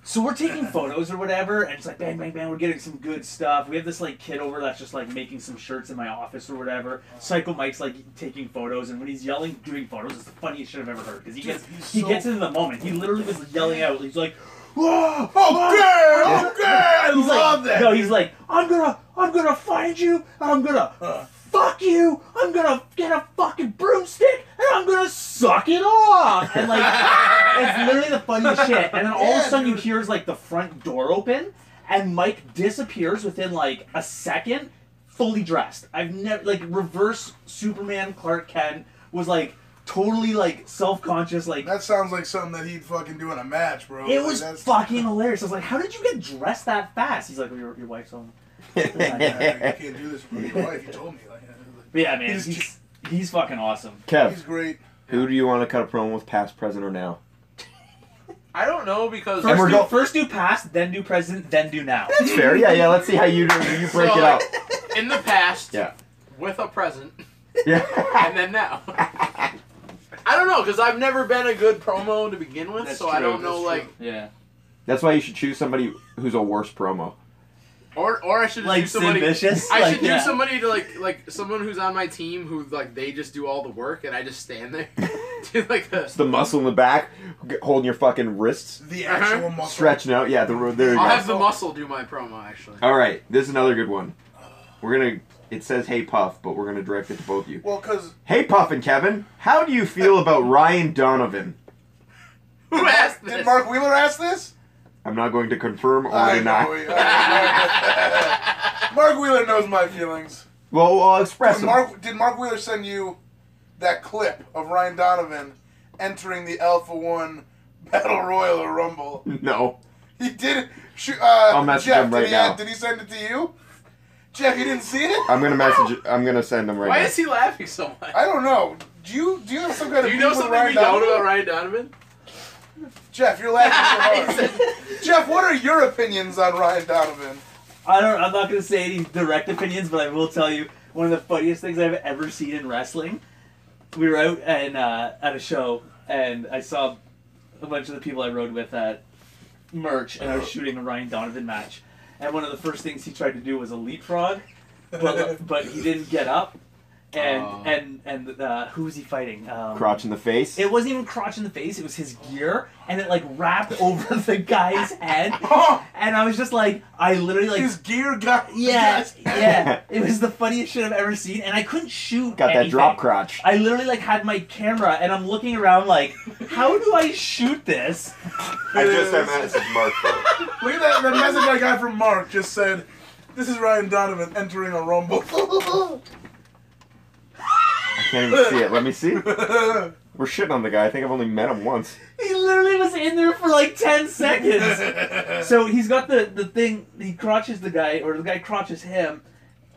[SPEAKER 5] So we're taking photos or whatever, and it's like bang, bang, bang. We're getting some good stuff. We have this like kid over that's just like making some shirts in my office or whatever. Psycho Mike's like taking photos, and when he's yelling, doing photos, it's the funniest shit I've ever heard because he gets
[SPEAKER 3] Dude, he's
[SPEAKER 5] he
[SPEAKER 3] so-
[SPEAKER 5] gets into the moment. He literally was yelling out. He's like,
[SPEAKER 3] Whoa! Oh, Okay! Okay! I
[SPEAKER 5] Oh, he's
[SPEAKER 3] love
[SPEAKER 5] like,
[SPEAKER 3] that!
[SPEAKER 5] No, he's like, I'm gonna, I'm gonna find you, and I'm gonna
[SPEAKER 3] Uh.
[SPEAKER 5] fuck you. I'm gonna get a fucking broomstick, and I'm gonna suck it off. And
[SPEAKER 3] *laughs*
[SPEAKER 5] like, it's literally the funniest shit. And then all of
[SPEAKER 3] Yeah,
[SPEAKER 5] a sudden,
[SPEAKER 3] dude.
[SPEAKER 5] you hear like the front door open, and Mike disappears within like a second, fully dressed. I've never like reverse Superman Clark Kent was like totally like self conscious like.
[SPEAKER 3] That sounds like something that he'd fucking do in a match, bro.
[SPEAKER 5] It
[SPEAKER 3] Like,
[SPEAKER 5] was
[SPEAKER 3] that's-
[SPEAKER 5] fucking hilarious. I was like, "How did you get dressed that fast?" He's like, well, "Your your wife's home."
[SPEAKER 3] *laughs* Yeah, like, you can't do this for your wife. You told me. Like,
[SPEAKER 5] But yeah, man,
[SPEAKER 3] He's-
[SPEAKER 5] he's, he's fucking awesome.
[SPEAKER 3] he's
[SPEAKER 1] Kev,
[SPEAKER 3] great.
[SPEAKER 1] who do you want to cut a promo with, past, present, or now?
[SPEAKER 4] I don't know because
[SPEAKER 5] First,
[SPEAKER 1] we're
[SPEAKER 5] do,
[SPEAKER 1] go-
[SPEAKER 5] first do past, then do present, then do now.
[SPEAKER 1] That's fair. Yeah, yeah. Let's see how you do. You break
[SPEAKER 4] So,
[SPEAKER 1] it up.
[SPEAKER 4] in the
[SPEAKER 1] *laughs*
[SPEAKER 4] past,
[SPEAKER 1] Yeah.
[SPEAKER 4] with a present,
[SPEAKER 1] Yeah.
[SPEAKER 4] and then now. *laughs* I don't know because I've never been a good promo to begin with,
[SPEAKER 5] That's
[SPEAKER 4] so I
[SPEAKER 5] true,
[SPEAKER 4] don't know
[SPEAKER 3] that's
[SPEAKER 4] like
[SPEAKER 3] true.
[SPEAKER 5] Yeah.
[SPEAKER 1] *laughs* That's why you should choose somebody who's a worse promo.
[SPEAKER 4] or or I should just
[SPEAKER 5] Like
[SPEAKER 4] do
[SPEAKER 5] Sid
[SPEAKER 4] somebody.
[SPEAKER 5] Vicious.
[SPEAKER 4] I
[SPEAKER 5] like,
[SPEAKER 4] should
[SPEAKER 5] yeah.
[SPEAKER 4] do
[SPEAKER 5] *laughs*
[SPEAKER 4] somebody to like like someone who's on my team who like they just do all the work and I just stand
[SPEAKER 5] *laughs*
[SPEAKER 4] there, *laughs* do like a,
[SPEAKER 1] It's the muscle in the back, g- holding your fucking wrists,
[SPEAKER 3] The actual
[SPEAKER 4] Uh-huh.
[SPEAKER 3] muscle.
[SPEAKER 1] stretching out. Yeah, the, there you
[SPEAKER 4] I'll
[SPEAKER 1] go.
[SPEAKER 4] have the muscle do my promo actually.
[SPEAKER 1] All right, this is another good one. We're gonna. It says "Hey Puff," but we're gonna direct it to both you.
[SPEAKER 3] Well, because
[SPEAKER 1] Hey Puff and Kevin, how do you feel about Ryan Donovan?
[SPEAKER 4] Who asked this?
[SPEAKER 3] did Mark Wheeler ask this?
[SPEAKER 1] I'm not going to confirm or
[SPEAKER 3] I
[SPEAKER 1] deny.
[SPEAKER 3] know. he- I know. Mark Wheeler knows my feelings.
[SPEAKER 1] Well, I'll express
[SPEAKER 3] Did
[SPEAKER 1] them.
[SPEAKER 3] Mark, did Mark Wheeler send you that clip of Ryan Donovan entering the Alpha One Battle Royal or Rumble?
[SPEAKER 1] *laughs* No,
[SPEAKER 3] He did. Sh- uh,
[SPEAKER 1] I'll message
[SPEAKER 3] Jeff,
[SPEAKER 1] him right
[SPEAKER 3] did he,
[SPEAKER 1] now.
[SPEAKER 3] Did he send it to you? Jeff, you didn't see it?
[SPEAKER 1] I'm gonna message. I'm gonna send him right
[SPEAKER 4] Why
[SPEAKER 1] now.
[SPEAKER 4] is he laughing so much?
[SPEAKER 3] I don't know. Do you do you have some kind
[SPEAKER 4] Do
[SPEAKER 3] of
[SPEAKER 4] you
[SPEAKER 3] beef
[SPEAKER 4] know
[SPEAKER 3] with
[SPEAKER 4] something
[SPEAKER 3] Ryan
[SPEAKER 4] we don't
[SPEAKER 3] Donovan?
[SPEAKER 4] about Ryan Donovan?
[SPEAKER 3] Jeff, you're laughing so
[SPEAKER 4] *laughs* He
[SPEAKER 3] hard.
[SPEAKER 4] said-
[SPEAKER 3] Jeff, what are your opinions on Ryan Donovan?
[SPEAKER 5] I don't. I'm not gonna say any direct opinions, but I will tell you one of the funniest things I've ever seen in wrestling. We were out and uh, at a show, and I saw a bunch of the people I rode with at merch, and I was shooting a Ryan Donovan match. And one of the first things he tried to do was a leapfrog, but but he didn't get up. And
[SPEAKER 4] Oh.
[SPEAKER 5] and and uh, who was he fighting? Um,
[SPEAKER 1] Crotch in the face.
[SPEAKER 5] It wasn't even crotch in the face. It was his gear, and it like wrapped *laughs* over the guy's head.
[SPEAKER 3] Oh,
[SPEAKER 5] And I was just like, I literally like
[SPEAKER 3] his gear got
[SPEAKER 5] yeah,
[SPEAKER 3] *laughs* Yes.
[SPEAKER 5] yeah. It was the funniest shit I've ever seen, and I couldn't shoot.
[SPEAKER 1] Got that
[SPEAKER 5] anything.
[SPEAKER 1] drop crotch.
[SPEAKER 5] I literally like had my camera, and I'm looking around like, how do I shoot this?
[SPEAKER 1] I just sent message Mark.
[SPEAKER 3] Look at that, that message I got from Mark. Just said, "This is Ryan Donovan entering a rumble." *laughs*
[SPEAKER 1] I can't even see it. Let me see.
[SPEAKER 3] he
[SPEAKER 1] We're shitting on the guy. I think I've only met him once.
[SPEAKER 5] He literally was in there for like
[SPEAKER 1] *laughs*
[SPEAKER 5] ten seconds. so he's got the the thing. He crotches the guy, or the guy crotches him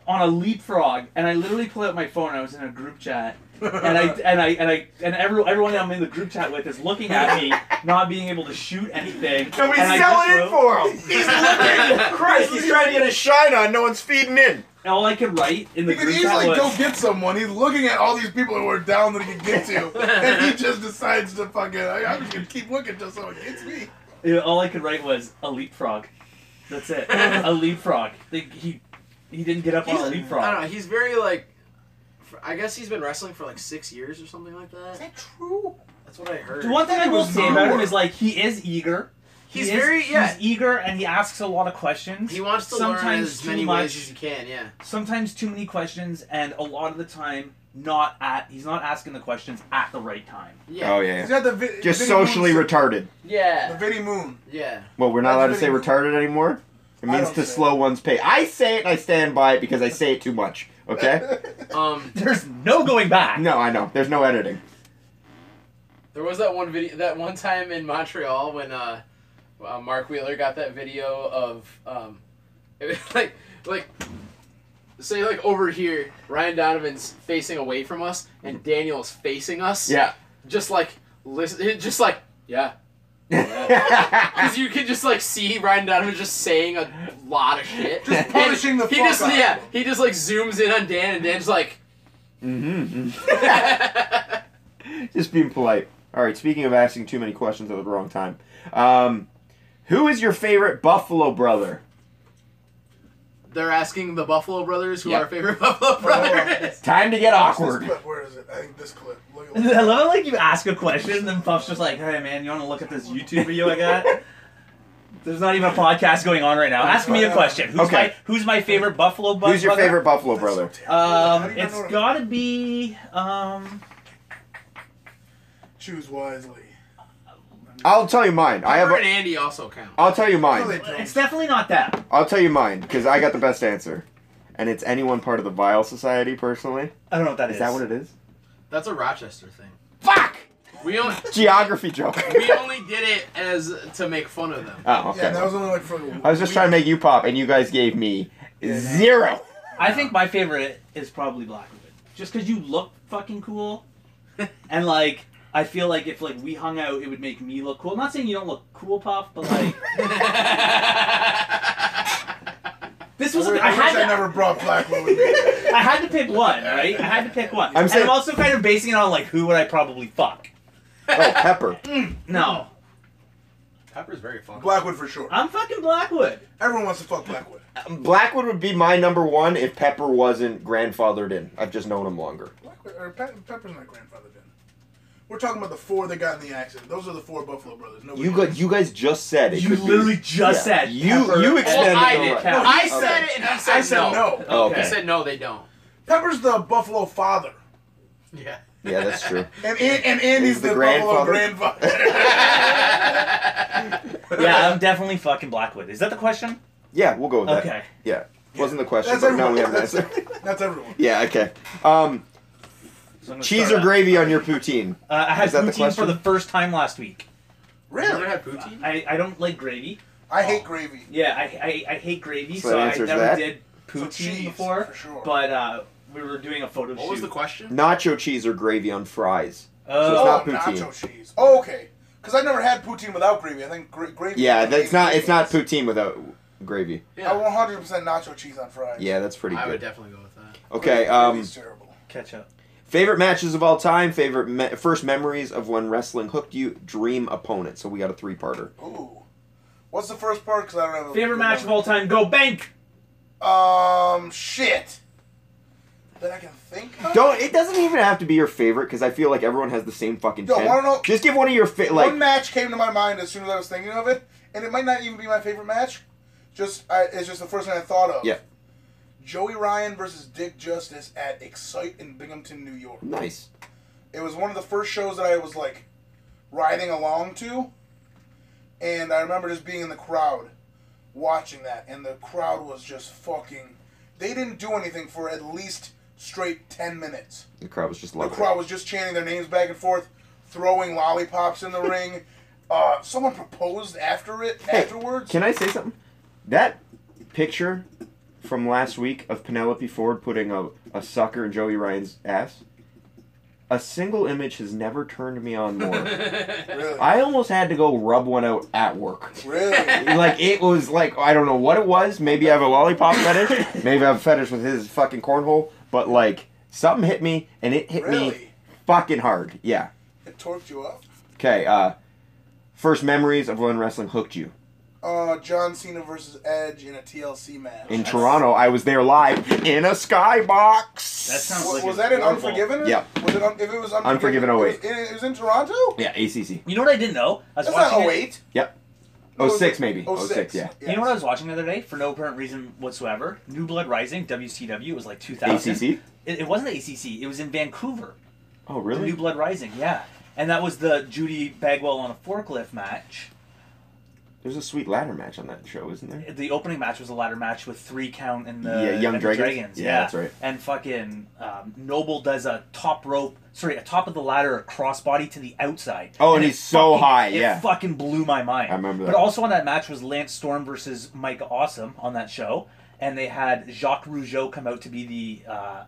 [SPEAKER 5] on a leapfrog, and I literally pull out my phone. I was in a group chat. and I and I and I and every, everyone I'm in the group chat with is looking
[SPEAKER 1] *laughs*
[SPEAKER 5] at me, not being able to shoot anything.
[SPEAKER 1] So we
[SPEAKER 5] and I
[SPEAKER 1] sell
[SPEAKER 5] just
[SPEAKER 1] it in
[SPEAKER 5] wrote-
[SPEAKER 1] for
[SPEAKER 5] *laughs*
[SPEAKER 1] him. He's looking. Christ, he's trying to get a shine on. No one's feeding in.
[SPEAKER 5] all I could write in the
[SPEAKER 3] could
[SPEAKER 5] group chat
[SPEAKER 3] easily
[SPEAKER 5] was,
[SPEAKER 3] go get someone. He's looking at all these people who are down that he can
[SPEAKER 1] *laughs*
[SPEAKER 3] get to, and he just decides to fucking. I, I'm just gonna keep looking till someone gets me.
[SPEAKER 5] Yeah, all I could write was a leapfrog. That's it,
[SPEAKER 4] *laughs*
[SPEAKER 5] a leapfrog. They, he he didn't get up on a
[SPEAKER 4] I don't
[SPEAKER 5] leapfrog.
[SPEAKER 4] know. He's very like. f- I guess he's been wrestling for like six years or something like that.
[SPEAKER 3] that true?
[SPEAKER 4] That's what I heard.
[SPEAKER 5] The one thing I will
[SPEAKER 3] was
[SPEAKER 5] say about him
[SPEAKER 3] more.
[SPEAKER 5] is like he is eager. He
[SPEAKER 4] He's
[SPEAKER 5] is-
[SPEAKER 4] very- yeah.
[SPEAKER 5] He's eager and he asks a lot of questions.
[SPEAKER 4] He wants to learn
[SPEAKER 5] Sometimes
[SPEAKER 4] as
[SPEAKER 5] too
[SPEAKER 4] many
[SPEAKER 5] much.
[SPEAKER 4] ways as he can. Yeah.
[SPEAKER 3] Oh,
[SPEAKER 5] Sometimes too many questions, and a lot of the time not at. He's not asking the questions at the right time.
[SPEAKER 4] Yeah.
[SPEAKER 1] Oh
[SPEAKER 3] He's
[SPEAKER 1] yeah.
[SPEAKER 3] got the vi-
[SPEAKER 1] Just
[SPEAKER 3] Vinny Moon
[SPEAKER 1] socially
[SPEAKER 3] sy-
[SPEAKER 1] retarded.
[SPEAKER 3] The
[SPEAKER 4] Yeah.
[SPEAKER 3] Vinny Moon.
[SPEAKER 4] Yeah.
[SPEAKER 1] Well, we're not allowed to say
[SPEAKER 3] That's
[SPEAKER 1] retarded anymore. It
[SPEAKER 3] I
[SPEAKER 1] means
[SPEAKER 3] don't
[SPEAKER 1] to
[SPEAKER 3] say
[SPEAKER 1] slow one's pace. I say it and I stand by it because I say it too much.
[SPEAKER 3] *laughs*
[SPEAKER 1] Okay?
[SPEAKER 4] Um.
[SPEAKER 5] There's no going back.
[SPEAKER 1] no, I know. There's no editing.
[SPEAKER 4] There was that one video, that one time in Montreal when uh, uh Mark Wheeler got that video of um, *laughs* it was like like say like over here, Ryan Donovan's facing away from us and Daniel's facing
[SPEAKER 3] *laughs*
[SPEAKER 4] us.
[SPEAKER 1] Yeah.
[SPEAKER 4] Just like listen, just like yeah.
[SPEAKER 1] Mm-hmm,
[SPEAKER 4] Because you can just like see Ryan Donovan just saying a lot of shit.
[SPEAKER 3] *laughs* Just
[SPEAKER 4] And
[SPEAKER 3] punishing the
[SPEAKER 4] he
[SPEAKER 3] fuck
[SPEAKER 4] just
[SPEAKER 3] out of
[SPEAKER 4] yeah.
[SPEAKER 3] him.
[SPEAKER 4] He just like zooms in on Dan and Dan's like.
[SPEAKER 1] hmm Just being polite. All right, speaking of asking too many questions at the wrong time, um, Who is your favorite Buffalo brother?
[SPEAKER 4] They're asking the Buffalo Brothers who
[SPEAKER 1] Yep.
[SPEAKER 4] our favorite *laughs* Buffalo
[SPEAKER 1] Oh.
[SPEAKER 4] Brother is.
[SPEAKER 1] Time to get
[SPEAKER 3] This
[SPEAKER 1] awkward.
[SPEAKER 3] clip, where is it? I think this clip. Look at
[SPEAKER 5] I love it like you ask a question and then Puff's just like, hey man, you want to look at this YouTube video I got? There's not even a podcast going on right now. Ask me a question. Who's
[SPEAKER 1] Okay.
[SPEAKER 5] my Who's my favorite Buffalo bu-
[SPEAKER 1] Who's your
[SPEAKER 5] brother?
[SPEAKER 1] favorite Buffalo brother?
[SPEAKER 5] Um,
[SPEAKER 3] It's
[SPEAKER 5] it's gotta be um.
[SPEAKER 3] Choose wisely.
[SPEAKER 1] I'll tell you mine. I have.
[SPEAKER 4] Pepper and
[SPEAKER 1] A,
[SPEAKER 4] Andy also count.
[SPEAKER 1] I'll tell you
[SPEAKER 3] No, they
[SPEAKER 1] mine.
[SPEAKER 3] don't.
[SPEAKER 5] It's definitely not that.
[SPEAKER 1] I'll tell you mine because I got the best answer, and it's anyone part of the Vile Society. Personally,
[SPEAKER 5] I don't know what that is.
[SPEAKER 1] is that what it is?
[SPEAKER 4] That's a Rochester thing.
[SPEAKER 1] Fuck!
[SPEAKER 4] We only
[SPEAKER 1] Geography joke.
[SPEAKER 4] *laughs* we only did it as to make fun of them.
[SPEAKER 1] *laughs* oh, okay.
[SPEAKER 3] Yeah, that was only like for. a
[SPEAKER 1] I was just
[SPEAKER 3] week.
[SPEAKER 1] trying to make you pop, and you guys gave me
[SPEAKER 5] *laughs*
[SPEAKER 1] zero.
[SPEAKER 5] I think my favorite is probably Blackwood, just because you look fucking
[SPEAKER 1] *laughs*
[SPEAKER 5] cool, and like I feel like if like we hung out, it would make me look cool. I'm not saying you don't look cool, Puff,
[SPEAKER 1] *laughs*
[SPEAKER 5] but like this was
[SPEAKER 3] I
[SPEAKER 5] a,
[SPEAKER 3] wish
[SPEAKER 5] I had
[SPEAKER 3] I
[SPEAKER 5] to,
[SPEAKER 3] never brought Blackwood with me.
[SPEAKER 1] Oh,
[SPEAKER 5] I had to pick one, right? I had to pick one.
[SPEAKER 1] I'm
[SPEAKER 5] and
[SPEAKER 1] saying-
[SPEAKER 5] I'm also kind of basing it on like who would I probably fuck.
[SPEAKER 1] Oh, Pepper.
[SPEAKER 5] No,
[SPEAKER 4] Pepper's very fun.
[SPEAKER 3] Blackwood for sure.
[SPEAKER 5] I'm
[SPEAKER 1] *laughs*
[SPEAKER 5] fucking Blackwood.
[SPEAKER 3] Everyone wants to fuck Blackwood.
[SPEAKER 1] Blackwood would be my number one if Pepper wasn't grandfathered in. I've just known him longer.
[SPEAKER 3] Blackwood or Pe- Pepper's not grandfathered in. We're talking about the four that got in the accident. Those are the four Buffalo brothers. Nobody
[SPEAKER 1] You got, you guys just said it.
[SPEAKER 5] You
[SPEAKER 1] could be-
[SPEAKER 5] literally just
[SPEAKER 1] Yeah.
[SPEAKER 5] said
[SPEAKER 1] You-
[SPEAKER 5] Pepper
[SPEAKER 1] you
[SPEAKER 5] and-
[SPEAKER 1] expanded
[SPEAKER 4] I
[SPEAKER 1] on
[SPEAKER 4] did.
[SPEAKER 1] it.
[SPEAKER 5] No,
[SPEAKER 4] I
[SPEAKER 5] he
[SPEAKER 4] said
[SPEAKER 1] Okay.
[SPEAKER 4] it and he said,
[SPEAKER 3] I said no.
[SPEAKER 1] Oh,
[SPEAKER 4] He
[SPEAKER 1] okay.
[SPEAKER 4] said no, they don't.
[SPEAKER 3] Pepper's the Buffalo father,
[SPEAKER 4] Yeah.
[SPEAKER 1] Yeah, that's true.
[SPEAKER 3] and An- and Andy's
[SPEAKER 1] He's the
[SPEAKER 3] the, Buffalo
[SPEAKER 1] grandfather?
[SPEAKER 3] grandfather.
[SPEAKER 1] *laughs*
[SPEAKER 5] Yeah, I'm definitely fucking Blackwood. Is that the question?
[SPEAKER 1] Yeah, we'll go with that.
[SPEAKER 5] Okay.
[SPEAKER 1] Yeah. Wasn't the question,
[SPEAKER 3] That's
[SPEAKER 1] but now
[SPEAKER 3] everyone.
[SPEAKER 1] we have an
[SPEAKER 3] That's,
[SPEAKER 1] answer.
[SPEAKER 3] *laughs* that's everyone.
[SPEAKER 1] *laughs* yeah, okay. Um,
[SPEAKER 5] So I'm gonna
[SPEAKER 1] cheese
[SPEAKER 5] start
[SPEAKER 1] or
[SPEAKER 5] out.
[SPEAKER 1] gravy on your poutine?
[SPEAKER 5] Uh, I had
[SPEAKER 1] Is that the
[SPEAKER 5] poutine for
[SPEAKER 1] question?
[SPEAKER 5] the first time last week.
[SPEAKER 4] You ever had poutine?
[SPEAKER 5] I, I don't like gravy.
[SPEAKER 3] I hate gravy.
[SPEAKER 5] Yeah, I, I, I hate gravy,
[SPEAKER 1] So
[SPEAKER 5] so,
[SPEAKER 1] that
[SPEAKER 5] I never
[SPEAKER 1] answers that.
[SPEAKER 5] did
[SPEAKER 3] So
[SPEAKER 5] poutine
[SPEAKER 3] cheese,
[SPEAKER 5] before.
[SPEAKER 3] for sure.
[SPEAKER 5] But uh, we were doing a photo
[SPEAKER 4] What
[SPEAKER 5] shoot.
[SPEAKER 4] was the question?
[SPEAKER 1] Nacho cheese or gravy on fries?
[SPEAKER 5] Oh,
[SPEAKER 1] it's not poutine.
[SPEAKER 3] nacho cheese. Oh, okay. Because I never had poutine without gravy. I think gra- gravy.
[SPEAKER 1] Yeah, that's
[SPEAKER 3] gravy-
[SPEAKER 1] not. It's not poutine without gravy.
[SPEAKER 3] I 100 percent nacho cheese on fries.
[SPEAKER 1] Yeah, that's pretty
[SPEAKER 4] I would
[SPEAKER 1] good.
[SPEAKER 4] definitely go with that.
[SPEAKER 1] Okay.
[SPEAKER 3] Gravy's
[SPEAKER 1] Um,
[SPEAKER 3] terrible.
[SPEAKER 5] ketchup.
[SPEAKER 1] favorite matches of all time. Favorite me- first memories of when wrestling hooked you. Dream opponent. So we got a three-parter.
[SPEAKER 3] Ooh. What's the first part? Because I don't have a
[SPEAKER 5] Favorite
[SPEAKER 3] good
[SPEAKER 5] match of
[SPEAKER 3] memory.
[SPEAKER 5] all time? Go bank.
[SPEAKER 3] Um, shit. That I can think of.
[SPEAKER 1] Don't. It doesn't even have to be your favorite because I feel like everyone has the same fucking.
[SPEAKER 3] Yo,
[SPEAKER 1] ten.
[SPEAKER 3] why don't-
[SPEAKER 1] Just give one of your fa- like.
[SPEAKER 3] one match came to my mind as soon as I was thinking of it, and it might not even be my favorite match. Just I, it's just the first thing I thought of.
[SPEAKER 1] Yeah.
[SPEAKER 3] Joey Ryan versus Dick Justice at Excite in Binghamton, New York.
[SPEAKER 1] nice.
[SPEAKER 3] It was one of the first shows that I was like riding along to, and I remember just being in the crowd watching that, and the crowd was just fucking. They didn't do anything for at least straight ten minutes.
[SPEAKER 1] The crowd was just
[SPEAKER 3] The
[SPEAKER 1] loving.
[SPEAKER 3] crowd was just chanting their names back and forth, throwing lollipops in the ring. Uh, someone proposed after it
[SPEAKER 1] Hey,
[SPEAKER 3] afterwards.
[SPEAKER 1] Can I say something? That picture from last week of Penelope Ford putting a, a sucker in Joey Ryan's ass. A single image has never turned me on more.
[SPEAKER 3] really?
[SPEAKER 1] I almost had to go rub one out at work. *laughs*
[SPEAKER 3] really?
[SPEAKER 1] Like it was like I don't know what it was. Maybe I have a lollipop fetish. Maybe I have a fetish with his fucking cornhole. But like something hit me and it hit me
[SPEAKER 3] Really?
[SPEAKER 1] fucking hard. Yeah.
[SPEAKER 3] It torqued you up?
[SPEAKER 1] Okay. Uh, first memories of when wrestling hooked you.
[SPEAKER 3] Uh, John Cena versus Edge in a TLC match.
[SPEAKER 1] In Toronto, I was there live in a skybox.
[SPEAKER 5] That sounds
[SPEAKER 3] Wa-
[SPEAKER 5] like
[SPEAKER 3] was
[SPEAKER 5] a
[SPEAKER 3] that in
[SPEAKER 5] horrible-
[SPEAKER 3] Unforgiven?
[SPEAKER 1] Yeah.
[SPEAKER 3] Was it un- if it was
[SPEAKER 1] Unforgiven
[SPEAKER 3] Unforgiven? It
[SPEAKER 1] 08.
[SPEAKER 3] was, in, it was in Toronto?
[SPEAKER 1] Yeah, ACC.
[SPEAKER 5] You know what I didn't know? I was
[SPEAKER 3] That's
[SPEAKER 5] watching.
[SPEAKER 3] not
[SPEAKER 5] it-
[SPEAKER 3] 08.
[SPEAKER 1] Oh
[SPEAKER 3] No,
[SPEAKER 1] six maybe. Oh
[SPEAKER 3] 06,
[SPEAKER 1] six, yeah.
[SPEAKER 5] You know what I was watching the other day for no apparent reason whatsoever? New Blood Rising, WCW. It was like 2000.
[SPEAKER 1] ACC?
[SPEAKER 5] It, it wasn't ACC. It was in Vancouver.
[SPEAKER 1] Oh,
[SPEAKER 5] The
[SPEAKER 1] really?
[SPEAKER 5] New Blood Rising. Yeah, and that was the Judy Bagwell on a forklift match.
[SPEAKER 1] There's a sweet ladder match on that show, isn't there?
[SPEAKER 5] the opening match was a ladder match with three count and the
[SPEAKER 1] Yeah, Young
[SPEAKER 5] and the
[SPEAKER 1] Dragons?
[SPEAKER 5] dragons
[SPEAKER 1] Yeah,
[SPEAKER 5] yeah,
[SPEAKER 1] that's right.
[SPEAKER 5] And fucking um, Noble does a top rope, sorry, a top of the ladder crossbody to the outside.
[SPEAKER 1] Oh, and
[SPEAKER 5] it
[SPEAKER 1] he's so
[SPEAKER 5] fucking-
[SPEAKER 1] high, yeah.
[SPEAKER 5] it fucking blew my mind.
[SPEAKER 1] I remember
[SPEAKER 5] But
[SPEAKER 1] that.
[SPEAKER 5] also on that match was Lance Storm versus Mike Awesome on that show, and they had Jacques Rougeau come out to be the. Uh,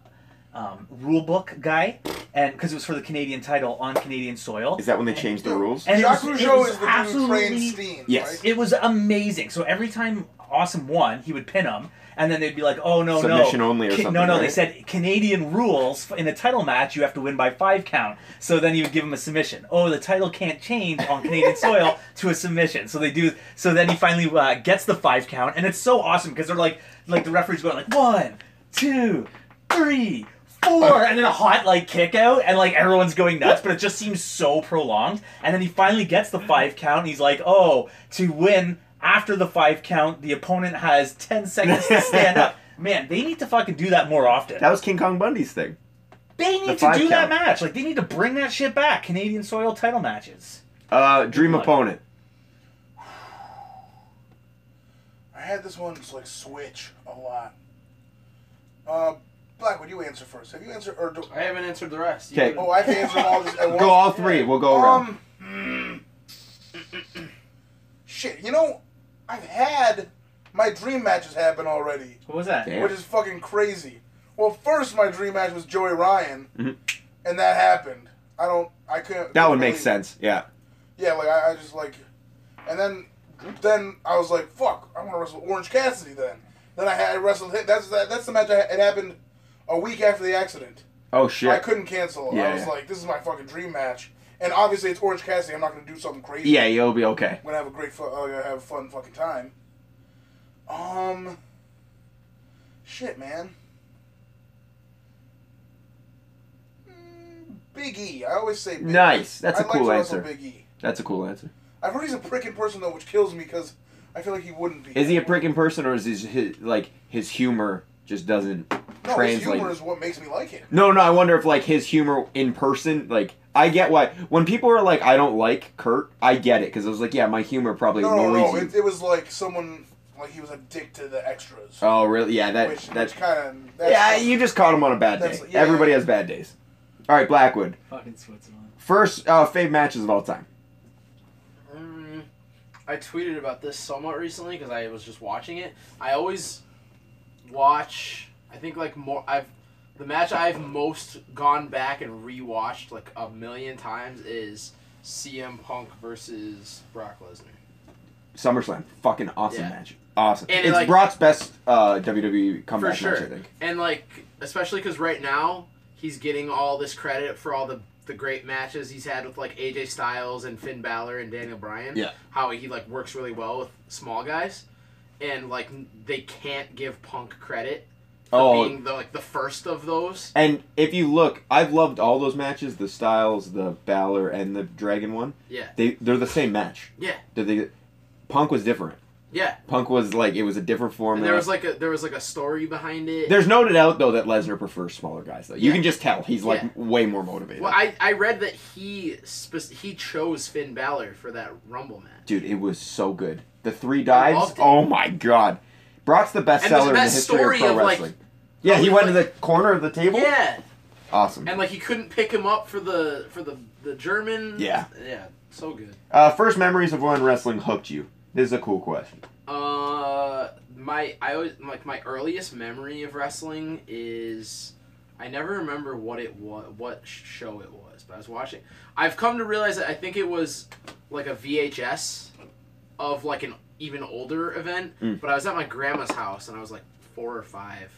[SPEAKER 5] um, rule book guy, and because it was for the Canadian title on Canadian soil,
[SPEAKER 1] Is that when they changed the rules?
[SPEAKER 5] and it
[SPEAKER 3] Jacques
[SPEAKER 5] was- it
[SPEAKER 3] Rougeau
[SPEAKER 5] was
[SPEAKER 3] is the dude who
[SPEAKER 5] absolutely-
[SPEAKER 3] trained Steen,
[SPEAKER 1] Yes.
[SPEAKER 3] right?
[SPEAKER 5] it was amazing. So every time Awesome won, he would pin him, and then they'd be like, "Oh no,
[SPEAKER 1] Submission
[SPEAKER 5] no,
[SPEAKER 1] only or
[SPEAKER 5] Ca-
[SPEAKER 1] something,
[SPEAKER 5] No, no, they
[SPEAKER 1] right?
[SPEAKER 5] said Canadian rules in a title match. You have to win by five count. So then you would give him a submission. Oh, the title can't change on
[SPEAKER 3] *laughs*
[SPEAKER 5] Canadian soil to a submission. So they do. So then he finally uh, gets the five count, and it's so awesome because they're like, like the referee's going like one, two, three, four, and then a hot like kick out, and like everyone's going nuts, but it just seems so prolonged. And then he finally gets the five count, and he's like, oh, to win after the five count, the opponent has ten seconds to
[SPEAKER 1] *laughs*
[SPEAKER 5] stand up. Man, they need to fucking do that more often.
[SPEAKER 1] That was King Kong Bundy's thing.
[SPEAKER 5] They
[SPEAKER 1] the
[SPEAKER 5] need to
[SPEAKER 1] five
[SPEAKER 5] do that
[SPEAKER 1] count.
[SPEAKER 5] match. Like they need to bring that shit back. Canadian soil title matches.
[SPEAKER 1] Uh, dream
[SPEAKER 5] luck.
[SPEAKER 1] opponent.
[SPEAKER 3] I had this one just like switch a lot. Uh, Black, would you answer first? Have you answered or do,
[SPEAKER 4] I haven't answered the rest.
[SPEAKER 1] Okay.
[SPEAKER 3] oh I've answered
[SPEAKER 1] *laughs*
[SPEAKER 3] all this at once.
[SPEAKER 1] Go all three. We'll go around.
[SPEAKER 3] Um, *clears throat* shit, you know, I've had my dream matches happen already,
[SPEAKER 5] What was that?
[SPEAKER 1] Damn.
[SPEAKER 3] which is fucking crazy. Well, first my dream match was Joey Ryan,
[SPEAKER 1] Mhm.
[SPEAKER 3] and that happened. I don't, I couldn't.
[SPEAKER 1] That would
[SPEAKER 3] couldn't
[SPEAKER 1] make
[SPEAKER 3] believe-
[SPEAKER 1] sense. Yeah.
[SPEAKER 3] Yeah, like I, I just like, and then, then I was like, fuck, I want to wrestle Orange Cassidy. Then, then I had I wrestled. him. That's that, that's the match. I, had- it happened a week after the accident.
[SPEAKER 1] Oh
[SPEAKER 3] I
[SPEAKER 1] shit.
[SPEAKER 3] couldn't cancel.
[SPEAKER 1] Yeah,
[SPEAKER 3] I was
[SPEAKER 1] yeah.
[SPEAKER 3] like, this is my fucking dream match, and obviously it's Orange Cassidy. I'm not gonna do something crazy.
[SPEAKER 1] Yeah, you'll be okay.
[SPEAKER 3] I'm gonna have a great, fu- uh, gonna have a fun fucking time. Um, shit, man. Mm, Big E. I always say Big E.
[SPEAKER 1] Nice. That's a
[SPEAKER 3] I'd like
[SPEAKER 1] cool
[SPEAKER 3] to wrestle
[SPEAKER 1] answer.
[SPEAKER 3] Big E.
[SPEAKER 1] That's a cool answer.
[SPEAKER 3] I've heard he's a prick in person though, which kills me because I feel like he wouldn't be.
[SPEAKER 1] Is he a prick in person, or is his, his like his humor just doesn't?
[SPEAKER 3] No, his
[SPEAKER 1] translate?
[SPEAKER 3] humor is what makes me like him.
[SPEAKER 1] No, no. I wonder if like his humor in person, like I get why when people are like, I don't like Kurt. I get it because I was like, yeah, my humor probably
[SPEAKER 3] no, no,
[SPEAKER 1] annoys
[SPEAKER 3] no.
[SPEAKER 1] you.
[SPEAKER 3] It, it was like someone like he was a dick to the extras,
[SPEAKER 1] oh, really? Yeah, that
[SPEAKER 3] which,
[SPEAKER 1] that.
[SPEAKER 3] which kind of
[SPEAKER 1] Yeah, you just caught him on a bad day.
[SPEAKER 3] That's- yeah,
[SPEAKER 1] Everybody
[SPEAKER 3] yeah.
[SPEAKER 1] has bad days. All right, Blackwood.
[SPEAKER 5] Fucking Switzerland.
[SPEAKER 1] First uh, fave matches of all time.
[SPEAKER 4] Mm, I tweeted about this somewhat recently because I was just watching it. I always watch. I think like more. I've the match I've most gone back and rewatched like a million times is CM Punk versus Brock Lesnar.
[SPEAKER 1] SummerSlam, fucking awesome
[SPEAKER 4] Yeah.
[SPEAKER 1] match. Awesome.
[SPEAKER 4] And it,
[SPEAKER 1] it's
[SPEAKER 4] like-
[SPEAKER 1] Brock's best uh, WWE comeback
[SPEAKER 4] sure.
[SPEAKER 1] match, I think.
[SPEAKER 4] And like especially because right now he's getting all this credit for all the the great matches he's had with like AJ Styles and Finn Balor and Daniel Bryan.
[SPEAKER 1] Yeah.
[SPEAKER 4] How he like works really well with small guys, and like n- they can't give Punk credit for
[SPEAKER 1] Oh.
[SPEAKER 4] being the like the first of those.
[SPEAKER 1] And if you look, I've loved all those matches, the Styles, the Balor, and the Dragon one.
[SPEAKER 4] Yeah.
[SPEAKER 1] They they're the same match.
[SPEAKER 4] Yeah.
[SPEAKER 1] Did they Punk was different.
[SPEAKER 4] Yeah.
[SPEAKER 1] Punk was like it was a different format.
[SPEAKER 4] And there was like a there was like a story behind it.
[SPEAKER 1] There's no doubt though that Lesnar prefers smaller guys though. You
[SPEAKER 4] Yeah.
[SPEAKER 1] can just tell he's like
[SPEAKER 4] Yeah.
[SPEAKER 1] way more motivated.
[SPEAKER 4] well, I, I read that he spec- he chose Finn Balor for that Rumble match.
[SPEAKER 1] Dude, it was so good. The three
[SPEAKER 4] I
[SPEAKER 1] dives.
[SPEAKER 4] loved it.
[SPEAKER 1] Oh my god. Brock's the best
[SPEAKER 4] And
[SPEAKER 1] seller in the
[SPEAKER 4] that
[SPEAKER 1] history
[SPEAKER 4] story
[SPEAKER 1] of pro
[SPEAKER 4] of, like,
[SPEAKER 1] wrestling. yeah, he
[SPEAKER 4] how
[SPEAKER 1] went
[SPEAKER 4] he,
[SPEAKER 1] to the corner of the table.
[SPEAKER 4] Yeah.
[SPEAKER 1] Awesome.
[SPEAKER 4] And like he couldn't pick him up for the for the the German.
[SPEAKER 1] Yeah.
[SPEAKER 4] Yeah. So good.
[SPEAKER 1] Uh, first memories of when wrestling hooked you. This is a cool question.
[SPEAKER 4] Uh, my I always like my earliest memory of wrestling is I never remember what it was what sh- show it was, but I was watching. I've come to realize that I think it was like a VHS of like an even older event,
[SPEAKER 1] Mm.
[SPEAKER 4] but I was at my grandma's house and I was like four or five.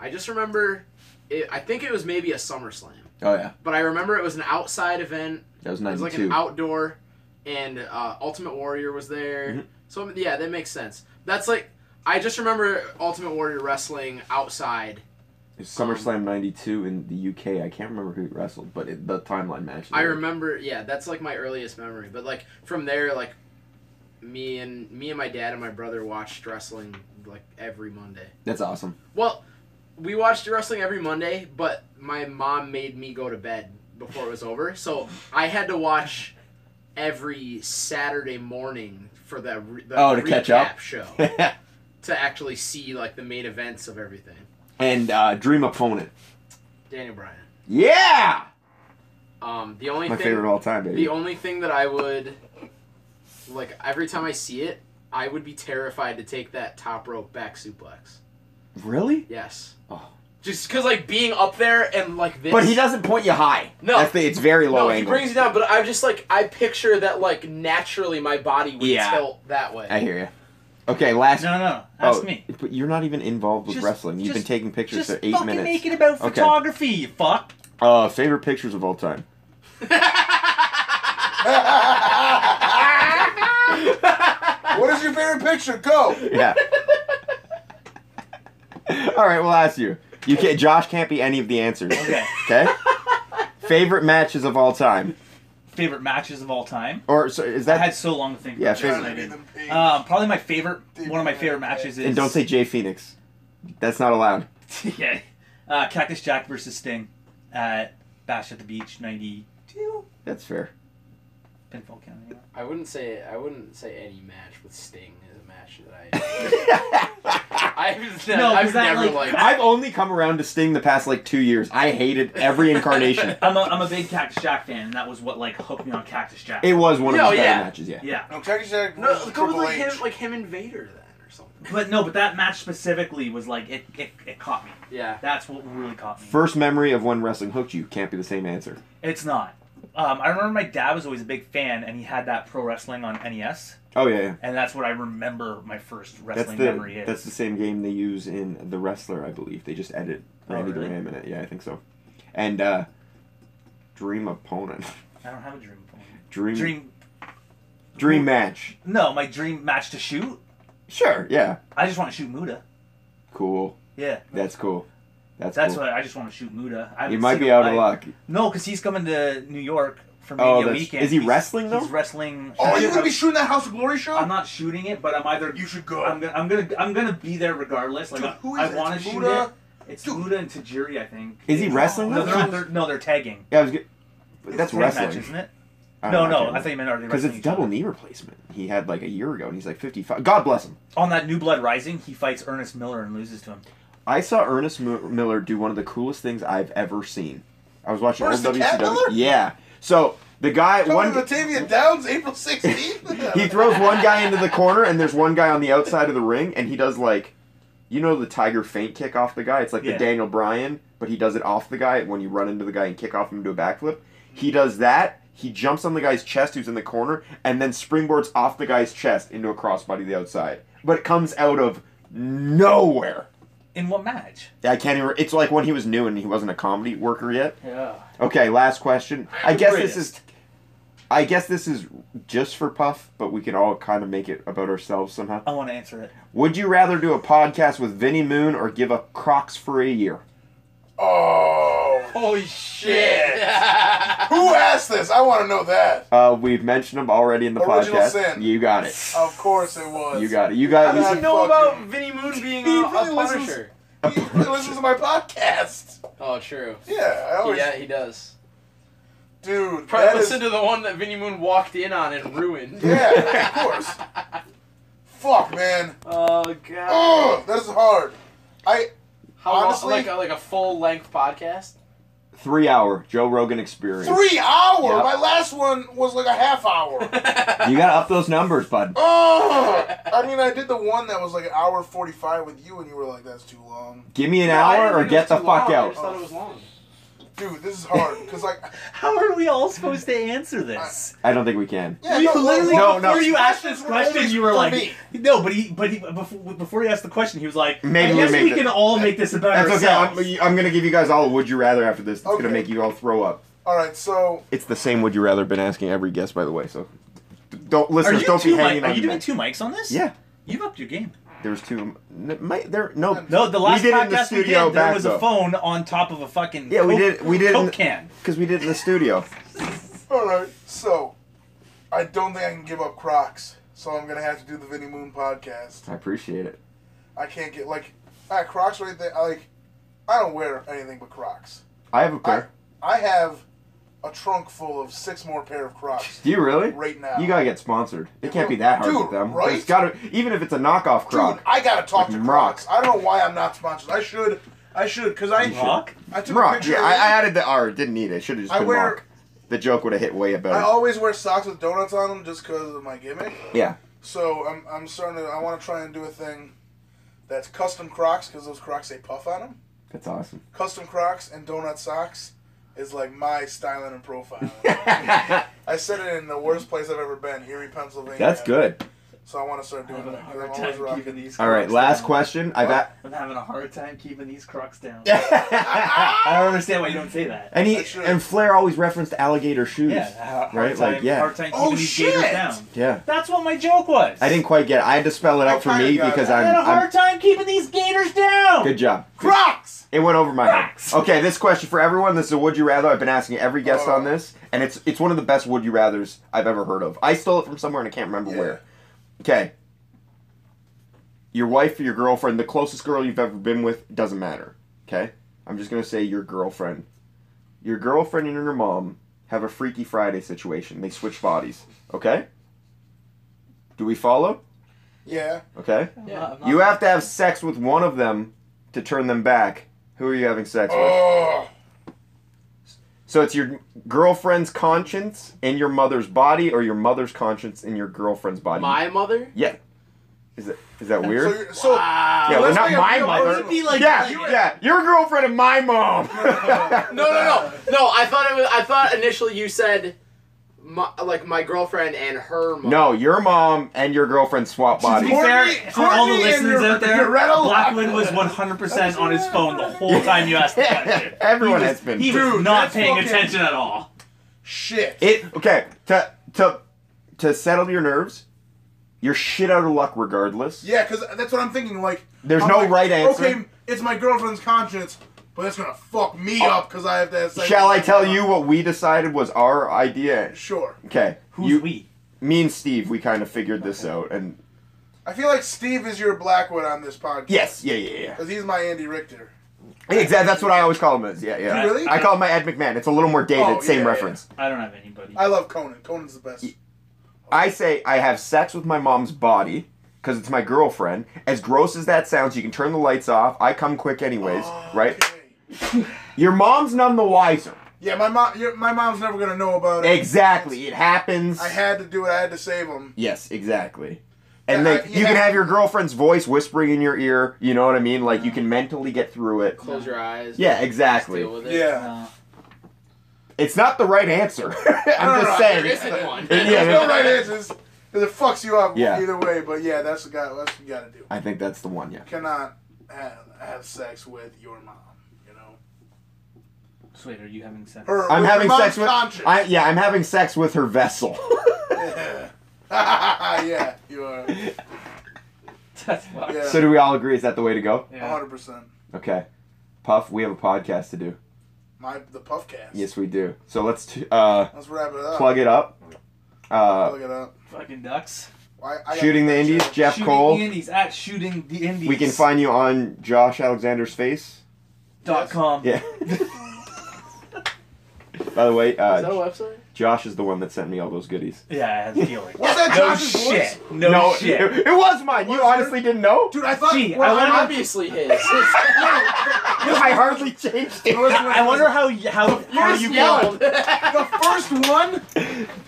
[SPEAKER 4] I just remember it. I think it was maybe a SummerSlam,
[SPEAKER 1] Oh yeah,
[SPEAKER 4] but I remember it was an outside event.
[SPEAKER 1] that was
[SPEAKER 4] It was
[SPEAKER 1] ninety
[SPEAKER 4] like
[SPEAKER 1] two.
[SPEAKER 4] an outdoor, and uh, Ultimate Warrior was there.
[SPEAKER 1] Mhm.
[SPEAKER 4] So yeah, that makes sense. That's like I just remember Ultimate Warrior wrestling outside.
[SPEAKER 1] SummerSlam ninety two in the UK. I can't remember who wrestled, but it, the timeline match.
[SPEAKER 4] I remember, yeah, that's like my earliest memory. But like from there, like me and me and my dad and my brother watched wrestling like every Monday.
[SPEAKER 1] That's *laughs* awesome.
[SPEAKER 4] Well, we watched wrestling every Monday, but my mom made me go to bed before it was over, so I had to watch every Saturday morning for the, re- the
[SPEAKER 1] Oh, to catch up?
[SPEAKER 4] recap show
[SPEAKER 1] *laughs* and
[SPEAKER 4] to actually see like the main events of everything.
[SPEAKER 1] uh, dream opponent.
[SPEAKER 4] Daniel Bryan.
[SPEAKER 1] Yeah,
[SPEAKER 4] Um, the only
[SPEAKER 1] my
[SPEAKER 4] thing,
[SPEAKER 1] favorite of all time,
[SPEAKER 4] the
[SPEAKER 1] baby.
[SPEAKER 4] only thing that I would like every time I see it, I would be terrified to take that top rope back suplex.
[SPEAKER 1] Really?
[SPEAKER 4] Yes.
[SPEAKER 1] Oh.
[SPEAKER 4] Just because like being up there and like this.
[SPEAKER 1] But he doesn't point you high.
[SPEAKER 4] No.
[SPEAKER 1] That's the, it's very low
[SPEAKER 4] no,
[SPEAKER 1] angle.
[SPEAKER 4] he brings it down, but I just like I picture that like naturally my body would
[SPEAKER 1] Yeah.
[SPEAKER 4] tilt that way.
[SPEAKER 1] I hear you. Okay, last.
[SPEAKER 5] No, no, ask
[SPEAKER 1] oh,
[SPEAKER 5] me.
[SPEAKER 1] But you're not even involved with
[SPEAKER 5] Just-
[SPEAKER 1] wrestling. You've been
[SPEAKER 5] just-
[SPEAKER 1] taking pictures
[SPEAKER 5] Just
[SPEAKER 1] for eight
[SPEAKER 5] fucking
[SPEAKER 1] minutes.
[SPEAKER 5] make it about
[SPEAKER 1] Okay.
[SPEAKER 5] photography, you fuck.
[SPEAKER 1] Uh, favorite pictures of all time.
[SPEAKER 3] What is your favorite picture? Go.
[SPEAKER 1] Yeah. all right, we'll ask you. You can't. Josh can't be any of the answers.
[SPEAKER 5] Okay.
[SPEAKER 1] Okay. favorite matches of all time,
[SPEAKER 5] Favorite matches of all time.
[SPEAKER 1] or so, is
[SPEAKER 5] I
[SPEAKER 1] that?
[SPEAKER 5] had so long to think.
[SPEAKER 1] Yeah,
[SPEAKER 5] about this,
[SPEAKER 1] favorite-
[SPEAKER 5] I didn't.
[SPEAKER 3] Jonathan Payne.
[SPEAKER 5] Um, probably my favorite. One of my favorite matches is.
[SPEAKER 1] and don't say Jay Phoenix. That's not allowed.
[SPEAKER 5] *laughs* yeah. Uh, Cactus Jack versus Sting at Bash at the Beach '92.
[SPEAKER 1] That's fair.
[SPEAKER 5] Pinfall count. anyway.
[SPEAKER 4] I wouldn't say I wouldn't say any match with Sting is a match that I *laughs* I've, ne-
[SPEAKER 5] No, 'cause
[SPEAKER 4] I've
[SPEAKER 5] that,
[SPEAKER 4] never
[SPEAKER 5] like-
[SPEAKER 4] liked.
[SPEAKER 1] I've only come around to Sting the past like two years. I hated every incarnation.
[SPEAKER 5] I'm a, I'm a big Cactus Jack fan, and that was what like hooked me on Cactus Jack.
[SPEAKER 1] It was one of
[SPEAKER 4] No,
[SPEAKER 1] his better
[SPEAKER 4] yeah.
[SPEAKER 1] matches. Yeah.
[SPEAKER 5] yeah,
[SPEAKER 3] No, Jackie Jack.
[SPEAKER 4] No, go with
[SPEAKER 3] Triple
[SPEAKER 4] like him,
[SPEAKER 3] H.
[SPEAKER 4] like him and Vader then or something.
[SPEAKER 5] but no, but that match specifically was like it, it, it caught me.
[SPEAKER 4] *laughs* Yeah.
[SPEAKER 5] That's what really caught me.
[SPEAKER 1] First memory of when wrestling hooked you can't be the same answer.
[SPEAKER 5] It's not. Um, I remember my dad was always a big fan, and he had that pro wrestling on NES,
[SPEAKER 1] Oh yeah, yeah.
[SPEAKER 5] and that's what I remember my first
[SPEAKER 1] that's
[SPEAKER 5] wrestling
[SPEAKER 1] the
[SPEAKER 5] memory is.
[SPEAKER 1] that's the same game they use in The Wrestler, I believe. They just edit
[SPEAKER 5] Oh,
[SPEAKER 1] Randy
[SPEAKER 5] really?
[SPEAKER 1] Graham in it. Yeah, I think so. And uh, Dream Opponent, *laughs*
[SPEAKER 5] I don't have a dream. opponent.
[SPEAKER 1] Dream Dream,
[SPEAKER 5] Dream.
[SPEAKER 1] Match.
[SPEAKER 5] No, my dream match to shoot.
[SPEAKER 1] Sure, yeah,
[SPEAKER 5] I just want to shoot Muda.
[SPEAKER 1] cool.
[SPEAKER 5] Yeah,
[SPEAKER 1] That's cool. That's
[SPEAKER 5] that's
[SPEAKER 1] cool.
[SPEAKER 5] what I just want to shoot Muda.
[SPEAKER 1] you
[SPEAKER 5] I haven't
[SPEAKER 1] might
[SPEAKER 5] seen
[SPEAKER 1] be
[SPEAKER 5] him
[SPEAKER 1] out of
[SPEAKER 5] live.
[SPEAKER 1] luck.
[SPEAKER 5] No, because he's coming to New York for
[SPEAKER 1] Oh,
[SPEAKER 5] Mania
[SPEAKER 1] that's-
[SPEAKER 5] weekend.
[SPEAKER 1] is he
[SPEAKER 5] He's-
[SPEAKER 1] wrestling, though?
[SPEAKER 5] He's wrestling.
[SPEAKER 3] Oh, you're gonna be shooting that House of Glory show?
[SPEAKER 5] I'm not shooting it, but I'm either.
[SPEAKER 3] You should go.
[SPEAKER 5] I'm gonna. I'm gonna. I'm gonna be there regardless. Like
[SPEAKER 3] Dude,
[SPEAKER 5] I-
[SPEAKER 3] who is
[SPEAKER 5] I,
[SPEAKER 3] it?
[SPEAKER 5] want
[SPEAKER 3] It's
[SPEAKER 5] to shoot
[SPEAKER 3] Muda?
[SPEAKER 5] it. It's
[SPEAKER 3] Dude.
[SPEAKER 5] Muda and Tajiri, I think.
[SPEAKER 1] Is he wrestling?
[SPEAKER 5] No,
[SPEAKER 1] though?
[SPEAKER 5] they're not. They're, no, they're tagging.
[SPEAKER 1] yeah, I was. Good.
[SPEAKER 5] It's
[SPEAKER 1] That's
[SPEAKER 5] a tag
[SPEAKER 1] wrestling.
[SPEAKER 5] match, isn't it?
[SPEAKER 1] I
[SPEAKER 5] No,
[SPEAKER 1] don't know,
[SPEAKER 5] no.
[SPEAKER 1] can't
[SPEAKER 5] I thought you meant already.
[SPEAKER 1] Because it's
[SPEAKER 5] wrestling each other.
[SPEAKER 1] double knee replacement. He had like a year ago, and he's like 55. God bless him.
[SPEAKER 5] On that New Blood Rising, he fights Ernest Miller and loses to him.
[SPEAKER 1] I saw Ernest M- Miller do one of the coolest things I've ever seen. I was watching
[SPEAKER 3] Ernest
[SPEAKER 1] old
[SPEAKER 3] the Cat
[SPEAKER 1] WCW.
[SPEAKER 3] Miller?
[SPEAKER 1] Yeah. So the guy
[SPEAKER 3] Coming
[SPEAKER 1] one
[SPEAKER 3] to Batavia Downs, April 16th.
[SPEAKER 1] he throws one guy into the corner, and there's one guy on the outside of the ring, and he does like, you know, the tiger feint kick off the guy. It's like
[SPEAKER 5] Yeah.
[SPEAKER 1] the Daniel Bryan, but he does it off the guy when you run into the guy and kick off him to a backflip. He does that. He jumps on the guy's chest who's in the corner, and then springboards off the guy's chest into a crossbody to the outside. But it comes out of nowhere.
[SPEAKER 5] In what match?
[SPEAKER 1] I can't even. It's like when he was new and he wasn't a comedy worker yet.
[SPEAKER 5] Yeah.
[SPEAKER 1] Okay, last question. I
[SPEAKER 5] The
[SPEAKER 1] guess this
[SPEAKER 5] greatest.
[SPEAKER 1] is. I guess this is just for Puff, but we can all kind of make it about ourselves somehow.
[SPEAKER 5] I want to answer it.
[SPEAKER 1] Would you rather do a podcast with Vinnie Moon or give up Crocs for a year?
[SPEAKER 3] oh.
[SPEAKER 4] Holy shit!
[SPEAKER 3] Who asked this? I want to know that.
[SPEAKER 1] Uh, we've mentioned them already in the
[SPEAKER 3] Original
[SPEAKER 1] podcast.
[SPEAKER 3] sin.
[SPEAKER 1] You got it.
[SPEAKER 3] Of course it was.
[SPEAKER 1] You got it. You got.
[SPEAKER 3] How did
[SPEAKER 1] You
[SPEAKER 3] I
[SPEAKER 4] How
[SPEAKER 1] see-
[SPEAKER 4] do you know
[SPEAKER 3] fucking-
[SPEAKER 4] about Vinnie Moon being a,
[SPEAKER 3] He
[SPEAKER 4] a
[SPEAKER 3] really listens-
[SPEAKER 4] Punisher?
[SPEAKER 3] He listens to my podcast.
[SPEAKER 4] Oh, true.
[SPEAKER 3] Yeah, I always.
[SPEAKER 4] yeah, he does.
[SPEAKER 3] Dude,
[SPEAKER 4] Probably
[SPEAKER 3] Oh, that is-
[SPEAKER 4] listen to the one that Vinnie Moon walked in on and ruined.
[SPEAKER 3] *laughs* Yeah, of course. Fuck, man.
[SPEAKER 4] Oh god.
[SPEAKER 3] *gasps* Ugh, that is hard. I.
[SPEAKER 4] How long-
[SPEAKER 3] honestly-
[SPEAKER 4] like a, like a full length podcast?
[SPEAKER 1] Three hour Joe Rogan experience.
[SPEAKER 3] Three hour.
[SPEAKER 1] Yep.
[SPEAKER 3] My last one was like a half hour.
[SPEAKER 1] You gotta up those numbers, bud.
[SPEAKER 3] Oh, I mean, I did the one that was like an hour forty-five with you, and you were like, "That's too long,
[SPEAKER 1] Give me an
[SPEAKER 4] No, I didn't
[SPEAKER 1] hour or
[SPEAKER 4] think it
[SPEAKER 1] get
[SPEAKER 4] was
[SPEAKER 1] the
[SPEAKER 4] too
[SPEAKER 1] fuck
[SPEAKER 4] long, I
[SPEAKER 1] out.
[SPEAKER 4] just thought it was long.
[SPEAKER 3] dude. This is hard." Because like,
[SPEAKER 5] *laughs* How are we all supposed to answer this?
[SPEAKER 1] I don't think we can.
[SPEAKER 3] yeah,
[SPEAKER 5] we
[SPEAKER 3] no,
[SPEAKER 5] literally
[SPEAKER 1] No,
[SPEAKER 3] well,
[SPEAKER 5] no,
[SPEAKER 1] no.
[SPEAKER 5] before you asked this
[SPEAKER 3] questions were always
[SPEAKER 5] question, you were
[SPEAKER 3] for
[SPEAKER 5] like,
[SPEAKER 3] me.
[SPEAKER 5] no, but he, but he, before, before he asked the question, he was like,
[SPEAKER 1] Maybe
[SPEAKER 5] I
[SPEAKER 1] we
[SPEAKER 5] guess
[SPEAKER 1] make
[SPEAKER 5] we
[SPEAKER 1] it-
[SPEAKER 5] can all make this about
[SPEAKER 1] That's okay. I'm,
[SPEAKER 5] ourselves.
[SPEAKER 1] I'm gonna give you guys all a would you rather after this. It's gonna
[SPEAKER 3] Okay.
[SPEAKER 1] make you all throw up.
[SPEAKER 3] All right, so
[SPEAKER 1] It's the same would you rather been asking every guest, by the way. So d- don't
[SPEAKER 5] Are
[SPEAKER 1] listeners
[SPEAKER 5] you,
[SPEAKER 1] don't
[SPEAKER 5] two
[SPEAKER 1] be hanging
[SPEAKER 5] mic-
[SPEAKER 1] on.
[SPEAKER 5] are you
[SPEAKER 1] me.
[SPEAKER 5] doing two mics on this?
[SPEAKER 1] Yeah,
[SPEAKER 5] You've upped your game.
[SPEAKER 1] there's two. n- Might, there no
[SPEAKER 5] No, the
[SPEAKER 1] We
[SPEAKER 5] last
[SPEAKER 1] did it in the
[SPEAKER 5] podcast we
[SPEAKER 1] studio
[SPEAKER 5] did, there
[SPEAKER 1] back,
[SPEAKER 5] was
[SPEAKER 1] though.
[SPEAKER 5] a phone on top of a fucking
[SPEAKER 1] Yeah, we
[SPEAKER 5] Coke-
[SPEAKER 1] did- we did in
[SPEAKER 5] Coke
[SPEAKER 1] the-
[SPEAKER 5] can.
[SPEAKER 1] because we did it in the studio.
[SPEAKER 3] all right, so I don't think I can give up Crocs, so I'm gonna have to do the Vinnie Moon podcast.
[SPEAKER 1] I appreciate it.
[SPEAKER 3] I can't get like, I got Crocs right there. I like, I don't wear anything but Crocs.
[SPEAKER 1] I have a pair.
[SPEAKER 3] I have a trunk full of six more pair of Crocs
[SPEAKER 1] Do you really?
[SPEAKER 3] right now.
[SPEAKER 1] You gotta get sponsored. It
[SPEAKER 3] Dude,
[SPEAKER 1] can't be that hard
[SPEAKER 3] dude,
[SPEAKER 1] with them.
[SPEAKER 3] right?
[SPEAKER 1] It's gotta even if it's a knockoff
[SPEAKER 3] Dude,
[SPEAKER 1] croc.
[SPEAKER 3] I gotta talk
[SPEAKER 1] Like
[SPEAKER 3] to
[SPEAKER 1] Crocs.
[SPEAKER 3] Crocs. I don't know why I'm not sponsored. I should. I should because I
[SPEAKER 5] Rock?
[SPEAKER 3] I took a
[SPEAKER 1] Rock.
[SPEAKER 3] picture.
[SPEAKER 1] Yeah,
[SPEAKER 3] of
[SPEAKER 1] I,
[SPEAKER 3] it.
[SPEAKER 1] I added the R. Didn't need it. Should have just
[SPEAKER 3] I
[SPEAKER 1] been
[SPEAKER 3] wear-
[SPEAKER 1] Rock. The joke would have hit way
[SPEAKER 3] I
[SPEAKER 1] better.
[SPEAKER 3] always wear socks with donuts on them just because of my gimmick.
[SPEAKER 1] Yeah.
[SPEAKER 3] So I'm, I'm starting to. I want to try and do a thing that's custom Crocs because those Crocs say puff on them.
[SPEAKER 1] That's awesome. *laughs*
[SPEAKER 3] Custom Crocs and donut socks is like my styling
[SPEAKER 1] *laughs*
[SPEAKER 3] and profile. I said it in the worst place I've ever been, Erie, Pennsylvania.
[SPEAKER 1] That's good. Oh,
[SPEAKER 3] So I want to start
[SPEAKER 5] I'm
[SPEAKER 3] doing
[SPEAKER 5] having a
[SPEAKER 3] that. 'cause
[SPEAKER 5] hard
[SPEAKER 3] I'm always
[SPEAKER 5] time keeping
[SPEAKER 3] rocking.
[SPEAKER 5] these.
[SPEAKER 1] All right,
[SPEAKER 5] crooks
[SPEAKER 1] last
[SPEAKER 5] down.
[SPEAKER 1] question. I've got.
[SPEAKER 5] I'm having a hard time keeping these crocs down.
[SPEAKER 1] and *laughs*
[SPEAKER 3] *laughs*
[SPEAKER 5] I don't understand why you don't say that.
[SPEAKER 1] he
[SPEAKER 3] I should.
[SPEAKER 1] and Flair always referenced alligator shoes.
[SPEAKER 5] Yeah, a hard
[SPEAKER 1] Right,
[SPEAKER 5] time,
[SPEAKER 1] like, yeah.
[SPEAKER 5] hard time keeping
[SPEAKER 3] Oh,
[SPEAKER 5] these
[SPEAKER 3] shit!
[SPEAKER 5] gators down.
[SPEAKER 1] Yeah.
[SPEAKER 5] That's what my joke was.
[SPEAKER 1] I didn't quite get. It. I had to spell it
[SPEAKER 3] I
[SPEAKER 1] out for
[SPEAKER 3] kinda
[SPEAKER 1] me
[SPEAKER 3] got
[SPEAKER 1] because
[SPEAKER 3] it.
[SPEAKER 5] I
[SPEAKER 1] I'm,
[SPEAKER 5] had a
[SPEAKER 1] I'm.
[SPEAKER 5] hard time keeping these gators down.
[SPEAKER 1] Good job.
[SPEAKER 3] Crocs.
[SPEAKER 1] It went over my head.
[SPEAKER 5] Facts.
[SPEAKER 1] Okay, this question for everyone. This is a would you rather. I've been asking every guest
[SPEAKER 3] Oh.
[SPEAKER 1] on this, and it's it's one of the best would you rather's I've ever heard of. I stole it from somewhere and I can't remember
[SPEAKER 3] Yeah.
[SPEAKER 1] where. Okay. Your wife or your girlfriend, the closest girl you've ever been with, doesn't matter. Okay? I'm just gonna say your girlfriend. Your girlfriend and your mom have a Freaky Friday situation. They switch bodies. Okay? Do we follow?
[SPEAKER 3] Yeah.
[SPEAKER 1] Okay?
[SPEAKER 5] I'm
[SPEAKER 7] Yeah.
[SPEAKER 5] not-
[SPEAKER 4] Uh,
[SPEAKER 5] I'm not-
[SPEAKER 1] You have to have sex with one of them to turn them back. Who are you having sex with?
[SPEAKER 3] Oh.
[SPEAKER 1] So it's your girlfriend's conscience in your mother's body, or your mother's conscience in your girlfriend's body.
[SPEAKER 4] My mother?
[SPEAKER 1] yeah. Is that is that
[SPEAKER 3] So,
[SPEAKER 1] weird?
[SPEAKER 3] you're- so
[SPEAKER 4] Wow.
[SPEAKER 1] yeah, well,
[SPEAKER 3] let's
[SPEAKER 1] not
[SPEAKER 3] make it
[SPEAKER 1] my
[SPEAKER 3] real
[SPEAKER 1] mother.
[SPEAKER 3] personal. It'd be
[SPEAKER 5] like-
[SPEAKER 1] yeah,
[SPEAKER 5] like-
[SPEAKER 1] yeah, your girlfriend and my mom. *laughs*
[SPEAKER 4] No, no, no, no. I thought it was. I thought initially you said, my, like my girlfriend and her mom.
[SPEAKER 1] no, your mom and your girlfriend swap
[SPEAKER 5] To be
[SPEAKER 1] bodies.
[SPEAKER 3] Courtney-
[SPEAKER 5] fair, for all the
[SPEAKER 3] Courtney and
[SPEAKER 5] listeners
[SPEAKER 3] your-
[SPEAKER 5] out there,
[SPEAKER 3] your red
[SPEAKER 5] Blackwood
[SPEAKER 3] lock.
[SPEAKER 5] was 100% on his phone the whole time you asked the question.
[SPEAKER 1] *laughs* Everyone
[SPEAKER 5] he was,
[SPEAKER 1] has been.
[SPEAKER 5] He was
[SPEAKER 3] Dude,
[SPEAKER 5] not
[SPEAKER 3] that's
[SPEAKER 5] paying
[SPEAKER 3] fucking-
[SPEAKER 5] attention at all.
[SPEAKER 3] shit.
[SPEAKER 1] It okay to to to settle your nerves. You're shit out of luck, regardless.
[SPEAKER 3] Yeah, because that's what I'm thinking. Like,
[SPEAKER 1] There's
[SPEAKER 3] I'm
[SPEAKER 1] no
[SPEAKER 3] like,
[SPEAKER 1] right answer.
[SPEAKER 3] Okay, it's my girlfriend's conscience, but it's gonna fuck me up because I have to. Have
[SPEAKER 1] Oh.
[SPEAKER 3] sex
[SPEAKER 1] Shall
[SPEAKER 3] with
[SPEAKER 1] I
[SPEAKER 3] my
[SPEAKER 1] tell
[SPEAKER 3] mom.
[SPEAKER 1] you what we decided was our idea?
[SPEAKER 3] Sure.
[SPEAKER 1] Okay,
[SPEAKER 5] Who's
[SPEAKER 1] you,
[SPEAKER 5] we?
[SPEAKER 1] me and Steve, we kind of figured this out, and
[SPEAKER 3] I feel like Steve is your Blackwood on this podcast.
[SPEAKER 1] yes, yeah, yeah, yeah.
[SPEAKER 3] Because he's my Andy Richter.
[SPEAKER 1] Exactly. That's what I always call him. Is yeah, yeah.
[SPEAKER 5] I-
[SPEAKER 3] Really?
[SPEAKER 1] I call him my Ed McMahon. It's a little more dated.
[SPEAKER 3] Oh,
[SPEAKER 1] same
[SPEAKER 3] yeah,
[SPEAKER 1] reference.
[SPEAKER 5] I don't have anybody.
[SPEAKER 3] I love Conan. Conan's the best.
[SPEAKER 1] I say I have sex with my mom's body because it's my girlfriend. As gross as that sounds, you can turn the lights off. I come quick anyways, right?
[SPEAKER 3] Oh, Okay.
[SPEAKER 1] Your mom's none the wiser.
[SPEAKER 3] Yeah, my mom. Your, my mom's never gonna know about it.
[SPEAKER 1] Exactly. It happens.
[SPEAKER 3] I had to do it. I had to save him.
[SPEAKER 1] yes, exactly. And
[SPEAKER 3] Yeah,
[SPEAKER 1] like
[SPEAKER 3] I-
[SPEAKER 1] you can
[SPEAKER 3] yeah.
[SPEAKER 1] have your girlfriend's voice whispering in your ear. You know what I mean? Like you can mentally get through it.
[SPEAKER 4] Close your eyes.
[SPEAKER 1] Yeah,
[SPEAKER 4] Just
[SPEAKER 1] exactly.
[SPEAKER 4] deal with it.
[SPEAKER 3] Yeah.
[SPEAKER 5] No.
[SPEAKER 1] It's not the right answer. *laughs*
[SPEAKER 3] No, no,
[SPEAKER 1] I'm
[SPEAKER 3] no,
[SPEAKER 1] just
[SPEAKER 4] There
[SPEAKER 1] saying.
[SPEAKER 4] isn't one.
[SPEAKER 1] Yeah,
[SPEAKER 3] There's
[SPEAKER 1] yeah.
[SPEAKER 3] no right answers. 'cause it fucks you up
[SPEAKER 1] Yeah.
[SPEAKER 3] either way. But yeah, that's the guy. That's what you gotta do.
[SPEAKER 1] I think that's the one. Yeah.
[SPEAKER 3] Cannot have, have sex with your mom. You know.
[SPEAKER 5] So wait, are you having sex?
[SPEAKER 3] Her,
[SPEAKER 1] I'm
[SPEAKER 3] with
[SPEAKER 1] having
[SPEAKER 3] your
[SPEAKER 1] sex
[SPEAKER 3] mom's
[SPEAKER 1] with.
[SPEAKER 3] conscience.
[SPEAKER 1] I, yeah, I'm having sex with her vessel.
[SPEAKER 3] Yeah. *laughs* yeah, you are.
[SPEAKER 5] *laughs* That's fucked.
[SPEAKER 3] Yeah,
[SPEAKER 1] so do we all agree? Is that the way to go?
[SPEAKER 5] Yeah.
[SPEAKER 3] 100%.
[SPEAKER 1] Okay. Puff, we have a podcast to do.
[SPEAKER 3] My the Puffcast.
[SPEAKER 1] Yes, we do. So let's t- uh,
[SPEAKER 3] Let's wrap it up.
[SPEAKER 1] plug it up. Uh,
[SPEAKER 3] Plug it up.
[SPEAKER 5] Fucking ducks.
[SPEAKER 3] Why- I gotta
[SPEAKER 1] shooting
[SPEAKER 3] do
[SPEAKER 1] the
[SPEAKER 3] that
[SPEAKER 1] Indies,
[SPEAKER 3] shit.
[SPEAKER 1] Jeff
[SPEAKER 5] shooting
[SPEAKER 1] Cole.
[SPEAKER 5] the indies at shooting the indies.
[SPEAKER 1] We can find you on Josh Alexander's face.
[SPEAKER 5] dot com. *laughs*
[SPEAKER 1] Yeah. By the way,
[SPEAKER 4] Is that a
[SPEAKER 1] uh,
[SPEAKER 4] website?
[SPEAKER 1] Josh is the one that sent me all those goodies.
[SPEAKER 5] Yeah, I had a
[SPEAKER 3] *laughs*
[SPEAKER 5] feeling.
[SPEAKER 3] Was that
[SPEAKER 5] no
[SPEAKER 3] Josh's voice?
[SPEAKER 5] shit. No, shit.
[SPEAKER 3] *laughs*
[SPEAKER 1] It, *laughs* it was mine.
[SPEAKER 3] Was
[SPEAKER 1] You
[SPEAKER 3] it?
[SPEAKER 1] honestly didn't know?
[SPEAKER 3] Dude, I thought.
[SPEAKER 5] Gee,
[SPEAKER 3] well,
[SPEAKER 5] I
[SPEAKER 3] I'm
[SPEAKER 5] wanna-
[SPEAKER 3] not-
[SPEAKER 4] Obviously *laughs* his. It's-
[SPEAKER 3] *laughs*
[SPEAKER 1] I hardly changed it.
[SPEAKER 3] Listen,
[SPEAKER 5] I wonder how y- how how you
[SPEAKER 4] yelled.
[SPEAKER 5] can.
[SPEAKER 3] The first one,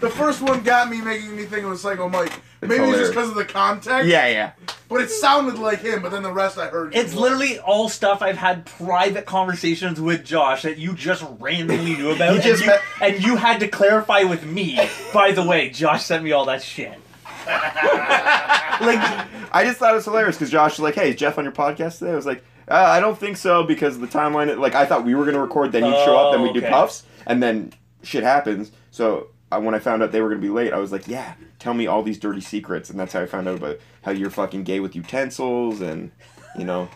[SPEAKER 3] the first one got me, making me think it was Psycho Mike. Maybe it's
[SPEAKER 1] hilarious.
[SPEAKER 3] just because of the context.
[SPEAKER 1] Yeah, yeah.
[SPEAKER 3] But it sounded like him. But then the rest I heard.
[SPEAKER 5] It's literally all stuff I've had private conversations with Josh that you just randomly knew about,
[SPEAKER 1] You
[SPEAKER 5] and,
[SPEAKER 1] just
[SPEAKER 5] you,
[SPEAKER 1] met-
[SPEAKER 5] and you had to clarify
[SPEAKER 1] *laughs*
[SPEAKER 5] with me. By the way, Josh sent me all that shit.
[SPEAKER 1] like I just thought it was hilarious because Josh was like, "Hey, is Jeff on your podcast today?" I was like, uh, "I don't think so because of the timeline." Like I thought we were gonna record, then he'd show up, then we would do
[SPEAKER 5] Oh, okay.
[SPEAKER 1] puffs, and then shit happens. So I, when I found out they were gonna be late, I was like, "Yeah, tell me all these dirty secrets," and that's how I found out about how you're fucking gay with utensils and you
[SPEAKER 5] *laughs*
[SPEAKER 1] know.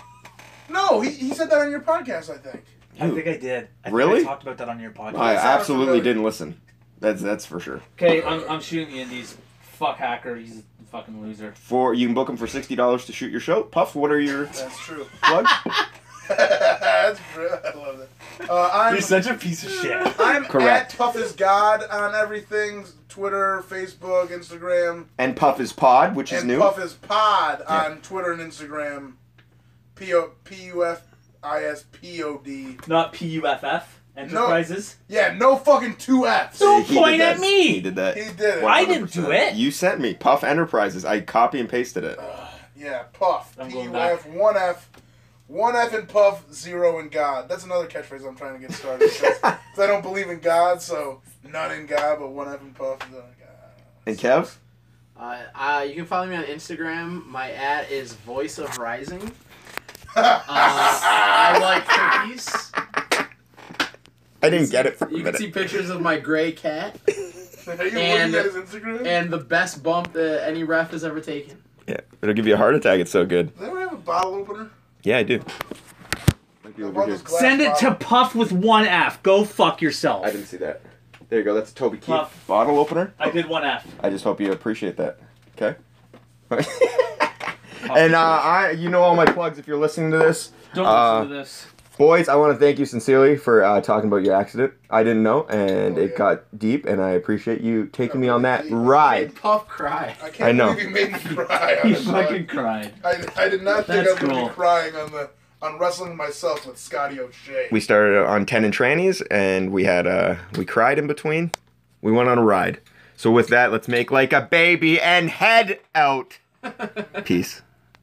[SPEAKER 3] no. He, he said that on your podcast, I think.
[SPEAKER 5] I think I did. I think
[SPEAKER 1] Really?
[SPEAKER 5] I talked about that on your podcast.
[SPEAKER 1] I
[SPEAKER 3] sounds
[SPEAKER 1] absolutely
[SPEAKER 3] familiar.
[SPEAKER 1] didn't listen. That's that's for sure.
[SPEAKER 5] Okay, I'm, I'm shooting the indies. Fuck hacker, he's a fucking loser.
[SPEAKER 1] For you can book him for sixty dollars to shoot your show. Puff, what are your
[SPEAKER 3] That's true. *laughs*
[SPEAKER 1] plugs?
[SPEAKER 5] *laughs*
[SPEAKER 3] That's real. I love that. Uh, I'm.
[SPEAKER 5] You're such a piece of
[SPEAKER 1] *laughs*
[SPEAKER 5] shit.
[SPEAKER 3] I'm
[SPEAKER 1] Correct.
[SPEAKER 3] at toughest god on everything: Twitter, Facebook, Instagram,
[SPEAKER 1] And Puff is Pod, which is
[SPEAKER 3] and
[SPEAKER 1] new.
[SPEAKER 3] Puff is Pod on Twitter and Instagram. P O P U F I S P O D.
[SPEAKER 5] Not PUFF Enterprises.
[SPEAKER 3] Yeah, no fucking two Fs.
[SPEAKER 5] No. Don't
[SPEAKER 1] did
[SPEAKER 5] point
[SPEAKER 1] that.
[SPEAKER 5] at me!
[SPEAKER 1] He did that.
[SPEAKER 3] He did it.
[SPEAKER 1] Wow.
[SPEAKER 5] I didn't do it.
[SPEAKER 1] You sent me Puff Enterprises. I copy and pasted it.
[SPEAKER 3] Yeah, Puff.
[SPEAKER 5] I'm
[SPEAKER 3] P U
[SPEAKER 5] going
[SPEAKER 3] F one F. One F in Puff, zero in God. That's another catchphrase I'm trying to get started.
[SPEAKER 5] *laughs*
[SPEAKER 3] Because I don't believe in God, so none in God, but one F in Puff, zero in God.
[SPEAKER 1] And Kev,
[SPEAKER 4] *laughs* Uh, uh, you can follow me on Instagram. My at is Voice of Rising. *laughs* Uh, I like cookies.
[SPEAKER 1] I didn't get it for a
[SPEAKER 4] You can see
[SPEAKER 1] minute.
[SPEAKER 4] pictures of my gray cat
[SPEAKER 3] *laughs* Are you
[SPEAKER 4] And-
[SPEAKER 3] looking at his Instagram?
[SPEAKER 4] and the best bump that any ref has ever taken.
[SPEAKER 1] Yeah, it'll give you a heart attack. It's so good.
[SPEAKER 3] Does anyone have a bottle opener?
[SPEAKER 1] Yeah, I do.
[SPEAKER 3] I bought this glass
[SPEAKER 5] Send it to
[SPEAKER 3] bottle.
[SPEAKER 5] Puff with one F. Go fuck yourself.
[SPEAKER 1] I didn't see that. There you go. That's a Toby Keith
[SPEAKER 5] Puff.
[SPEAKER 1] bottle opener.
[SPEAKER 5] I did one F.
[SPEAKER 1] I just hope you appreciate that. Okay. and uh, I, you know all my plugs if you're listening to this.
[SPEAKER 5] Don't
[SPEAKER 1] Uh,
[SPEAKER 5] listen
[SPEAKER 1] *laughs*
[SPEAKER 5] to this.
[SPEAKER 1] Boys, I want to thank you sincerely for uh, talking about your accident. I didn't know, and
[SPEAKER 3] Oh,
[SPEAKER 1] it
[SPEAKER 3] yeah.
[SPEAKER 1] got deep, and I appreciate you taking me on that
[SPEAKER 3] Deep.
[SPEAKER 1] ride.
[SPEAKER 4] Made Puff cry.
[SPEAKER 3] I
[SPEAKER 1] I
[SPEAKER 3] can't
[SPEAKER 1] know.
[SPEAKER 3] believe you made me cry. On
[SPEAKER 5] He
[SPEAKER 3] this
[SPEAKER 5] fucking cried.
[SPEAKER 3] I, I did not think
[SPEAKER 5] That's
[SPEAKER 3] I was gonna
[SPEAKER 5] cool.
[SPEAKER 3] be crying on the on wrestling myself with Scotty O'Shea.
[SPEAKER 1] We started on ten and trannies, and we had uh, we cried in between. We went on a ride. So with that, let's make like a baby and head out. Peace.